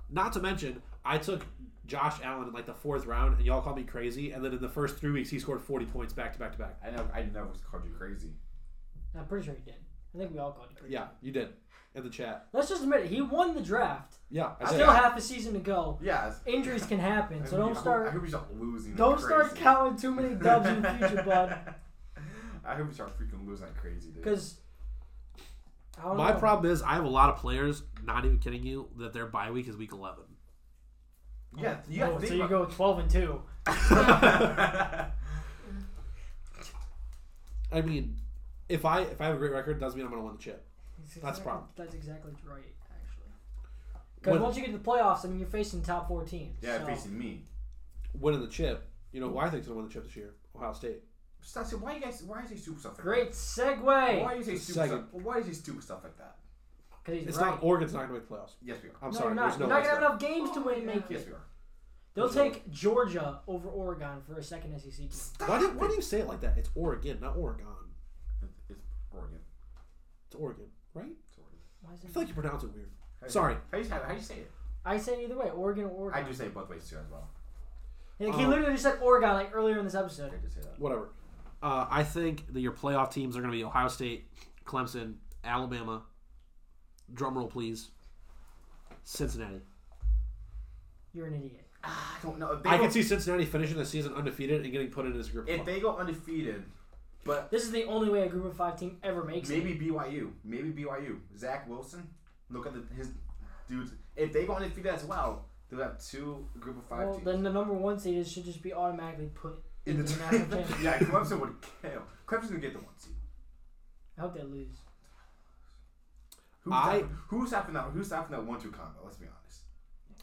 [SPEAKER 1] Not to mention, I took Josh Allen in like the fourth round, and y'all called me crazy. And then in the first three weeks, he scored 40 points back to back to back.
[SPEAKER 2] I never, I never called you crazy.
[SPEAKER 3] I'm pretty sure he did. I think we all called it.
[SPEAKER 1] Yeah, you did in the chat.
[SPEAKER 3] Let's just admit it. He won the draft.
[SPEAKER 1] Yeah, I did.
[SPEAKER 3] Still half a season to go.
[SPEAKER 2] Yeah.
[SPEAKER 3] Injuries can happen, so
[SPEAKER 2] I
[SPEAKER 3] don't
[SPEAKER 2] hope- I
[SPEAKER 3] start.
[SPEAKER 2] hope you start losing.
[SPEAKER 3] Don't
[SPEAKER 2] like
[SPEAKER 3] start
[SPEAKER 2] crazy.
[SPEAKER 3] counting too many dubs in the future, bud.
[SPEAKER 2] I hope you start freaking losing like crazy, dude.
[SPEAKER 3] Because I don't
[SPEAKER 1] My
[SPEAKER 3] know.
[SPEAKER 1] problem is I have a lot of players, not even kidding you, that their bye week is week 11.
[SPEAKER 2] Yeah, you
[SPEAKER 3] Oh,
[SPEAKER 2] gotta
[SPEAKER 3] so
[SPEAKER 2] think
[SPEAKER 3] you
[SPEAKER 2] about-
[SPEAKER 3] go twelve and two.
[SPEAKER 1] I mean, if I if I have a great record, doesn't mean I'm going to win the chip. That's
[SPEAKER 3] exactly,
[SPEAKER 1] a problem.
[SPEAKER 3] That's exactly right, actually. Because
[SPEAKER 1] When-
[SPEAKER 3] once you get to the playoffs, I mean, you're facing top four teams.
[SPEAKER 2] yeah,
[SPEAKER 3] so.
[SPEAKER 2] facing me.
[SPEAKER 1] Winning the chip, you know who I think's going to win the chip this year? Ohio State.
[SPEAKER 2] So I said, why you guys? Why is he stupid stuff? Like
[SPEAKER 3] Great
[SPEAKER 2] That?
[SPEAKER 3] segue.
[SPEAKER 2] Why do you say
[SPEAKER 1] Just a
[SPEAKER 2] stupid
[SPEAKER 1] second.
[SPEAKER 2] stuff? Why is he stupid stuff like that?
[SPEAKER 3] Because he's
[SPEAKER 1] It's
[SPEAKER 3] right.
[SPEAKER 1] not Oregon's not going to make playoffs.
[SPEAKER 2] Yes, we are.
[SPEAKER 1] I'm
[SPEAKER 3] no,
[SPEAKER 1] sorry.
[SPEAKER 3] you're not.
[SPEAKER 1] There's no
[SPEAKER 3] you're not
[SPEAKER 1] way.
[SPEAKER 3] gonna have enough games to win. Make
[SPEAKER 2] Yes,
[SPEAKER 3] it.
[SPEAKER 2] we are.
[SPEAKER 3] They'll
[SPEAKER 1] There's no
[SPEAKER 3] take Georgia over Oregon for a second SEC team.
[SPEAKER 1] Why do, why do you say it like that? It's Oregon, not Oregon.
[SPEAKER 2] It's- It's Oregon.
[SPEAKER 1] It's Oregon, right?
[SPEAKER 2] It's Oregon.
[SPEAKER 3] Why is
[SPEAKER 1] I
[SPEAKER 3] it-
[SPEAKER 1] feel like you pronounce it weird.
[SPEAKER 2] How you-
[SPEAKER 1] Sorry.
[SPEAKER 2] How do you, how do you say it?
[SPEAKER 3] I say it either way, Oregon or Oregon.
[SPEAKER 2] I do say it both ways too as well.
[SPEAKER 3] Like, he
[SPEAKER 1] Um,
[SPEAKER 3] literally just said Oregon like earlier in this
[SPEAKER 2] I
[SPEAKER 3] episode.
[SPEAKER 2] do say that.
[SPEAKER 1] Whatever. Uh, I think that your playoff teams are going to be Ohio State, Clemson, Alabama. Drum roll, please. Cincinnati.
[SPEAKER 3] You're an idiot.
[SPEAKER 2] I don't know. If they
[SPEAKER 1] I
[SPEAKER 2] go,
[SPEAKER 1] can see Cincinnati finishing the season undefeated and getting put in this group. of
[SPEAKER 2] if
[SPEAKER 1] five.
[SPEAKER 2] they go undefeated, But
[SPEAKER 3] This is the only way a group of five team ever makes
[SPEAKER 2] maybe
[SPEAKER 3] it.
[SPEAKER 2] BYU, maybe BYU. Zach Wilson, look at the, his dudes. If they go undefeated as well, they'll have two group of five
[SPEAKER 3] Well,
[SPEAKER 2] teams.
[SPEAKER 3] then the number one seed is- should just be automatically put
[SPEAKER 2] in the,
[SPEAKER 3] national championship.
[SPEAKER 2] yeah, Clemson would kill. Clemson's gonna get the one seed.
[SPEAKER 3] I hope they lose.
[SPEAKER 2] Who's
[SPEAKER 1] I-
[SPEAKER 2] stopping, who's stopping that? Who's stopping that one-two combo? Let's be honest.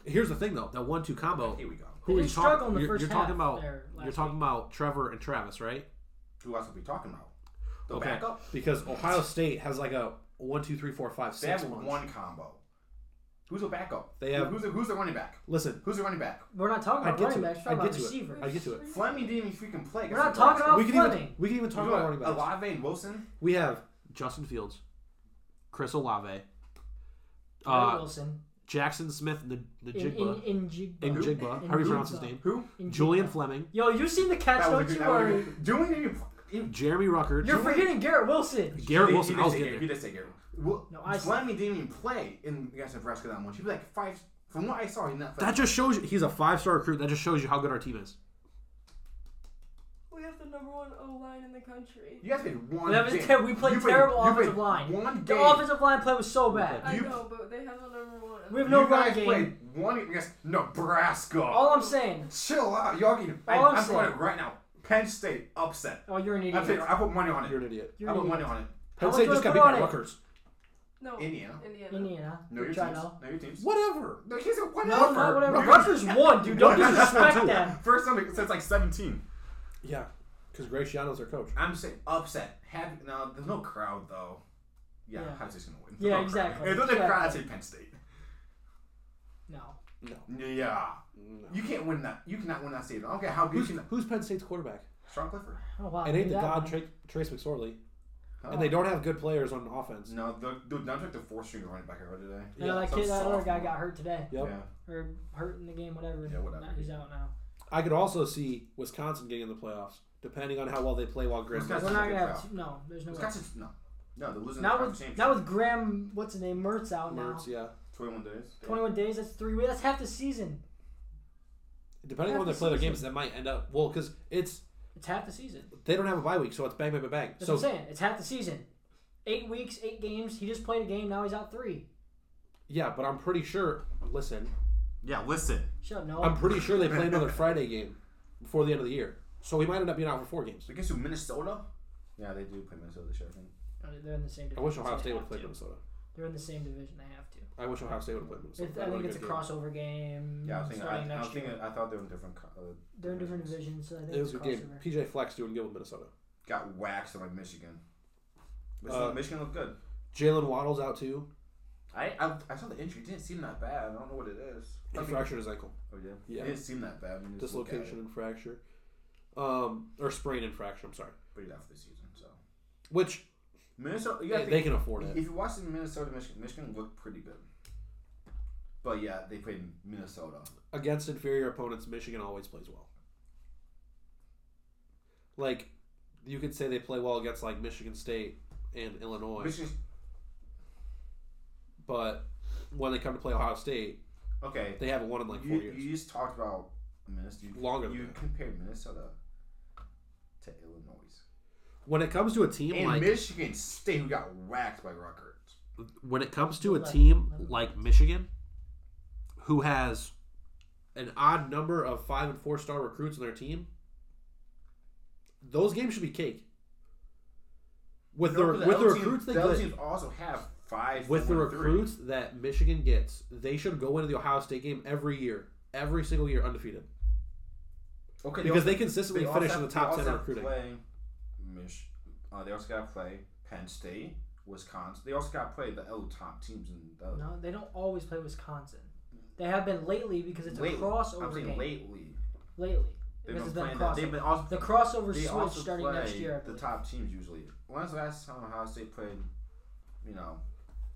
[SPEAKER 1] Here's the thing though, that one-two combo.
[SPEAKER 2] Here we go.
[SPEAKER 1] Who
[SPEAKER 3] They
[SPEAKER 1] are
[SPEAKER 3] did
[SPEAKER 1] you
[SPEAKER 3] struggle in
[SPEAKER 1] talking?
[SPEAKER 3] the
[SPEAKER 1] You're,
[SPEAKER 3] first
[SPEAKER 1] you're talking
[SPEAKER 3] half
[SPEAKER 1] about.
[SPEAKER 3] there last
[SPEAKER 1] You're talking
[SPEAKER 3] week.
[SPEAKER 1] about Trevor and Travis, right?
[SPEAKER 2] Who else are we talking about? The
[SPEAKER 1] Okay.
[SPEAKER 2] backup.
[SPEAKER 1] Because Ohio State has like a one, two, three, four, five,
[SPEAKER 2] They
[SPEAKER 1] six.
[SPEAKER 2] have
[SPEAKER 1] bunch.
[SPEAKER 2] one combo. Who's the backup?
[SPEAKER 1] They have-
[SPEAKER 2] who's the, who's the running back?
[SPEAKER 1] Listen,
[SPEAKER 2] Who's the running back?
[SPEAKER 3] We're not talking
[SPEAKER 1] I
[SPEAKER 3] about
[SPEAKER 1] get
[SPEAKER 3] running
[SPEAKER 1] to
[SPEAKER 3] backs.
[SPEAKER 1] it.
[SPEAKER 3] We're
[SPEAKER 1] I
[SPEAKER 3] talking
[SPEAKER 1] get
[SPEAKER 3] about
[SPEAKER 1] to it.
[SPEAKER 3] receivers.
[SPEAKER 1] I get to it.
[SPEAKER 2] Fleming didn't even freaking play.
[SPEAKER 3] We're not talking about
[SPEAKER 1] We can even
[SPEAKER 3] Fleming.
[SPEAKER 1] we can even talk
[SPEAKER 2] Who's
[SPEAKER 1] about
[SPEAKER 2] the-
[SPEAKER 1] running backs.
[SPEAKER 2] Alave and Wilson.
[SPEAKER 1] We have Justin Fields, Chris Olave,
[SPEAKER 3] Garrett
[SPEAKER 1] uh,
[SPEAKER 3] Wilson.
[SPEAKER 1] Jackson Smith, the the
[SPEAKER 3] In, in,
[SPEAKER 1] Jigba,
[SPEAKER 3] in Jigba.
[SPEAKER 1] and
[SPEAKER 2] Jig-
[SPEAKER 1] Jigba.
[SPEAKER 3] In
[SPEAKER 1] How do you pronounce his
[SPEAKER 3] Jigba.
[SPEAKER 1] name?
[SPEAKER 2] Who?
[SPEAKER 3] In
[SPEAKER 1] Julian
[SPEAKER 3] Jigba.
[SPEAKER 1] Fleming,
[SPEAKER 3] Yo, you seen the
[SPEAKER 2] That
[SPEAKER 3] catch,
[SPEAKER 2] was a
[SPEAKER 3] don't
[SPEAKER 2] good.
[SPEAKER 3] you
[SPEAKER 2] That was a
[SPEAKER 3] worry.
[SPEAKER 2] good. Doing it. in-
[SPEAKER 1] Jeremy Ruckert,
[SPEAKER 3] You're forgetting Garrett Wilson.
[SPEAKER 1] Garrett
[SPEAKER 2] he-
[SPEAKER 1] Wilson.
[SPEAKER 2] He
[SPEAKER 1] I
[SPEAKER 2] did
[SPEAKER 1] was
[SPEAKER 2] say
[SPEAKER 1] getting
[SPEAKER 2] Garrett.
[SPEAKER 1] there.
[SPEAKER 2] He did say Garrett. Well,
[SPEAKER 3] No, I-
[SPEAKER 2] Fleming didn't even play in against Nebraska that much. He was like five. From what I saw, he's not.
[SPEAKER 1] That just shows you he's a five star recruit. That just shows you how good our team is.
[SPEAKER 4] We have the number one O line in the country.
[SPEAKER 2] you guys played one.
[SPEAKER 3] That was
[SPEAKER 2] game.
[SPEAKER 3] ter- we played
[SPEAKER 2] You
[SPEAKER 3] terrible
[SPEAKER 2] you
[SPEAKER 3] offensive
[SPEAKER 2] played
[SPEAKER 3] line.
[SPEAKER 2] One
[SPEAKER 3] The
[SPEAKER 2] game.
[SPEAKER 3] offensive line play was so bad.
[SPEAKER 1] Okay.
[SPEAKER 4] I
[SPEAKER 2] you-
[SPEAKER 4] know, but they have the number one.
[SPEAKER 3] We have
[SPEAKER 2] You
[SPEAKER 3] no
[SPEAKER 2] guys
[SPEAKER 3] run game.
[SPEAKER 2] played one against Nebraska.
[SPEAKER 3] All I'm saying.
[SPEAKER 2] Chill out, y'all. Getting, I,
[SPEAKER 3] All
[SPEAKER 2] I'm
[SPEAKER 3] I'm
[SPEAKER 2] calling
[SPEAKER 3] saying-
[SPEAKER 2] it right now. Penn State upset.
[SPEAKER 3] Oh, you're an
[SPEAKER 2] I, tell you,
[SPEAKER 3] idiot.
[SPEAKER 2] I put money on
[SPEAKER 1] You're
[SPEAKER 2] it.
[SPEAKER 1] an idiot.
[SPEAKER 3] You're
[SPEAKER 2] I
[SPEAKER 3] an
[SPEAKER 2] put
[SPEAKER 3] idiot.
[SPEAKER 2] money on it.
[SPEAKER 1] Penn
[SPEAKER 3] much
[SPEAKER 1] State
[SPEAKER 3] you
[SPEAKER 1] just got
[SPEAKER 3] wanna
[SPEAKER 1] beat
[SPEAKER 3] put
[SPEAKER 1] by
[SPEAKER 3] on it?
[SPEAKER 1] Rutgers.
[SPEAKER 4] no.
[SPEAKER 2] Indiana.
[SPEAKER 4] Indiana.
[SPEAKER 3] Indiana.
[SPEAKER 2] No, your
[SPEAKER 3] Good
[SPEAKER 2] teams.
[SPEAKER 3] try, no.
[SPEAKER 2] No, your teams.
[SPEAKER 1] Whatever.
[SPEAKER 2] No, he's a one.
[SPEAKER 3] No, not whatever.
[SPEAKER 2] Rutgers-
[SPEAKER 3] Rutgers won, dude. Don't
[SPEAKER 2] Rutgers won
[SPEAKER 3] disrespect
[SPEAKER 2] too.
[SPEAKER 3] them.
[SPEAKER 2] First time since like 17.
[SPEAKER 1] Yeah, because Graciano's their coach.
[SPEAKER 2] I'm saying upset. Happy. No, there's no crowd though. Yeah,
[SPEAKER 3] Yeah.
[SPEAKER 2] Ohio State's gonna win.
[SPEAKER 3] Yeah,
[SPEAKER 2] No crowd.
[SPEAKER 3] exactly.
[SPEAKER 2] If there's a
[SPEAKER 3] Yeah.
[SPEAKER 2] crowd, I'd say Penn State.
[SPEAKER 3] No.
[SPEAKER 1] No.
[SPEAKER 2] Yeah,
[SPEAKER 1] no.
[SPEAKER 2] you can't win that. You cannot win that stadium. I don't care how good
[SPEAKER 1] Who's,
[SPEAKER 2] you can.
[SPEAKER 1] who's Penn State's quarterback?
[SPEAKER 2] Sean Clifford.
[SPEAKER 3] Oh, wow.
[SPEAKER 1] It
[SPEAKER 3] knew
[SPEAKER 1] ain't the
[SPEAKER 3] that
[SPEAKER 1] god
[SPEAKER 3] one.
[SPEAKER 1] Tra- Trace McSorley,
[SPEAKER 2] Oh.
[SPEAKER 1] and they don't have good players on offense.
[SPEAKER 2] No, the, dude, Dunn took the four string running back earlier today.
[SPEAKER 3] Yeah, that
[SPEAKER 2] so
[SPEAKER 3] kid, that other
[SPEAKER 2] soft.
[SPEAKER 3] guy got hurt today,
[SPEAKER 1] Yep.
[SPEAKER 2] Yeah.
[SPEAKER 3] or hurt in the game, whatever.
[SPEAKER 2] Yeah, whatever.
[SPEAKER 3] Nah, he's out now.
[SPEAKER 1] I could also see Wisconsin getting in the playoffs, depending on how well they play while Graham.
[SPEAKER 2] Wisconsin-
[SPEAKER 3] We're
[SPEAKER 2] a
[SPEAKER 3] not
[SPEAKER 2] good
[SPEAKER 3] gonna have
[SPEAKER 2] trial.
[SPEAKER 3] two, no. There's no way.
[SPEAKER 2] Wisconsin's no, no, they're losing.
[SPEAKER 3] Not
[SPEAKER 2] the
[SPEAKER 3] with
[SPEAKER 2] conference
[SPEAKER 3] not with Graham. What's his name? Mertz out now.
[SPEAKER 1] Mertz, yeah.
[SPEAKER 2] Twenty-one days.
[SPEAKER 3] Twenty-one days. That's three weeks. That's half the season.
[SPEAKER 1] Depending on when they play their games, that might end up well because it's
[SPEAKER 3] It's half the season.
[SPEAKER 1] they don't have a bye week, so it's bang bang bang bang.
[SPEAKER 3] That's
[SPEAKER 1] so
[SPEAKER 3] what I'm saying. It's half the season. Eight weeks, eight games. He just played a game. Now he's out three.
[SPEAKER 1] yeah, but I'm pretty sure. Listen,
[SPEAKER 2] Yeah, listen.
[SPEAKER 3] Shut up. No.
[SPEAKER 1] I'm pretty sure they play another Friday game before the end of the year, so we might end up being out for four games.
[SPEAKER 2] I guess you Minnesota. Yeah, they do play Minnesota this year. I think.
[SPEAKER 3] Uh, They're in the same.
[SPEAKER 1] I
[SPEAKER 3] Division,
[SPEAKER 1] wish
[SPEAKER 3] so
[SPEAKER 1] Ohio
[SPEAKER 3] they
[SPEAKER 1] State would
[SPEAKER 3] have
[SPEAKER 1] have played
[SPEAKER 3] to.
[SPEAKER 1] Minnesota.
[SPEAKER 3] They're in the same division. They have to.
[SPEAKER 1] I wish Ohio State would have played Minnesota.
[SPEAKER 3] It's-
[SPEAKER 1] That
[SPEAKER 3] I think
[SPEAKER 1] would've
[SPEAKER 3] it's a
[SPEAKER 1] been good.
[SPEAKER 3] crossover game.
[SPEAKER 2] Yeah, I think I,
[SPEAKER 3] starting
[SPEAKER 2] I,
[SPEAKER 3] next
[SPEAKER 2] think
[SPEAKER 3] year.
[SPEAKER 2] I thought they were in different. co- Uh,
[SPEAKER 3] They're in different
[SPEAKER 2] divisions.
[SPEAKER 3] divisions, so I think
[SPEAKER 1] It was
[SPEAKER 3] it's
[SPEAKER 1] a good game.
[SPEAKER 3] crossover.
[SPEAKER 1] PJ Flex doing good with Minnesota.
[SPEAKER 2] Got waxed by Michigan. Michigan,
[SPEAKER 1] Uh,
[SPEAKER 2] Michigan looked good.
[SPEAKER 1] Jalen Waddle's out too.
[SPEAKER 2] I, I I saw the injury. It didn't seem that bad. I don't know what it is.
[SPEAKER 1] He fractured his ankle.
[SPEAKER 2] Oh yeah.
[SPEAKER 1] Yeah.
[SPEAKER 2] It didn't seem that bad. when you just look at it.
[SPEAKER 1] Dislocation and fracture. Um, or sprain and fracture, I'm sorry.
[SPEAKER 2] But he's out for the season. So
[SPEAKER 1] Which
[SPEAKER 2] Minnesota. You
[SPEAKER 1] they,
[SPEAKER 2] gotta
[SPEAKER 1] they
[SPEAKER 2] think,
[SPEAKER 1] can afford it.
[SPEAKER 2] if you watch the Minnesota Michigan, Michigan looked pretty good. But yeah, they played Minnesota.
[SPEAKER 1] Against inferior opponents, Michigan always plays well. Like, you could say they play well against like Michigan State and Illinois,
[SPEAKER 2] Michigan.
[SPEAKER 1] but when they come to play Ohio State,
[SPEAKER 2] Okay.
[SPEAKER 1] they haven't won in like four
[SPEAKER 2] you,
[SPEAKER 1] years.
[SPEAKER 2] you just talked about Minnesota. You,
[SPEAKER 1] Longer than
[SPEAKER 2] You
[SPEAKER 1] that.
[SPEAKER 2] compared Minnesota to Illinois
[SPEAKER 1] when it comes to a team
[SPEAKER 2] and
[SPEAKER 1] like
[SPEAKER 2] Michigan State, who got whacked by Rutgers.
[SPEAKER 1] when it comes to a
[SPEAKER 3] Like-
[SPEAKER 1] team like Michigan, who has an odd number of five and four star recruits on their team, those games should be cake. With the
[SPEAKER 2] No,
[SPEAKER 1] with
[SPEAKER 2] 'cause
[SPEAKER 1] the
[SPEAKER 2] other team-
[SPEAKER 1] recruits they
[SPEAKER 2] the other
[SPEAKER 1] get,
[SPEAKER 2] teams also have five
[SPEAKER 1] with the
[SPEAKER 2] four, and three.
[SPEAKER 1] recruits that Michigan gets, they should go into the Ohio State game every year, every single year undefeated
[SPEAKER 2] Okay,
[SPEAKER 1] because
[SPEAKER 2] also-
[SPEAKER 1] they consistently
[SPEAKER 2] also
[SPEAKER 1] finish in the
[SPEAKER 2] have-
[SPEAKER 1] top
[SPEAKER 2] they
[SPEAKER 1] ten
[SPEAKER 2] also
[SPEAKER 1] in recruiting.
[SPEAKER 2] Play Mich- uh, they also got to play Penn State, Wisconsin. They also got to play the other top teams in the
[SPEAKER 3] No, they don't always play Wisconsin. They have been lately because it's a
[SPEAKER 2] lately.
[SPEAKER 3] crossover
[SPEAKER 2] I'm saying
[SPEAKER 3] game.
[SPEAKER 2] lately.
[SPEAKER 3] Lately,
[SPEAKER 2] They've
[SPEAKER 3] because
[SPEAKER 2] been
[SPEAKER 3] it's been a
[SPEAKER 2] playing that. They've
[SPEAKER 3] crossover.
[SPEAKER 2] been also
[SPEAKER 3] The crossover
[SPEAKER 2] They
[SPEAKER 3] switch
[SPEAKER 2] also
[SPEAKER 3] starting
[SPEAKER 2] play
[SPEAKER 3] next year. I
[SPEAKER 2] The
[SPEAKER 3] believe.
[SPEAKER 2] top teams usually. When's the last time Ohio State played, you know,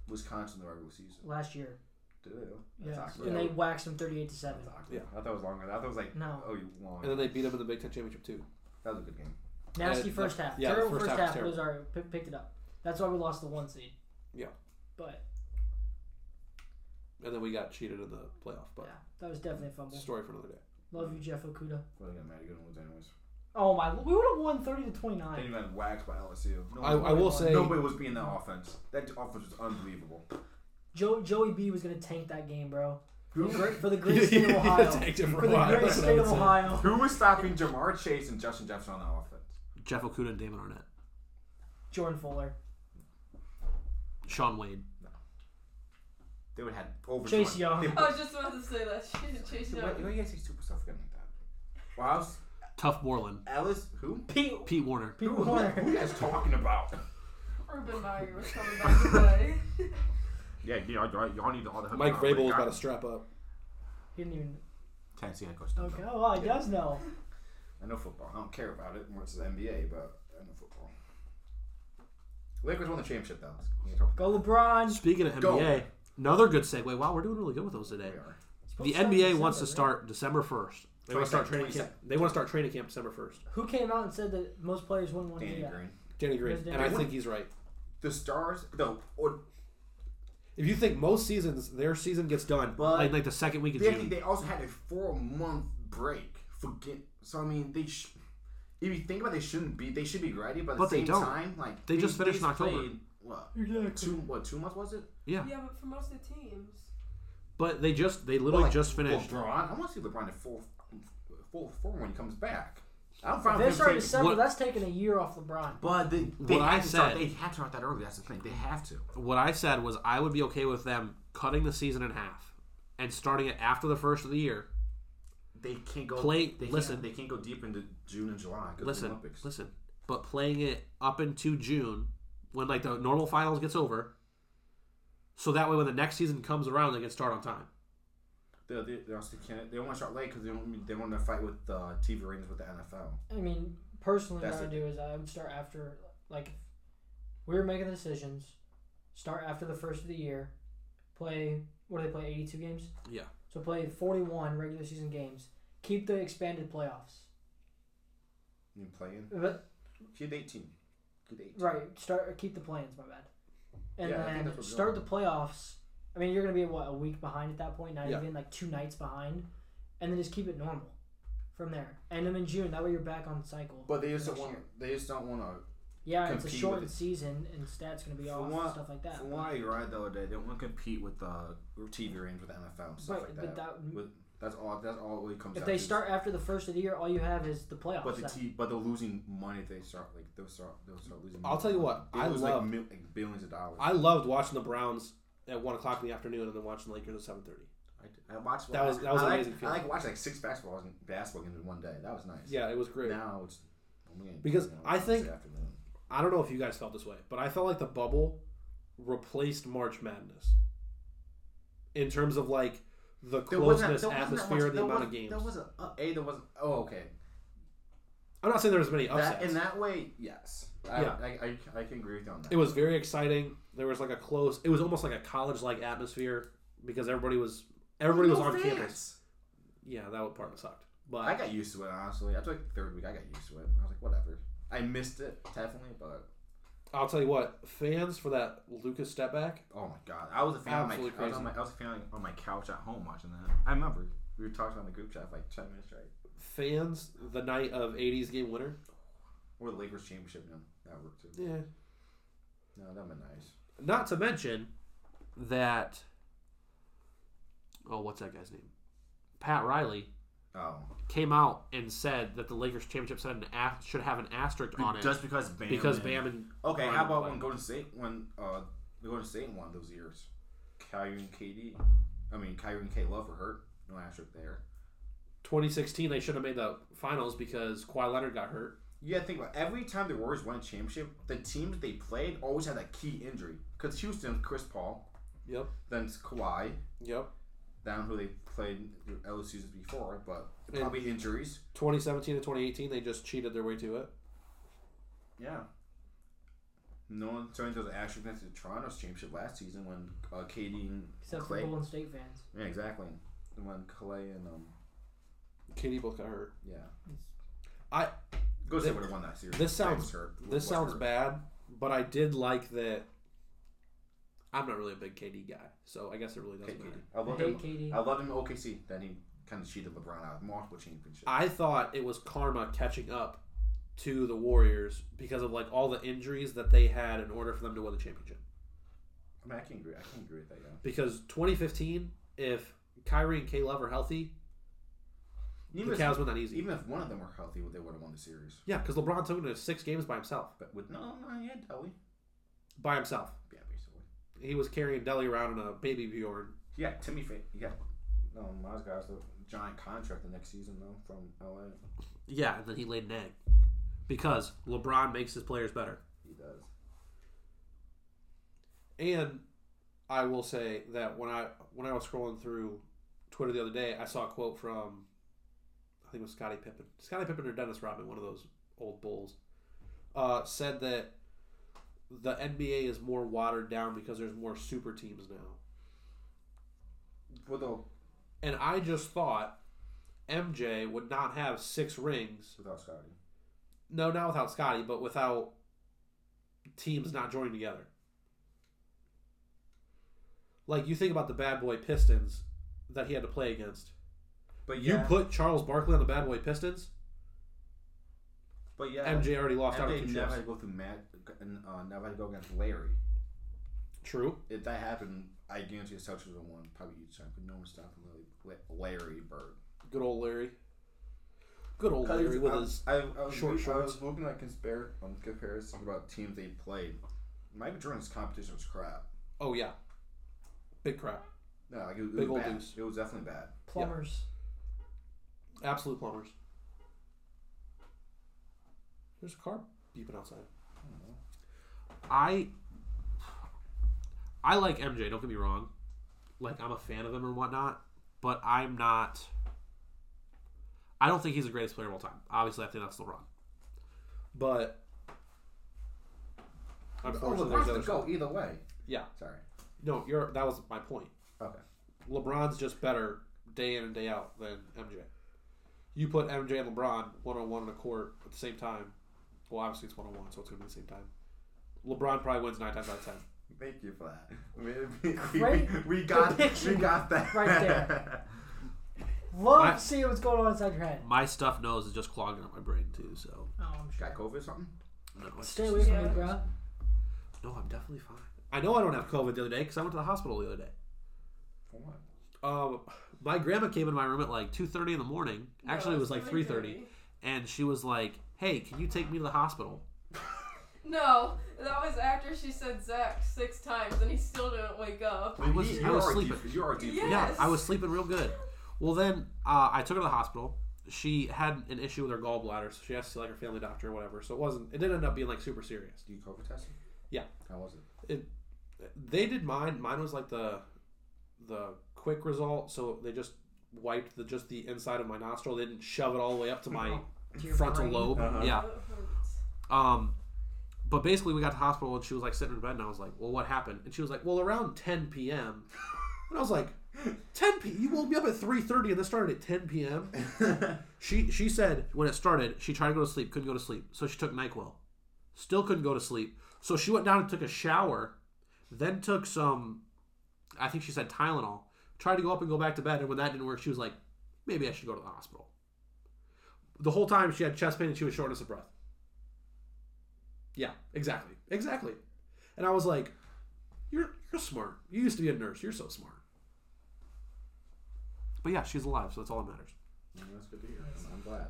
[SPEAKER 2] Wisconsin in the regular season?
[SPEAKER 3] last year,
[SPEAKER 2] Did they?
[SPEAKER 3] yes,
[SPEAKER 2] That's
[SPEAKER 3] and
[SPEAKER 2] October.
[SPEAKER 3] they waxed them thirty-eight to seven.
[SPEAKER 2] That's October.
[SPEAKER 1] Yeah.
[SPEAKER 2] I thought it was longer. I thought it was like
[SPEAKER 3] No.
[SPEAKER 2] oh you long.
[SPEAKER 1] And then they beat them in the Big Ten championship too.
[SPEAKER 2] that was a good game.
[SPEAKER 3] Nasty
[SPEAKER 1] Yeah,
[SPEAKER 3] first
[SPEAKER 1] the-
[SPEAKER 3] half.
[SPEAKER 1] yeah, the
[SPEAKER 3] terrible
[SPEAKER 1] first
[SPEAKER 3] first,
[SPEAKER 1] half was
[SPEAKER 3] half. It was our p- picked it up. That's why we lost the one seed.
[SPEAKER 1] Yeah.
[SPEAKER 3] But
[SPEAKER 1] And then we got cheated in the playoff. But
[SPEAKER 3] yeah, that was definitely a fumble.
[SPEAKER 1] story for another day.
[SPEAKER 3] Love you, Jeff Okuda.
[SPEAKER 2] Really got mad. You're gonna lose anyways.
[SPEAKER 3] Oh my! We would have won thirty to twenty
[SPEAKER 2] They
[SPEAKER 3] nine.
[SPEAKER 2] got waxed by LSU. No
[SPEAKER 1] I,
[SPEAKER 2] one-
[SPEAKER 1] I will say
[SPEAKER 2] Nobody was being that offense. That offense was unbelievable.
[SPEAKER 3] Joe, Joey B was gonna tank that game, bro. For
[SPEAKER 2] Who,
[SPEAKER 3] the great- for the great state of Ohio.
[SPEAKER 1] Tanked it
[SPEAKER 3] For the
[SPEAKER 1] Ohio,
[SPEAKER 3] great
[SPEAKER 1] that's what I
[SPEAKER 3] state
[SPEAKER 1] would
[SPEAKER 3] of
[SPEAKER 1] say.
[SPEAKER 3] Ohio.
[SPEAKER 2] who was stopping Jamar Chase and Justin Jefferson on that offense?
[SPEAKER 1] Jeff Okuda and Damon Arnett,
[SPEAKER 3] Jordan Fuller.
[SPEAKER 1] Sean Wade.
[SPEAKER 2] They would have had over
[SPEAKER 3] Chase
[SPEAKER 2] 20.
[SPEAKER 3] Young. Oh,
[SPEAKER 2] They,
[SPEAKER 4] I was just about to say that. Shit, Chase
[SPEAKER 2] Why- why
[SPEAKER 4] Young.
[SPEAKER 2] you guys say super stuff again like that? Wow, s-
[SPEAKER 1] Tough Borland.
[SPEAKER 2] Alice, who?
[SPEAKER 3] Pete.
[SPEAKER 1] Pete Warner.
[SPEAKER 3] Pete
[SPEAKER 2] who, who, who
[SPEAKER 3] Warner.
[SPEAKER 2] you guys talking about?
[SPEAKER 4] Urban Meyer was coming back to play.
[SPEAKER 2] Yeah, y'all, y'all, y'all need all the help.
[SPEAKER 1] Mike
[SPEAKER 2] y'all
[SPEAKER 1] Vrabel is
[SPEAKER 2] got.
[SPEAKER 1] about to strap up.
[SPEAKER 3] He didn't even.
[SPEAKER 2] Tennessee head coach.
[SPEAKER 3] Okay. Oh, well, he does know.
[SPEAKER 2] I know football. I don't care about it much as the NBA, but I know football. Lakers won the championship though. Let's talk about
[SPEAKER 3] Go LeBron.
[SPEAKER 1] Speaking of NBA,
[SPEAKER 2] Go.
[SPEAKER 1] another good segue. Wow, we're doing really good with those
[SPEAKER 2] that.
[SPEAKER 1] today.
[SPEAKER 2] We are.
[SPEAKER 1] The
[SPEAKER 3] Supposed to
[SPEAKER 1] NBA
[SPEAKER 3] start
[SPEAKER 1] wants to
[SPEAKER 3] December,
[SPEAKER 1] start December first. They want to start training
[SPEAKER 2] 22nd,
[SPEAKER 1] camp. They want to start training camp December first.
[SPEAKER 3] right? Who came out and said that most players wouldn't want to
[SPEAKER 2] Danny
[SPEAKER 3] do that?
[SPEAKER 2] Green.
[SPEAKER 1] Danny Green,
[SPEAKER 3] There's Danny
[SPEAKER 1] and I
[SPEAKER 2] Green.
[SPEAKER 1] think he's right.
[SPEAKER 2] The stars, no, or
[SPEAKER 1] If you think most seasons, their season gets done
[SPEAKER 2] But-
[SPEAKER 1] like, like the second week of
[SPEAKER 2] they, I think
[SPEAKER 1] June.
[SPEAKER 2] they also had a four month break. Forget. So I mean, they. Sh- if you think about, it, they shouldn't be. They should be ready, but at
[SPEAKER 1] But
[SPEAKER 2] the
[SPEAKER 1] they
[SPEAKER 2] same
[SPEAKER 1] don't.
[SPEAKER 2] time, like
[SPEAKER 1] They just finished in October.
[SPEAKER 2] played, What
[SPEAKER 3] Exactly.
[SPEAKER 2] two? What two months was it?
[SPEAKER 1] Yeah,
[SPEAKER 4] Yeah, but for most of the teams.
[SPEAKER 1] but they just they literally
[SPEAKER 2] Like,
[SPEAKER 1] just finished.
[SPEAKER 2] LeBron, I want to see LeBron in full, full form when he comes back. I'm fine
[SPEAKER 3] If they
[SPEAKER 2] with him
[SPEAKER 3] start
[SPEAKER 2] taking,
[SPEAKER 3] December.
[SPEAKER 1] What-
[SPEAKER 3] That's taking a year off LeBron.
[SPEAKER 2] But they, they
[SPEAKER 1] What
[SPEAKER 2] have
[SPEAKER 1] I
[SPEAKER 2] to start,
[SPEAKER 1] said-
[SPEAKER 2] they have to start that early. That's the thing. They have to.
[SPEAKER 1] What I said was I would be okay with them cutting the season in half and starting it after the first of the year.
[SPEAKER 2] They can't go.
[SPEAKER 1] Play-
[SPEAKER 2] They can't-
[SPEAKER 1] listen.
[SPEAKER 2] they can't go deep into June and July. 'cause of the
[SPEAKER 1] Listen,
[SPEAKER 2] Olympics.
[SPEAKER 1] listen, but playing it up into June when like the normal finals gets over, so that way when the next season comes around, they can start on time.
[SPEAKER 2] They, they, they also can't. They want to start late because they don't. They want to fight with uh, TV ratings with the NFL.
[SPEAKER 3] I mean, personally,
[SPEAKER 2] That's
[SPEAKER 3] what I
[SPEAKER 2] it.
[SPEAKER 3] do is I would start after, like, if we were making decisions, start after the first of the year, play, what do they play, 82 games?
[SPEAKER 1] Yeah.
[SPEAKER 3] So play 41 regular season games, keep the expanded playoffs.
[SPEAKER 2] You playing?
[SPEAKER 3] But,
[SPEAKER 2] Kid eighteen. Kid eighteen.
[SPEAKER 3] right, start, uh, keep the plans, my bad. And
[SPEAKER 2] Yeah, I think that's
[SPEAKER 3] then
[SPEAKER 2] what we're
[SPEAKER 3] start the
[SPEAKER 2] doing.
[SPEAKER 3] playoffs. I mean, you're going to be, what, a week behind at that point, not
[SPEAKER 1] Yeah.
[SPEAKER 3] even like two nights behind. And then just keep it normal from there. And then in June, that way you're back on cycle.
[SPEAKER 2] But they just
[SPEAKER 3] for
[SPEAKER 2] don't
[SPEAKER 3] next
[SPEAKER 2] want.
[SPEAKER 3] year.
[SPEAKER 2] They just don't want to.
[SPEAKER 3] Yeah, it's a
[SPEAKER 2] compete with
[SPEAKER 3] shortened
[SPEAKER 2] it.
[SPEAKER 3] season, and stats going to be
[SPEAKER 2] From
[SPEAKER 3] off
[SPEAKER 2] what-
[SPEAKER 3] and stuff like that.
[SPEAKER 2] From what I read the other day, they don't want to compete with uh, TV ratings with the NFL and stuff
[SPEAKER 3] Right,
[SPEAKER 2] like that.
[SPEAKER 3] but that,
[SPEAKER 2] With, that's all. That's all it really comes.
[SPEAKER 3] if
[SPEAKER 2] down
[SPEAKER 3] they
[SPEAKER 2] to.
[SPEAKER 3] start after the first of the year, all you have is the playoffs.
[SPEAKER 2] But the
[SPEAKER 3] then.
[SPEAKER 2] t- but they're losing money if they start like they'll start they'll start losing.
[SPEAKER 1] I'll
[SPEAKER 2] money.
[SPEAKER 1] tell you what,
[SPEAKER 2] they
[SPEAKER 1] I
[SPEAKER 2] lose
[SPEAKER 1] love-
[SPEAKER 2] like, mil- like billions of dollars.
[SPEAKER 1] I loved watching the Browns at one o'clock in the afternoon and then watching the Lakers at seven thirty.
[SPEAKER 2] I, I watched
[SPEAKER 1] That was- that was
[SPEAKER 2] I
[SPEAKER 1] an
[SPEAKER 2] like,
[SPEAKER 1] amazing
[SPEAKER 2] I
[SPEAKER 1] feeling.
[SPEAKER 2] like watched like six basketball basketball games in one day. That was nice.
[SPEAKER 1] Yeah, it was great.
[SPEAKER 2] Now it's I'm gonna-
[SPEAKER 1] Because
[SPEAKER 2] you know,
[SPEAKER 1] I
[SPEAKER 2] it's
[SPEAKER 1] think-
[SPEAKER 2] afternoon.
[SPEAKER 1] I don't know if you guys felt this way, but I felt like the bubble replaced March Madness in terms of like the
[SPEAKER 2] There wasn't-
[SPEAKER 1] closeness,
[SPEAKER 2] there wasn't that
[SPEAKER 1] atmosphere,
[SPEAKER 2] much-
[SPEAKER 1] and the
[SPEAKER 2] there
[SPEAKER 1] amount
[SPEAKER 2] was-
[SPEAKER 1] of games.
[SPEAKER 2] There wasn't uh, a there wasn't. Oh okay.
[SPEAKER 1] I'm not saying there was many upsets.
[SPEAKER 2] That in that way yes. I,
[SPEAKER 1] Yeah.
[SPEAKER 2] I, I, I can agree with you on that.
[SPEAKER 1] it was very exciting. There was like a close. It was almost like a college-like atmosphere because everybody was everybody was
[SPEAKER 2] No
[SPEAKER 1] on
[SPEAKER 2] fans.
[SPEAKER 1] campus. Yeah, that part sucked. But
[SPEAKER 2] I got used to it honestly. After like the third week, I got used to it. I was like whatever. I missed it definitely, but
[SPEAKER 1] I'll tell you what, fans for that Lucas step back.
[SPEAKER 2] Oh my god, I was a fan. On my,
[SPEAKER 1] Absolutely
[SPEAKER 2] I was
[SPEAKER 1] crazy.
[SPEAKER 2] on my, I was a fan on my couch at home watching that. I remember we were talking on the group chat for like ten minutes straight.
[SPEAKER 1] Fans the night of '80s game winner.
[SPEAKER 2] Or the Lakers championship. No, that worked too.
[SPEAKER 1] Yeah.
[SPEAKER 2] No, that'd be nice.
[SPEAKER 1] Not to mention that. Oh, what's that guy's name? Pat Riley
[SPEAKER 2] Oh,
[SPEAKER 1] came out and said that the Lakers championship said an a- should have an asterisk on it
[SPEAKER 2] just because Bam.
[SPEAKER 1] because
[SPEAKER 2] and-
[SPEAKER 1] Bam and
[SPEAKER 2] Okay,
[SPEAKER 1] Harden
[SPEAKER 2] how about
[SPEAKER 1] played.
[SPEAKER 2] when Golden State when uh the Golden State won those years? Kyrie and KD, I mean Kyrie and K Love were hurt. No asterisk there.
[SPEAKER 1] 2016 they should have made the finals because Kawhi Leonard got hurt.
[SPEAKER 2] You gotta think about it. every time the Warriors won a championship, the teams they played always had that key injury. Because Houston, Chris Paul,
[SPEAKER 1] Yep.
[SPEAKER 2] then Kawhi,
[SPEAKER 1] Yep.
[SPEAKER 2] down who they played the LSU seasons before, but
[SPEAKER 1] And-
[SPEAKER 2] probably injuries.
[SPEAKER 1] 2017 and 2018 they just cheated their way to it.
[SPEAKER 2] Yeah. No one turning those action against the Toronto's championship last season when uh, KD and
[SPEAKER 3] Except
[SPEAKER 2] Clay.
[SPEAKER 3] for Golden State fans.
[SPEAKER 2] Yeah, exactly. And When Clay and um,
[SPEAKER 1] Katie both got hurt.
[SPEAKER 2] yeah,
[SPEAKER 1] I-
[SPEAKER 2] go
[SPEAKER 1] Thi-
[SPEAKER 2] say would have won that series.
[SPEAKER 1] this
[SPEAKER 2] Clay
[SPEAKER 1] sounds-
[SPEAKER 2] was hurt.
[SPEAKER 1] This
[SPEAKER 2] Was
[SPEAKER 1] sounds
[SPEAKER 2] hurt.
[SPEAKER 1] bad, but I did like that. I'm not really a big KD guy, so I guess it really doesn't
[SPEAKER 2] KD.
[SPEAKER 1] matter.
[SPEAKER 2] I
[SPEAKER 3] I
[SPEAKER 2] loved
[SPEAKER 3] hate
[SPEAKER 2] him.
[SPEAKER 3] KD.
[SPEAKER 2] I loved him in OKC. Then he kind of cheated LeBron out of multiple championships.
[SPEAKER 1] I thought it was karma catching up to the Warriors because of like all the injuries that they had in order for them to win the championship.
[SPEAKER 2] I mean, I can agree. I can agree with that. Yeah.
[SPEAKER 1] Because 2015, if Kyrie and K Love are healthy,
[SPEAKER 2] Even
[SPEAKER 1] the
[SPEAKER 2] if,
[SPEAKER 1] Cavs win that easy.
[SPEAKER 2] even if one of them were healthy, they would have won the series.
[SPEAKER 1] yeah, because LeBron took it to six games by himself.
[SPEAKER 2] But with no, no, yeah, Delly.
[SPEAKER 1] By himself,
[SPEAKER 2] Yeah, basically.
[SPEAKER 1] he was carrying Delly around in a baby Bjorn.
[SPEAKER 2] Yeah, Timmy. Fa- yeah, no, Miles got a giant contract the next season though from LA.
[SPEAKER 1] Yeah, and then he laid an egg because LeBron makes his players better.
[SPEAKER 2] He does.
[SPEAKER 1] And I will say that when I when I was scrolling through Twitter the other day, I saw a quote from I think it was Scottie Pippen, Scottie Pippen or Dennis Rodman, one of those old Bulls, uh, said that the NBA is more watered down because there's more super teams now.
[SPEAKER 2] Well, though,
[SPEAKER 1] And I just thought MJ would not have six rings.
[SPEAKER 2] without Scotty.
[SPEAKER 1] No, not without Scottie, but without teams not joining together. Like you think about the bad boy Pistons that he had to play against.
[SPEAKER 2] But
[SPEAKER 1] You put Charles Barkley on the bad boy Pistons.
[SPEAKER 2] but yeah,
[SPEAKER 1] MJ already lost out on
[SPEAKER 2] MJ
[SPEAKER 1] two
[SPEAKER 2] never had to
[SPEAKER 1] trips.
[SPEAKER 2] go through Matt. Uh, never had to go against Larry.
[SPEAKER 1] True.
[SPEAKER 2] If that happened, I guarantee the Celtics would have won probably each time. But no one's stopping Larry, Larry Bird.
[SPEAKER 1] Good old Larry. Good old Larry with
[SPEAKER 2] I,
[SPEAKER 1] his.
[SPEAKER 2] I, I was
[SPEAKER 1] short
[SPEAKER 2] look- I
[SPEAKER 1] shorts.
[SPEAKER 2] was looking at conspir- um, comparisons about teams they played. Michael Jordan's competition was crap.
[SPEAKER 1] Oh yeah. Big crap.
[SPEAKER 2] No, like it, was- it
[SPEAKER 1] Big
[SPEAKER 2] was
[SPEAKER 1] old
[SPEAKER 2] bad.
[SPEAKER 1] deuce.
[SPEAKER 2] It was definitely bad.
[SPEAKER 3] Plumbers.
[SPEAKER 1] Absolute plumbers. There's a car beeping outside. I I like MJ, don't get me wrong. Like I'm a fan of him or whatnot, but I'm not I don't think he's the greatest player of all time. Obviously I think that's LeBron. But
[SPEAKER 2] Oh,
[SPEAKER 1] unfortunately there's
[SPEAKER 2] LeBron's
[SPEAKER 1] other
[SPEAKER 2] could go either way.
[SPEAKER 1] Yeah.
[SPEAKER 2] Sorry.
[SPEAKER 1] No, you're that was my point.
[SPEAKER 2] Okay.
[SPEAKER 1] LeBron's just better day in and day out than MJ. You put MJ and LeBron one on one on a court at the same time. Well, obviously it's one on one, so it's gonna be the same time. LeBron probably wins nine times out of ten.
[SPEAKER 2] Thank you for that. We, we,
[SPEAKER 3] Great
[SPEAKER 2] we, we got we
[SPEAKER 3] depiction
[SPEAKER 2] got that
[SPEAKER 3] right there. Love
[SPEAKER 1] I-
[SPEAKER 3] to see what's going on inside your head.
[SPEAKER 1] My stuff nose is just clogging up my brain too, so
[SPEAKER 3] Oh, I'm
[SPEAKER 2] got
[SPEAKER 3] sure.
[SPEAKER 2] COVID or something?
[SPEAKER 1] no, it's
[SPEAKER 3] Stay
[SPEAKER 1] just-
[SPEAKER 3] away from
[SPEAKER 4] Yeah.
[SPEAKER 3] me, bro.
[SPEAKER 1] no, I'm definitely fine. I know I don't have COVID the other day because I went to the hospital the other day.
[SPEAKER 2] For what?
[SPEAKER 1] Um, my grandma came into my room at like two thirty in the morning. Actually,
[SPEAKER 4] No,
[SPEAKER 1] it was like
[SPEAKER 4] it's
[SPEAKER 1] three thirty,
[SPEAKER 4] 3:30.
[SPEAKER 1] and she was like, "Hey, can you take me to the hospital?"
[SPEAKER 4] No, that was after she said Zach six times and he still didn't wake up.
[SPEAKER 1] I was-
[SPEAKER 2] You-
[SPEAKER 1] I
[SPEAKER 2] you
[SPEAKER 1] was
[SPEAKER 2] are
[SPEAKER 1] sleeping.
[SPEAKER 2] deep- You are deep.
[SPEAKER 4] Yeah.
[SPEAKER 1] Yeah,
[SPEAKER 4] Yes.
[SPEAKER 1] I was sleeping real good. Well, then uh, I took her to the hospital. She had an issue with her gallbladder, so she has to see like her family doctor or whatever. So it wasn't. It didn't end up being like super serious.
[SPEAKER 2] Do you COVID testing?
[SPEAKER 1] Yeah.
[SPEAKER 2] How was it?
[SPEAKER 1] They did mine. Mine was like the the quick result. So they just wiped the just the inside of my nostril. They didn't shove it all the way up to my
[SPEAKER 3] Oh. To your
[SPEAKER 1] frontal
[SPEAKER 3] brain.
[SPEAKER 1] lobe.
[SPEAKER 2] Uh-huh.
[SPEAKER 1] Yeah.
[SPEAKER 4] That hurts.
[SPEAKER 1] Um, but basically, we got to the hospital and she was like sitting in bed, and I was like, "Well, what happened?" And she was like, "Well, around 10 p.m." And I was like, "10 p. You woke me up at 3:30, and this started at 10 p.m." She she said when it started, she tried to go to sleep, couldn't go to sleep, so she took Nyquil. Still couldn't go to sleep, so she went down and took a shower, then took some, I think she said Tylenol. Tried to go up and go back to bed, and when that didn't work, she was like, "Maybe I should go to the hospital." The whole time she had chest pain and she was shortness of breath. Yeah, exactly, exactly. And I was like, "You're you're smart. You used to be a nurse. You're so smart." But yeah, she's alive, so that's all that matters.
[SPEAKER 2] Yeah, That's good to hear. I'm, I'm glad.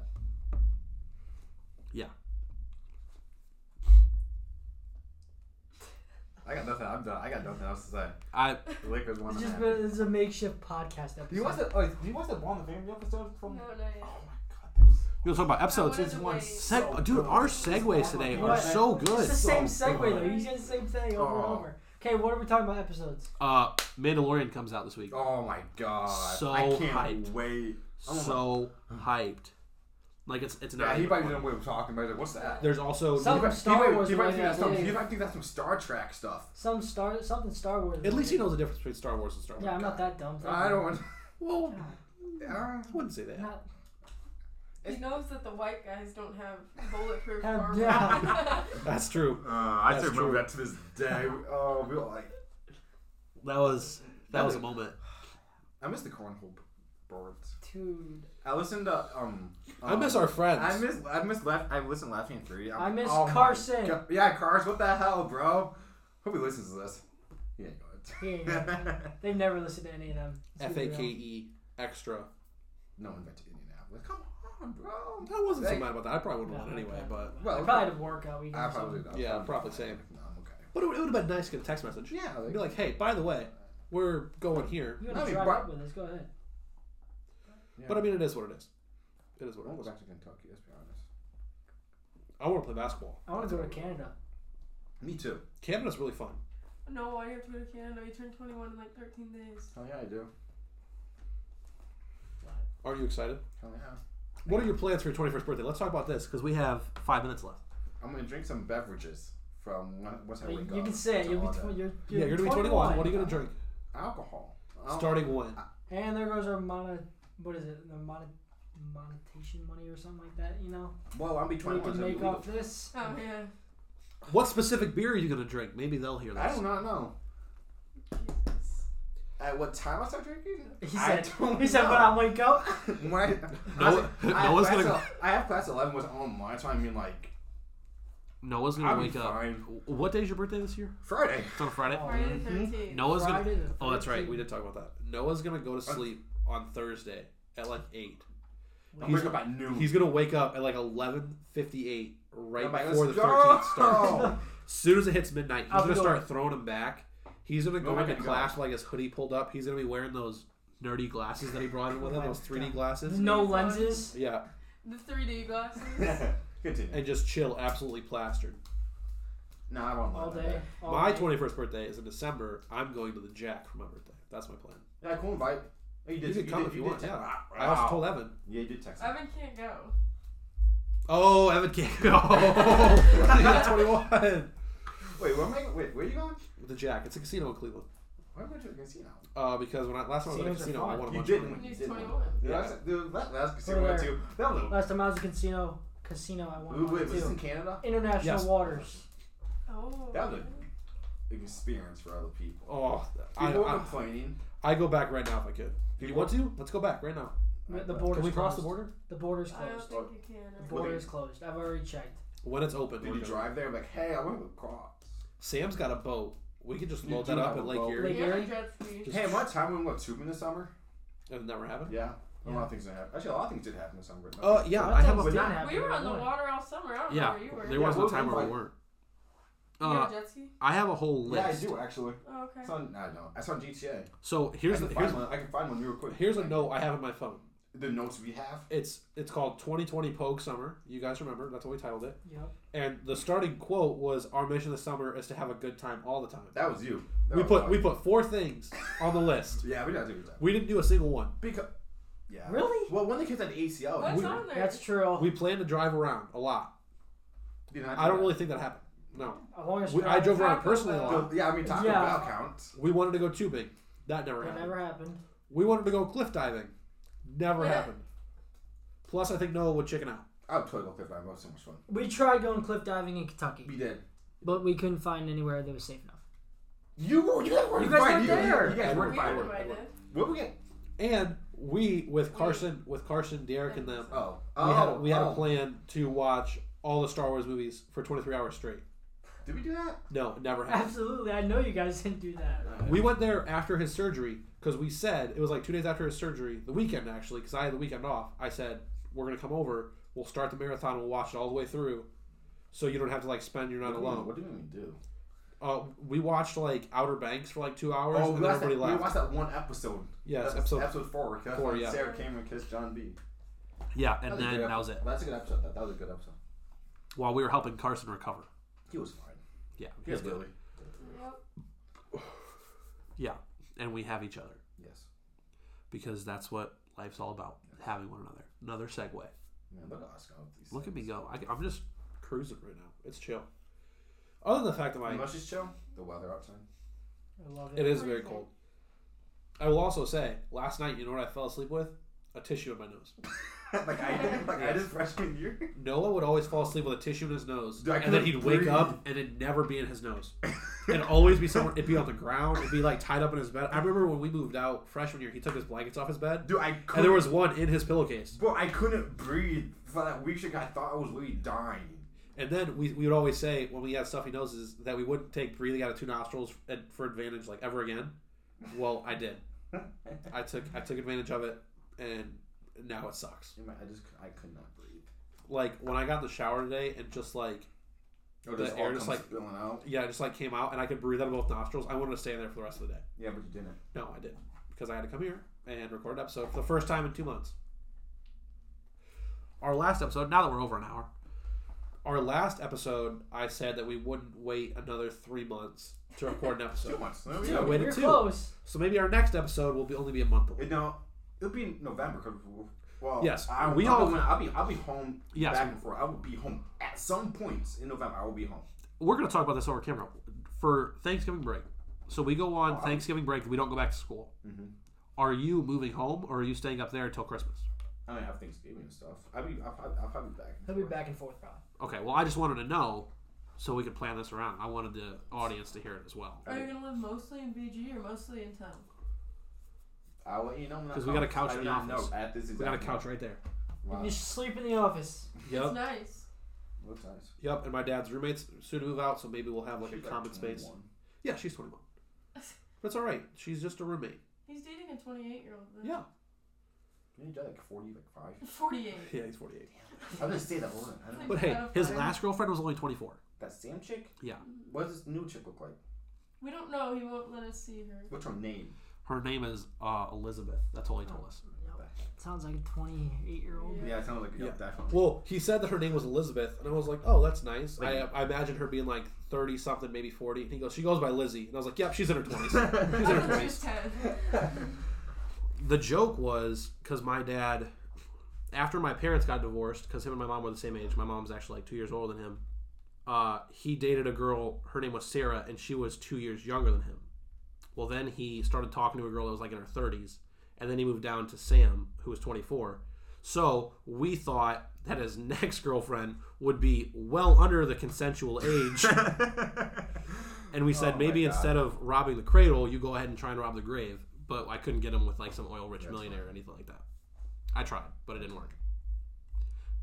[SPEAKER 1] Yeah.
[SPEAKER 2] I got nothing. I'm done. I got nothing else to say.
[SPEAKER 1] I
[SPEAKER 2] The Lakers won.
[SPEAKER 3] It's
[SPEAKER 2] I'm
[SPEAKER 3] just
[SPEAKER 2] happy.
[SPEAKER 3] been, it's a makeshift podcast episode.
[SPEAKER 2] Do you watch the? Oh, do you watch the Ball and the Family episode
[SPEAKER 4] No,
[SPEAKER 2] from?
[SPEAKER 4] not
[SPEAKER 2] Oh
[SPEAKER 4] yet.
[SPEAKER 2] my god, that was.
[SPEAKER 1] You want to talk about episodes?
[SPEAKER 4] I wanted
[SPEAKER 2] It's
[SPEAKER 4] to
[SPEAKER 2] one
[SPEAKER 4] wait.
[SPEAKER 2] sec-
[SPEAKER 1] Seg- dude, our segues today are so
[SPEAKER 3] It's
[SPEAKER 1] good.
[SPEAKER 3] the same
[SPEAKER 2] So
[SPEAKER 3] segue
[SPEAKER 2] good.
[SPEAKER 3] though. You said the same thing over
[SPEAKER 2] Oh.
[SPEAKER 3] and over. Okay, what are we talking about? Episodes.
[SPEAKER 1] Uh, Mandalorian comes out this week.
[SPEAKER 2] Oh my god.
[SPEAKER 1] So
[SPEAKER 2] I can't
[SPEAKER 1] hyped.
[SPEAKER 2] wait. I'm like,
[SPEAKER 1] So hyped. Like it's it's an
[SPEAKER 2] yeah,
[SPEAKER 1] hour.
[SPEAKER 2] he probably didn't know what we were talking about. He's like, what's that?
[SPEAKER 1] There's also
[SPEAKER 2] He
[SPEAKER 3] Some-
[SPEAKER 2] probably-
[SPEAKER 3] Star
[SPEAKER 2] he probably-
[SPEAKER 3] Wars
[SPEAKER 2] He probably
[SPEAKER 3] might
[SPEAKER 2] think that's
[SPEAKER 3] not
[SPEAKER 2] some-
[SPEAKER 3] be-
[SPEAKER 2] he probably think that's some Star Trek stuff.
[SPEAKER 3] Some star, something Star Wars.
[SPEAKER 1] at least he knows the difference between Star Wars and Star Wars.
[SPEAKER 3] Yeah, I'm not that dumb. Thank
[SPEAKER 2] I
[SPEAKER 3] you.
[SPEAKER 2] don't.
[SPEAKER 1] Well,
[SPEAKER 2] Uh,
[SPEAKER 1] I wouldn't say that.
[SPEAKER 3] Not-
[SPEAKER 4] He knows that the white guys don't have bulletproof
[SPEAKER 3] Have-
[SPEAKER 4] armor.
[SPEAKER 3] yeah.
[SPEAKER 1] That's true.
[SPEAKER 2] Uh, I
[SPEAKER 1] That's
[SPEAKER 2] still remember
[SPEAKER 1] true.
[SPEAKER 2] that to this day. Oh, we were like,
[SPEAKER 1] That was that was a
[SPEAKER 2] Another-
[SPEAKER 1] moment.
[SPEAKER 2] I miss the cornhole p- bored.
[SPEAKER 3] Dude,
[SPEAKER 2] I listened to um.
[SPEAKER 1] I miss
[SPEAKER 2] um,
[SPEAKER 1] our friends.
[SPEAKER 2] I miss I miss laugh I listen laughing at three.
[SPEAKER 3] I miss
[SPEAKER 2] Oh my
[SPEAKER 3] Carson.
[SPEAKER 2] God. Yeah, Cars. What the hell, bro? Hope he listens to this. He ain't
[SPEAKER 3] He
[SPEAKER 2] going.
[SPEAKER 3] ain't gonna. they've never listened to any of them. Let's
[SPEAKER 1] F
[SPEAKER 3] be
[SPEAKER 1] A
[SPEAKER 3] real.
[SPEAKER 1] K E extra.
[SPEAKER 2] no one went to Indianapolis. Come on, bro.
[SPEAKER 1] I wasn't so
[SPEAKER 2] Hey.
[SPEAKER 1] mad about that. I probably would
[SPEAKER 3] No,
[SPEAKER 1] have won anyway,
[SPEAKER 3] okay.
[SPEAKER 1] but
[SPEAKER 2] Well,
[SPEAKER 3] I probably had to work out weekend.
[SPEAKER 2] I
[SPEAKER 3] or
[SPEAKER 2] probably
[SPEAKER 3] something.
[SPEAKER 2] don't.
[SPEAKER 1] Yeah, probably same.
[SPEAKER 2] No, I'm okay.
[SPEAKER 1] but it, would have been nice to get a text message.
[SPEAKER 2] Yeah, like,
[SPEAKER 1] Be like, hey, by the way, we're going here.
[SPEAKER 3] You want
[SPEAKER 2] I
[SPEAKER 3] to
[SPEAKER 2] mean,
[SPEAKER 3] drive
[SPEAKER 2] but-
[SPEAKER 3] up with us? Go ahead.
[SPEAKER 1] But I mean, it is what it is. It is
[SPEAKER 2] I
[SPEAKER 1] what
[SPEAKER 2] want to
[SPEAKER 1] it
[SPEAKER 2] go
[SPEAKER 1] is.
[SPEAKER 2] back to Kentucky. Let's be honest.
[SPEAKER 1] I want to play basketball.
[SPEAKER 3] I want to go to Canada.
[SPEAKER 2] Me too.
[SPEAKER 1] Canada's really fun.
[SPEAKER 4] No, I have to go to Canada. You turn 21 in like 13 days.
[SPEAKER 1] Oh,
[SPEAKER 2] Hell yeah, I do.
[SPEAKER 1] Are you excited?
[SPEAKER 2] Hell yeah.
[SPEAKER 1] What are your plans for your 21st birthday? Let's talk about this because we have five minutes left.
[SPEAKER 2] I'm gonna drink some beverages from when- once I
[SPEAKER 3] Like,
[SPEAKER 2] wake up.
[SPEAKER 3] you can say it.
[SPEAKER 2] to
[SPEAKER 3] You'll be
[SPEAKER 2] all that.
[SPEAKER 3] tw- you're,
[SPEAKER 1] yeah, you're gonna be 21. What are you gonna drink?
[SPEAKER 2] alcohol. Um,
[SPEAKER 1] Starting when?
[SPEAKER 3] And there goes our mono. What is it? The mono, monetization money or something like that. You know,
[SPEAKER 2] Well, I'll be 21.
[SPEAKER 3] we can
[SPEAKER 2] so
[SPEAKER 3] make
[SPEAKER 2] legal.
[SPEAKER 3] off this.
[SPEAKER 4] Oh man.
[SPEAKER 1] What specific beer are you gonna drink? Maybe they'll hear this.
[SPEAKER 2] I do not know.
[SPEAKER 4] Jesus.
[SPEAKER 2] At what time I start drinking?
[SPEAKER 3] He
[SPEAKER 2] I
[SPEAKER 3] said.
[SPEAKER 2] don't
[SPEAKER 3] He said
[SPEAKER 2] know.
[SPEAKER 3] when I wake up.
[SPEAKER 2] When I- I
[SPEAKER 1] No-
[SPEAKER 2] was- I
[SPEAKER 1] no
[SPEAKER 2] have
[SPEAKER 1] one's
[SPEAKER 2] class
[SPEAKER 1] gonna-
[SPEAKER 2] el- I have class 11 was online, so I mean like
[SPEAKER 1] Noah's gonna
[SPEAKER 2] I'll be
[SPEAKER 1] wake up.
[SPEAKER 2] fine.
[SPEAKER 1] W- What day's your birthday this year?
[SPEAKER 2] Friday.
[SPEAKER 1] It's on a Friday.
[SPEAKER 3] Oh,
[SPEAKER 4] Friday
[SPEAKER 2] mhm.
[SPEAKER 4] the 13th.
[SPEAKER 1] Noah's gonna.
[SPEAKER 3] Friday the
[SPEAKER 1] Oh, that's right.
[SPEAKER 3] 13th.
[SPEAKER 1] We did talk about that. Noah's gonna go to sleep on Thursday at like eight.
[SPEAKER 2] I'll
[SPEAKER 1] He's-
[SPEAKER 2] wake up at noon.
[SPEAKER 1] He's gonna wake up at like eleven fifty eight, right
[SPEAKER 2] I'm like,
[SPEAKER 1] before the
[SPEAKER 2] let's
[SPEAKER 1] thirteenth starts.
[SPEAKER 2] go.
[SPEAKER 1] As soon as it hits midnight, he's
[SPEAKER 3] I'll
[SPEAKER 1] gonna
[SPEAKER 3] go.
[SPEAKER 1] start throwing him back. He's gonna go
[SPEAKER 2] Where am Oh, I
[SPEAKER 1] into
[SPEAKER 2] gonna
[SPEAKER 1] class with, like his hoodie pulled up. He's gonna be wearing those nerdy glasses that he brought in with him, those three D glasses.
[SPEAKER 3] No lenses.
[SPEAKER 1] Yeah,
[SPEAKER 4] The 3D glasses.
[SPEAKER 2] Continue.
[SPEAKER 1] and just chill, absolutely plastered.
[SPEAKER 2] No, I won't.
[SPEAKER 3] All
[SPEAKER 2] lie.
[SPEAKER 3] day. All
[SPEAKER 1] My
[SPEAKER 3] day.
[SPEAKER 1] twenty first birthday is in December. I'm going to the Jack for my birthday. That's my plan.
[SPEAKER 2] Yeah, cool invite. Oh, you
[SPEAKER 1] You,
[SPEAKER 2] did.
[SPEAKER 1] can come
[SPEAKER 2] did,
[SPEAKER 1] if you,
[SPEAKER 2] did
[SPEAKER 1] want.
[SPEAKER 2] text-
[SPEAKER 1] Yeah.
[SPEAKER 2] Ah,
[SPEAKER 1] I also
[SPEAKER 2] wow.
[SPEAKER 1] told Evan.
[SPEAKER 2] Yeah, you did text. me.
[SPEAKER 4] Evan can't go.
[SPEAKER 1] Oh, Evan can't go. yeah, twenty one.
[SPEAKER 2] Wait, where am I? Wait, where are you going?
[SPEAKER 1] The Jack. It's a casino in Cleveland.
[SPEAKER 2] Why went to a casino?
[SPEAKER 1] Uh, because when I last time I was at a
[SPEAKER 3] Casinos are
[SPEAKER 1] casino, I
[SPEAKER 3] fun.
[SPEAKER 1] won a
[SPEAKER 2] You
[SPEAKER 1] bunch of
[SPEAKER 2] didn't.
[SPEAKER 1] money.
[SPEAKER 2] You
[SPEAKER 4] He's
[SPEAKER 2] didn't.
[SPEAKER 4] 21.
[SPEAKER 2] Dude,
[SPEAKER 1] Yeah.
[SPEAKER 2] that's- dude, that last casino I went to. That was.
[SPEAKER 3] Last time I was at casino, casino I
[SPEAKER 2] a-
[SPEAKER 3] won
[SPEAKER 2] Wait,
[SPEAKER 3] one
[SPEAKER 2] wait, was this
[SPEAKER 3] too.
[SPEAKER 2] in Canada?
[SPEAKER 3] International
[SPEAKER 1] Yes.
[SPEAKER 3] waters.
[SPEAKER 4] Oh.
[SPEAKER 2] That was an experience for other people.
[SPEAKER 1] Oh, I,
[SPEAKER 2] People were
[SPEAKER 1] I,
[SPEAKER 2] complaining.
[SPEAKER 1] I go back right now if I could. If you want to, let's go back right now.
[SPEAKER 3] The
[SPEAKER 2] Can
[SPEAKER 3] borders.
[SPEAKER 1] Can we cross
[SPEAKER 3] closed.
[SPEAKER 1] the border?
[SPEAKER 3] The border's
[SPEAKER 4] I don't
[SPEAKER 3] closed.
[SPEAKER 4] think you can.
[SPEAKER 3] The
[SPEAKER 4] I
[SPEAKER 3] border
[SPEAKER 2] Really?
[SPEAKER 3] is closed. I've already checked.
[SPEAKER 1] When it's open.
[SPEAKER 2] Did
[SPEAKER 1] we're
[SPEAKER 2] you
[SPEAKER 1] good.
[SPEAKER 2] drive there? Like, hey, I want to cross.
[SPEAKER 1] Sam's got a boat. We could just
[SPEAKER 2] You
[SPEAKER 1] load
[SPEAKER 2] do
[SPEAKER 1] that up
[SPEAKER 2] have
[SPEAKER 1] at
[SPEAKER 2] a
[SPEAKER 1] Lake
[SPEAKER 2] boat.
[SPEAKER 1] Erie.
[SPEAKER 4] think-
[SPEAKER 3] Lake-
[SPEAKER 4] Yeah,
[SPEAKER 3] Erie?
[SPEAKER 4] jet ski.
[SPEAKER 1] Just-
[SPEAKER 2] Hey, my time we went tubing this summer.
[SPEAKER 1] It never happened.
[SPEAKER 2] Yeah, a lot
[SPEAKER 3] Yeah.
[SPEAKER 2] of things didn't happen. Actually, a lot of things did happen this summer. but
[SPEAKER 1] Oh
[SPEAKER 2] nothing-
[SPEAKER 1] yeah, I
[SPEAKER 3] Well, that
[SPEAKER 1] have
[SPEAKER 3] didn't
[SPEAKER 1] a.
[SPEAKER 2] Uh, yeah,
[SPEAKER 3] happen.
[SPEAKER 4] We were on the
[SPEAKER 3] Won.
[SPEAKER 4] water all summer. I don't
[SPEAKER 1] Yeah,
[SPEAKER 4] know where you were.
[SPEAKER 1] there
[SPEAKER 2] Yeah,
[SPEAKER 1] was no
[SPEAKER 2] we'll
[SPEAKER 1] time where we
[SPEAKER 2] invite-
[SPEAKER 1] weren't.
[SPEAKER 4] You had
[SPEAKER 1] Uh,
[SPEAKER 4] a jet ski?
[SPEAKER 1] I have a whole
[SPEAKER 2] yeah, I
[SPEAKER 1] list.
[SPEAKER 2] do actually.
[SPEAKER 4] Oh, okay.
[SPEAKER 2] It's on. I know. It's on GTA.
[SPEAKER 1] So here's
[SPEAKER 2] I
[SPEAKER 1] the,
[SPEAKER 2] can
[SPEAKER 1] here's
[SPEAKER 2] find one. I can find one real quick.
[SPEAKER 1] here's a note I have in my phone.
[SPEAKER 2] The notes we have.
[SPEAKER 1] It's it's called 2020 Pogue Summer. You guys remember? That's what we titled it.
[SPEAKER 3] Yep.
[SPEAKER 1] And the starting quote was, "Our mission this summer is to have a good time all the time."
[SPEAKER 2] That was you. That
[SPEAKER 1] we
[SPEAKER 2] was
[SPEAKER 1] put
[SPEAKER 2] mine.
[SPEAKER 1] we put four things on the list.
[SPEAKER 2] Yeah, we didn't do that.
[SPEAKER 1] We didn't do a single one.
[SPEAKER 2] Because. Yeah.
[SPEAKER 3] Really?
[SPEAKER 2] Well, when the kids had ACL,
[SPEAKER 4] What's
[SPEAKER 2] we-
[SPEAKER 4] on there?
[SPEAKER 3] That's true.
[SPEAKER 1] We planned to drive around a lot.
[SPEAKER 2] did not do
[SPEAKER 1] I don't
[SPEAKER 2] that.
[SPEAKER 1] really think that happened. No,
[SPEAKER 3] As long as
[SPEAKER 1] we, I drove around
[SPEAKER 4] Taco
[SPEAKER 1] personally a
[SPEAKER 4] Bell.
[SPEAKER 1] lot.
[SPEAKER 2] So, yeah, I mean, Taco
[SPEAKER 3] Yeah.
[SPEAKER 2] Bell counts.
[SPEAKER 1] We wanted to go tubing. That never
[SPEAKER 3] It
[SPEAKER 1] happened.
[SPEAKER 3] never happened.
[SPEAKER 1] We wanted to go cliff diving. Never
[SPEAKER 4] Yeah.
[SPEAKER 1] happened. Plus, I think Noah would chicken out.
[SPEAKER 2] I would totally go cliff diving. That was so much fun.
[SPEAKER 3] We tried going cliff diving in Kentucky,
[SPEAKER 2] We did.
[SPEAKER 3] but we couldn't find anywhere that was safe enough.
[SPEAKER 2] You were. You guys were
[SPEAKER 3] You guys
[SPEAKER 2] invited.
[SPEAKER 3] were there.
[SPEAKER 2] You, you guys
[SPEAKER 1] I
[SPEAKER 2] were
[SPEAKER 4] we
[SPEAKER 1] Fine, were.
[SPEAKER 4] were
[SPEAKER 2] invited.
[SPEAKER 4] invited.
[SPEAKER 2] What we get?
[SPEAKER 1] And we with Carson, with Carson, Derek, and them,
[SPEAKER 2] Oh.
[SPEAKER 1] we
[SPEAKER 2] Oh.
[SPEAKER 1] had a, we had
[SPEAKER 2] oh.
[SPEAKER 1] a plan to watch all the Star Wars movies for 23 hours straight.
[SPEAKER 2] Did we do that?
[SPEAKER 1] No, it never happened.
[SPEAKER 3] Absolutely, I know you guys didn't do that.
[SPEAKER 1] We went there after his surgery because we said it was like two days after his surgery, the weekend actually, because I had the weekend off. I said we're gonna come over, we'll start the marathon, we'll watch it all the way through, so you don't have to like spend your night
[SPEAKER 2] What do we-
[SPEAKER 1] alone.
[SPEAKER 2] What did we do?
[SPEAKER 1] Uh, we watched like Outer Banks for like two hours,
[SPEAKER 2] Oh, we
[SPEAKER 1] and then
[SPEAKER 2] watched, that,
[SPEAKER 1] everybody
[SPEAKER 2] we
[SPEAKER 1] left.
[SPEAKER 2] watched that one episode.
[SPEAKER 1] Yes,
[SPEAKER 2] That's
[SPEAKER 1] episode-
[SPEAKER 2] four. That's
[SPEAKER 1] four,
[SPEAKER 2] when
[SPEAKER 1] yeah.
[SPEAKER 2] Sarah Cameron kissed John B.
[SPEAKER 1] yeah,
[SPEAKER 2] That
[SPEAKER 1] and
[SPEAKER 2] a
[SPEAKER 1] then
[SPEAKER 2] good
[SPEAKER 1] that was it.
[SPEAKER 2] episode. That's a good episode. That, that was a good episode.
[SPEAKER 1] While we were helping Carson recover.
[SPEAKER 2] He was fine.
[SPEAKER 1] Yeah,
[SPEAKER 2] He was Lily.
[SPEAKER 4] Yep.
[SPEAKER 1] Yeah, and we have each other
[SPEAKER 2] Yes.
[SPEAKER 1] because that's what life's all about: having one another. Another segue.
[SPEAKER 2] Man, look at us go with these
[SPEAKER 1] Look at me
[SPEAKER 2] things.
[SPEAKER 1] go! I, am just cruising right now. It's chill. Other than the fact that my
[SPEAKER 2] You know, she's chill. The weather outside.
[SPEAKER 3] I love it.
[SPEAKER 1] It is very cold. I will also say, last night, you know what I fell asleep with? a tissue in my nose.
[SPEAKER 2] like I did, like I did freshman year.
[SPEAKER 1] Noah would always fall asleep with a tissue in his nose,
[SPEAKER 2] Dude, I
[SPEAKER 1] and then
[SPEAKER 2] couldn't
[SPEAKER 1] he'd wake
[SPEAKER 2] breathe.
[SPEAKER 1] up and it'd never be in his nose. It'd always be somewhere. It'd be on the ground. It'd be like tied up in his bed. I remember when we moved out freshman year, he took his blankets off his bed,
[SPEAKER 2] Dude, I
[SPEAKER 1] and
[SPEAKER 2] couldn't.
[SPEAKER 1] there was one in his pillowcase.
[SPEAKER 2] bro, I couldn't breathe for that week. Like I thought I was really dying.
[SPEAKER 1] And then we, we would always say when we had stuffy noses that we wouldn't take breathing out of two nostrils ad- for advantage like ever again. Well, I did. I took I took advantage of it, and now it sucks.
[SPEAKER 2] In my- I just I could not breathe.
[SPEAKER 1] Like when I got in the shower today and just like
[SPEAKER 2] Oh,
[SPEAKER 1] The
[SPEAKER 2] just
[SPEAKER 1] air
[SPEAKER 2] all
[SPEAKER 1] just,
[SPEAKER 2] comes
[SPEAKER 1] like-
[SPEAKER 2] spilling out.
[SPEAKER 1] yeah, it just like came out and I could breathe out of both nostrils. I wanted to stay in there for the rest of the day.
[SPEAKER 2] Yeah, but you didn't.
[SPEAKER 1] No, I didn't because I had to come here and record an episode for the first time in two months. Our last episode, now that we're over an hour, our last episode, I said that we wouldn't wait another three months to record an
[SPEAKER 2] Two
[SPEAKER 1] episode.
[SPEAKER 2] months.
[SPEAKER 3] Dude,
[SPEAKER 2] yeah,
[SPEAKER 1] I
[SPEAKER 2] we-
[SPEAKER 1] waited
[SPEAKER 3] you're
[SPEAKER 1] too.
[SPEAKER 3] close.
[SPEAKER 1] So maybe our next episode will be only be a month away.
[SPEAKER 2] It, no, it'll be in November. 'cause we'll- well,
[SPEAKER 1] Yes,
[SPEAKER 2] I,
[SPEAKER 1] we
[SPEAKER 2] I'll
[SPEAKER 1] all-
[SPEAKER 2] Be, I'll be I'll be home.
[SPEAKER 1] Yes.
[SPEAKER 2] back and forth. I will be home at some points in November. I will be home.
[SPEAKER 1] We're going to talk about this over camera for Thanksgiving break. So we go on
[SPEAKER 2] Wow.
[SPEAKER 1] Thanksgiving break. We don't go back to school.
[SPEAKER 2] Mhm.
[SPEAKER 1] Are you moving home or are you staying up there until Christmas?
[SPEAKER 2] I don't have Thanksgiving and stuff. I'll be I'll, probably- I'll probably be back.
[SPEAKER 3] He'll be back and forth probably.
[SPEAKER 1] Okay, well, I just wanted to know so we could plan this around. I wanted the audience to hear it as well.
[SPEAKER 4] Are you gonna live mostly in BG or mostly in town?
[SPEAKER 2] I'll let you know when I
[SPEAKER 1] 'Cause we got a
[SPEAKER 2] come.
[SPEAKER 1] couch
[SPEAKER 2] I do
[SPEAKER 1] in the
[SPEAKER 2] not know
[SPEAKER 1] office.
[SPEAKER 2] At this
[SPEAKER 1] We got a
[SPEAKER 2] exact
[SPEAKER 1] couch right there.
[SPEAKER 2] moment. Wow.
[SPEAKER 3] You should sleep in the office.
[SPEAKER 4] It's nice.
[SPEAKER 2] Looks nice.
[SPEAKER 1] Yep, and my dad's roommate's soon to move out, so maybe we'll have like
[SPEAKER 2] She's
[SPEAKER 1] a common space.
[SPEAKER 2] 21.
[SPEAKER 1] Yeah, she's 21. That's all right. She's just a roommate.
[SPEAKER 4] He's dating a 28 year old.
[SPEAKER 1] Yeah.
[SPEAKER 2] Yeah, you got like forty, like
[SPEAKER 4] 48.
[SPEAKER 1] Yeah, he's 48.
[SPEAKER 2] five. I didn't say that word. I don't know.
[SPEAKER 1] But hey, his
[SPEAKER 4] Identify.
[SPEAKER 1] last girlfriend was only 24.
[SPEAKER 2] That Sam chick.
[SPEAKER 1] Yeah.
[SPEAKER 2] What does this new chick look like?
[SPEAKER 4] We don't know. He won't let us see her.
[SPEAKER 2] What's her name?
[SPEAKER 1] Her name is uh, Elizabeth. That's all he
[SPEAKER 2] Oh.
[SPEAKER 1] told us.
[SPEAKER 3] Sounds like a 28 year old.
[SPEAKER 2] Yeah, it sounds like yeah,
[SPEAKER 1] Yeah.
[SPEAKER 2] definitely.
[SPEAKER 1] Well, he said that her name was Elizabeth, and I was like, oh, that's nice. I, I imagine her being like 30 something, maybe 40. And he goes, she goes by Lizzie. And I was like, yep, she's in her 20s. She's in
[SPEAKER 4] I
[SPEAKER 1] her
[SPEAKER 4] thought
[SPEAKER 1] 20s.
[SPEAKER 4] she was 10.
[SPEAKER 1] the joke was because my dad, after my parents got divorced, because him and my mom were the same age. My mom's actually like two years older than him. Uh, he dated a girl. Her name was Sarah, and she was two years younger than him. Well, then he started talking to a girl that was like in her thirties, and then he moved down to Sam, who was twenty four. So we thought that his next girlfriend would be well under the consensual age, and we said
[SPEAKER 2] Oh my
[SPEAKER 1] maybe
[SPEAKER 2] God.
[SPEAKER 1] instead of robbing the cradle, you go ahead and try and rob the grave. But I couldn't get him with like some oil rich millionaire or anything like that. I tried, but it didn't work.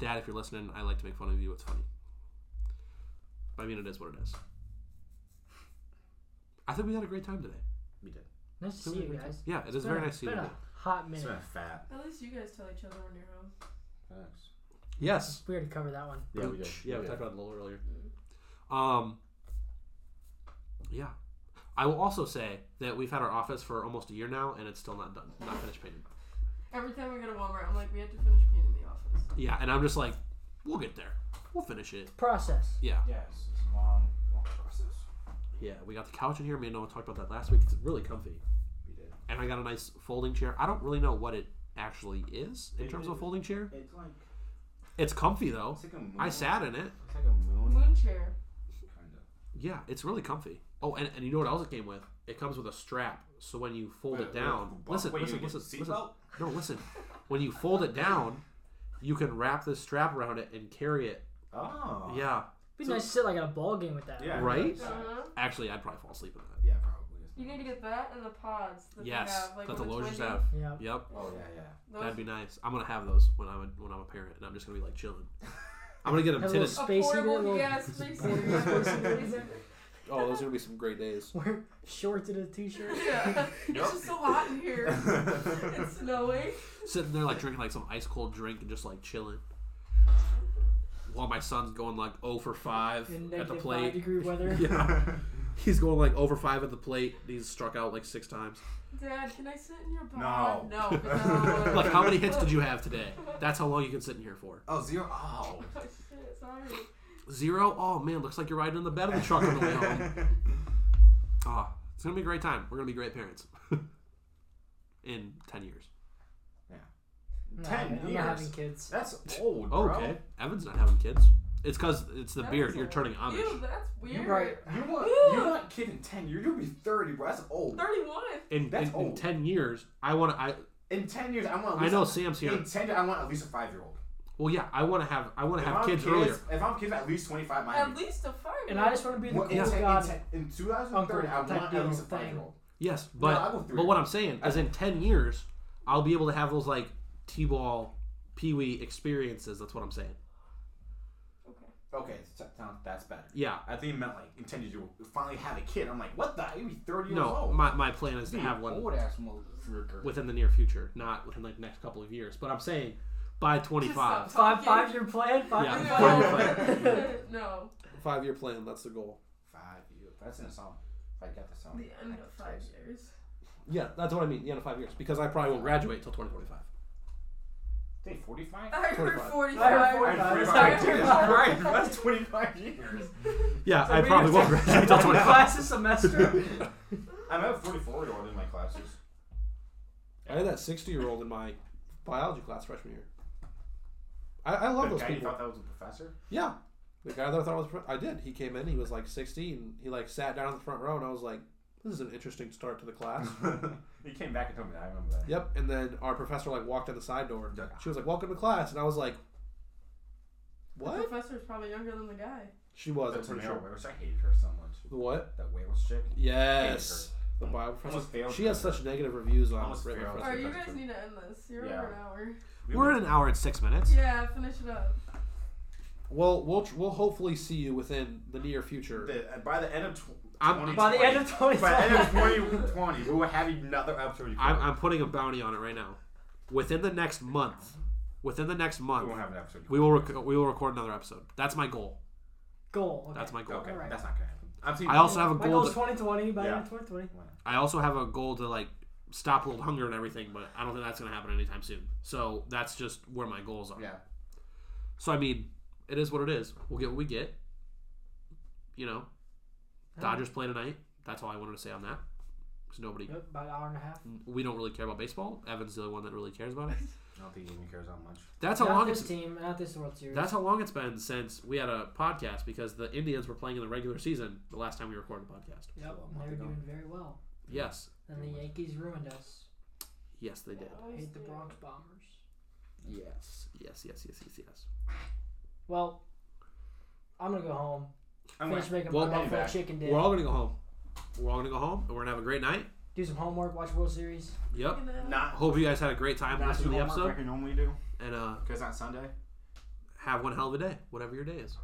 [SPEAKER 1] Dad, if you're listening, I like to make fun of you. It's funny. But I mean, it is what it is. I think we had a great time today.
[SPEAKER 2] we did.
[SPEAKER 3] Nice to see you guys.
[SPEAKER 1] Yeah, it is very nice to see you.
[SPEAKER 3] Been a hot
[SPEAKER 2] It's
[SPEAKER 3] minute.
[SPEAKER 2] been fat.
[SPEAKER 4] At least you guys tell each other when you're home.
[SPEAKER 2] Thanks.
[SPEAKER 1] Yes.
[SPEAKER 3] Weird to cover that one.
[SPEAKER 2] Yeah, we did.
[SPEAKER 1] Yeah, we
[SPEAKER 2] did.
[SPEAKER 1] talked about it a little earlier. Um. Yeah, I will also say that we've had our office for almost a year now, and it's still not done, not finished painted.
[SPEAKER 4] Every time we go to Walmart, I'm like, we have to finish painting the office.
[SPEAKER 1] Yeah, and I'm just like, we'll get there. We'll finish it.
[SPEAKER 3] Process.
[SPEAKER 1] Yeah.
[SPEAKER 2] Yeah, it's, it's a long, long process.
[SPEAKER 1] Yeah, we got the couch in here. Me and Noah talked about that last week. It's really comfy.
[SPEAKER 2] We did.
[SPEAKER 1] And I got a nice folding chair. I don't really know what it actually is in
[SPEAKER 2] It
[SPEAKER 1] terms of a
[SPEAKER 2] is.
[SPEAKER 1] folding chair.
[SPEAKER 2] It's like
[SPEAKER 1] It's comfy though.
[SPEAKER 2] it's like a moon.
[SPEAKER 1] I sat in it.
[SPEAKER 2] It's like a moon
[SPEAKER 4] Moon chair.
[SPEAKER 2] kind of.
[SPEAKER 1] Yeah, it's really comfy. Oh, and, and you know what else it came with? It comes with a strap. So when you fold it down, listen,
[SPEAKER 2] Wait,
[SPEAKER 1] listen,
[SPEAKER 2] you
[SPEAKER 1] listen,
[SPEAKER 2] get
[SPEAKER 1] listen.
[SPEAKER 2] seatbelt?
[SPEAKER 1] No, listen. When you fold it down, you can wrap this strap around it and carry it.
[SPEAKER 2] Oh.
[SPEAKER 1] Yeah.
[SPEAKER 3] Be
[SPEAKER 1] So-
[SPEAKER 3] nice to sit like at a ball game with that.
[SPEAKER 2] Yeah. I
[SPEAKER 1] Right?
[SPEAKER 2] noticed that.
[SPEAKER 4] Uh-huh.
[SPEAKER 1] Actually, I'd probably fall asleep in that.
[SPEAKER 2] Yeah, probably.
[SPEAKER 4] You need to get that and the pods that
[SPEAKER 1] Yes,
[SPEAKER 4] they have. Like
[SPEAKER 1] that the
[SPEAKER 4] when it's
[SPEAKER 1] Lozers
[SPEAKER 4] windy.
[SPEAKER 1] have.
[SPEAKER 3] Yeah.
[SPEAKER 1] Yep.
[SPEAKER 2] Oh yeah, yeah.
[SPEAKER 4] Those
[SPEAKER 1] That'd be nice. I'm gonna have those when I'm a, when I'm a parent, and I'm just gonna be like chilling. I'm gonna get them
[SPEAKER 3] Have a little
[SPEAKER 1] tinted.
[SPEAKER 3] s- Space heater,
[SPEAKER 4] affordable
[SPEAKER 3] little-
[SPEAKER 4] gas freezer. gas freezer.
[SPEAKER 1] Oh, those are gonna be some great days.
[SPEAKER 3] Wear shorts and a t-shirt.
[SPEAKER 4] yeah. It's
[SPEAKER 2] Yep.
[SPEAKER 4] just so hot in here. It's snowing.
[SPEAKER 1] Sitting there like drinking like some ice cold drink and just like chilling. While my son's going like 0 for five
[SPEAKER 3] In
[SPEAKER 1] at the
[SPEAKER 3] negative five
[SPEAKER 1] plate.
[SPEAKER 3] degree weather.
[SPEAKER 1] Yeah, he's going like over five at the plate. and He's struck out like six times.
[SPEAKER 4] Dad, can I sit in your
[SPEAKER 2] No.
[SPEAKER 4] pod? No. No.
[SPEAKER 1] Like, how many hits did you have today? That's how long you can sit in here for.
[SPEAKER 2] oh zero. Oh.
[SPEAKER 4] Oh, shit, sorry.
[SPEAKER 1] Zero. Oh man, looks like you're riding in the bed of the truck on the way home. Ah, it's gonna be a great time. We're gonna be great parents. in ten years.
[SPEAKER 3] Nah,
[SPEAKER 2] Ten
[SPEAKER 3] man, I'm
[SPEAKER 2] years.
[SPEAKER 3] not having kids.
[SPEAKER 2] That's old,
[SPEAKER 1] Oh,
[SPEAKER 2] bro.
[SPEAKER 1] okay. Evan's not having kids. It's because it's the
[SPEAKER 4] That
[SPEAKER 1] beard.
[SPEAKER 4] was
[SPEAKER 1] You're
[SPEAKER 4] a-
[SPEAKER 1] turning Amish.
[SPEAKER 4] Ew, that's weird.
[SPEAKER 3] right.
[SPEAKER 2] You want you want a kid in ten years? You'll be thirty, bro. That's old.
[SPEAKER 4] 31.
[SPEAKER 1] in,
[SPEAKER 2] That's
[SPEAKER 1] in, in
[SPEAKER 2] old.
[SPEAKER 1] ten years, I want to. I
[SPEAKER 2] In ten years, I want. At
[SPEAKER 1] I
[SPEAKER 2] least
[SPEAKER 1] know Sam's
[SPEAKER 2] In
[SPEAKER 1] here.
[SPEAKER 2] ten, years, I want at least a five year old.
[SPEAKER 1] Well, yeah, I want to have I want to
[SPEAKER 2] If
[SPEAKER 1] have
[SPEAKER 2] I'm
[SPEAKER 1] kids earlier.
[SPEAKER 2] If I'm kids, at least twenty five.
[SPEAKER 4] At least a five.
[SPEAKER 3] And I just want to be the
[SPEAKER 2] Well,
[SPEAKER 3] cool
[SPEAKER 2] in, ten,
[SPEAKER 3] guy.
[SPEAKER 2] in, ten, in 2030, I
[SPEAKER 3] Uncle type
[SPEAKER 2] want at least a
[SPEAKER 3] deal thing.
[SPEAKER 2] five year old.
[SPEAKER 1] Yes, but
[SPEAKER 2] I'll go three.
[SPEAKER 1] but what I'm saying is in ten years I'll be able to have those like t-ball, pee-wee experiences. That's what I'm saying.
[SPEAKER 4] Okay.
[SPEAKER 2] Okay, so- so that's better.
[SPEAKER 1] Yeah.
[SPEAKER 2] I think you meant like intended to finally have a kid. I'm like, what the? You'd be 30 years
[SPEAKER 1] No,
[SPEAKER 2] old.
[SPEAKER 1] my, my plan is to
[SPEAKER 2] You
[SPEAKER 1] have one
[SPEAKER 2] Old ass motherfucker.
[SPEAKER 1] within the near future, not within like the next couple of years. But I'm saying by 25,
[SPEAKER 4] Just
[SPEAKER 3] Five five year plan. Five
[SPEAKER 1] Yeah.
[SPEAKER 3] year
[SPEAKER 1] Five
[SPEAKER 3] plan.
[SPEAKER 1] year plan.
[SPEAKER 4] no.
[SPEAKER 1] five year plan. That's the goal.
[SPEAKER 2] Five years. That's in a song. If I got the song.
[SPEAKER 4] The end of five years.
[SPEAKER 1] Yeah, that's what I mean. The end of five years, because I probably won't graduate till 2025.
[SPEAKER 2] Hey, 45?
[SPEAKER 4] I heard
[SPEAKER 1] 45.
[SPEAKER 4] 45.
[SPEAKER 3] I heard 45.
[SPEAKER 2] I'm
[SPEAKER 4] Sorry.
[SPEAKER 2] 45. Jesus Christ, that's 25 years.
[SPEAKER 1] Yeah,
[SPEAKER 3] So
[SPEAKER 1] I
[SPEAKER 3] we
[SPEAKER 1] probably won't
[SPEAKER 3] just-
[SPEAKER 1] graduate till 25.
[SPEAKER 3] Class this semester.
[SPEAKER 2] I'm at 44 year old in my classes.
[SPEAKER 1] I had that 60 year old in my biology class freshman year. I, I love
[SPEAKER 2] the
[SPEAKER 1] those
[SPEAKER 2] guy you
[SPEAKER 1] people.
[SPEAKER 2] thought that was a professor?
[SPEAKER 1] Yeah, the guy that I thought was fr- I did. He came in. He was like 60, and he like sat down in the front row, and I was like, "This is an interesting start to the class."
[SPEAKER 2] he came back and told me that. I remember that.
[SPEAKER 1] Yep. And then our professor like walked in the side door.
[SPEAKER 2] Yeah.
[SPEAKER 1] She was like, "Welcome to class," and I was like,
[SPEAKER 4] The
[SPEAKER 1] "What?"
[SPEAKER 4] professor's probably younger than the guy.
[SPEAKER 1] She was. I'm
[SPEAKER 2] That's
[SPEAKER 1] pretty
[SPEAKER 2] Mary
[SPEAKER 1] sure.
[SPEAKER 2] Wales. I hated her so much.
[SPEAKER 1] The what?
[SPEAKER 2] That Wales chick.
[SPEAKER 1] Yes. The
[SPEAKER 2] Hated her.
[SPEAKER 1] bio professor.
[SPEAKER 2] Almost failed.
[SPEAKER 1] She has
[SPEAKER 2] her.
[SPEAKER 1] such negative reviews on
[SPEAKER 2] Almost
[SPEAKER 1] Ray
[SPEAKER 2] failed.
[SPEAKER 1] Professor.
[SPEAKER 2] That's
[SPEAKER 4] Alright, you
[SPEAKER 2] professor.
[SPEAKER 4] guys need to end this. You're
[SPEAKER 2] Yeah.
[SPEAKER 4] over an hour.
[SPEAKER 1] We're at an hour and six minutes.
[SPEAKER 4] Yeah, finish it up.
[SPEAKER 1] Well, we'll tr- we'll hopefully see you within the near future.
[SPEAKER 2] The- uh, by the end of tw-
[SPEAKER 1] I'm-
[SPEAKER 3] By the end of
[SPEAKER 2] 2020, by the end of
[SPEAKER 3] 2020.
[SPEAKER 2] 2020, we will have another episode. recorded.
[SPEAKER 1] I'm, I'm putting a bounty on it right now. Within the next month, within the next
[SPEAKER 2] we
[SPEAKER 1] month,
[SPEAKER 2] won't have an episode.
[SPEAKER 1] we will rec- we will record another episode. That's my goal.
[SPEAKER 3] Goal. Okay.
[SPEAKER 1] That's my goal.
[SPEAKER 2] okay,
[SPEAKER 3] Alright.
[SPEAKER 2] that's not gonna happen. I'm seeing
[SPEAKER 1] I also have a
[SPEAKER 3] My
[SPEAKER 1] goal.
[SPEAKER 3] goal is
[SPEAKER 1] To,
[SPEAKER 3] 2020 by the end of
[SPEAKER 2] Yeah.
[SPEAKER 3] 2020.
[SPEAKER 1] I also have a goal to like stop world hunger and everything, but I don't think that's gonna happen anytime soon. So that's just where my goals are.
[SPEAKER 2] yeah.
[SPEAKER 1] So I mean, it is what it is. We'll get what we get. You know, Dodgers play tonight. That's all I wanted to say on that. Because nobody,
[SPEAKER 3] Yep, about an hour and a half.
[SPEAKER 1] we don't really care about baseball. Evan's the only one that really cares about it.
[SPEAKER 2] I don't think he even cares that much.
[SPEAKER 1] That's how
[SPEAKER 3] not
[SPEAKER 1] long
[SPEAKER 3] this
[SPEAKER 1] it's.
[SPEAKER 3] team, not this World Series.
[SPEAKER 1] That's how long it's been since we had a podcast because the Indians were playing in the regular season the last time we recorded a podcast.
[SPEAKER 2] So, a
[SPEAKER 3] yep, and
[SPEAKER 2] month
[SPEAKER 3] they were
[SPEAKER 2] ago.
[SPEAKER 3] doing very well.
[SPEAKER 1] Yes,
[SPEAKER 3] Then the Yankees ruined us.
[SPEAKER 1] yes, they did.
[SPEAKER 4] Always
[SPEAKER 3] Hate the
[SPEAKER 4] do.
[SPEAKER 3] Bronx Bombers.
[SPEAKER 1] Yes, yes, yes, yes, yes, yes.
[SPEAKER 3] Well, I'm gonna go home.
[SPEAKER 2] I'm
[SPEAKER 3] Finish
[SPEAKER 2] gonna,
[SPEAKER 3] making
[SPEAKER 1] Well,
[SPEAKER 3] my
[SPEAKER 2] I'll be
[SPEAKER 3] buffalo
[SPEAKER 2] back.
[SPEAKER 3] chicken dip.
[SPEAKER 1] We're all gonna go home. We're all gonna go home and we're gonna have a great night.
[SPEAKER 3] Do some homework. Watch World Series.
[SPEAKER 1] Yep.
[SPEAKER 2] not.
[SPEAKER 1] Hope you guys had a great time
[SPEAKER 2] not
[SPEAKER 1] listening
[SPEAKER 2] do
[SPEAKER 1] to the
[SPEAKER 2] homework
[SPEAKER 1] episode
[SPEAKER 2] like I normally do
[SPEAKER 1] and uh,
[SPEAKER 2] because it's not Sunday.
[SPEAKER 1] have one hell of a day, whatever your day is.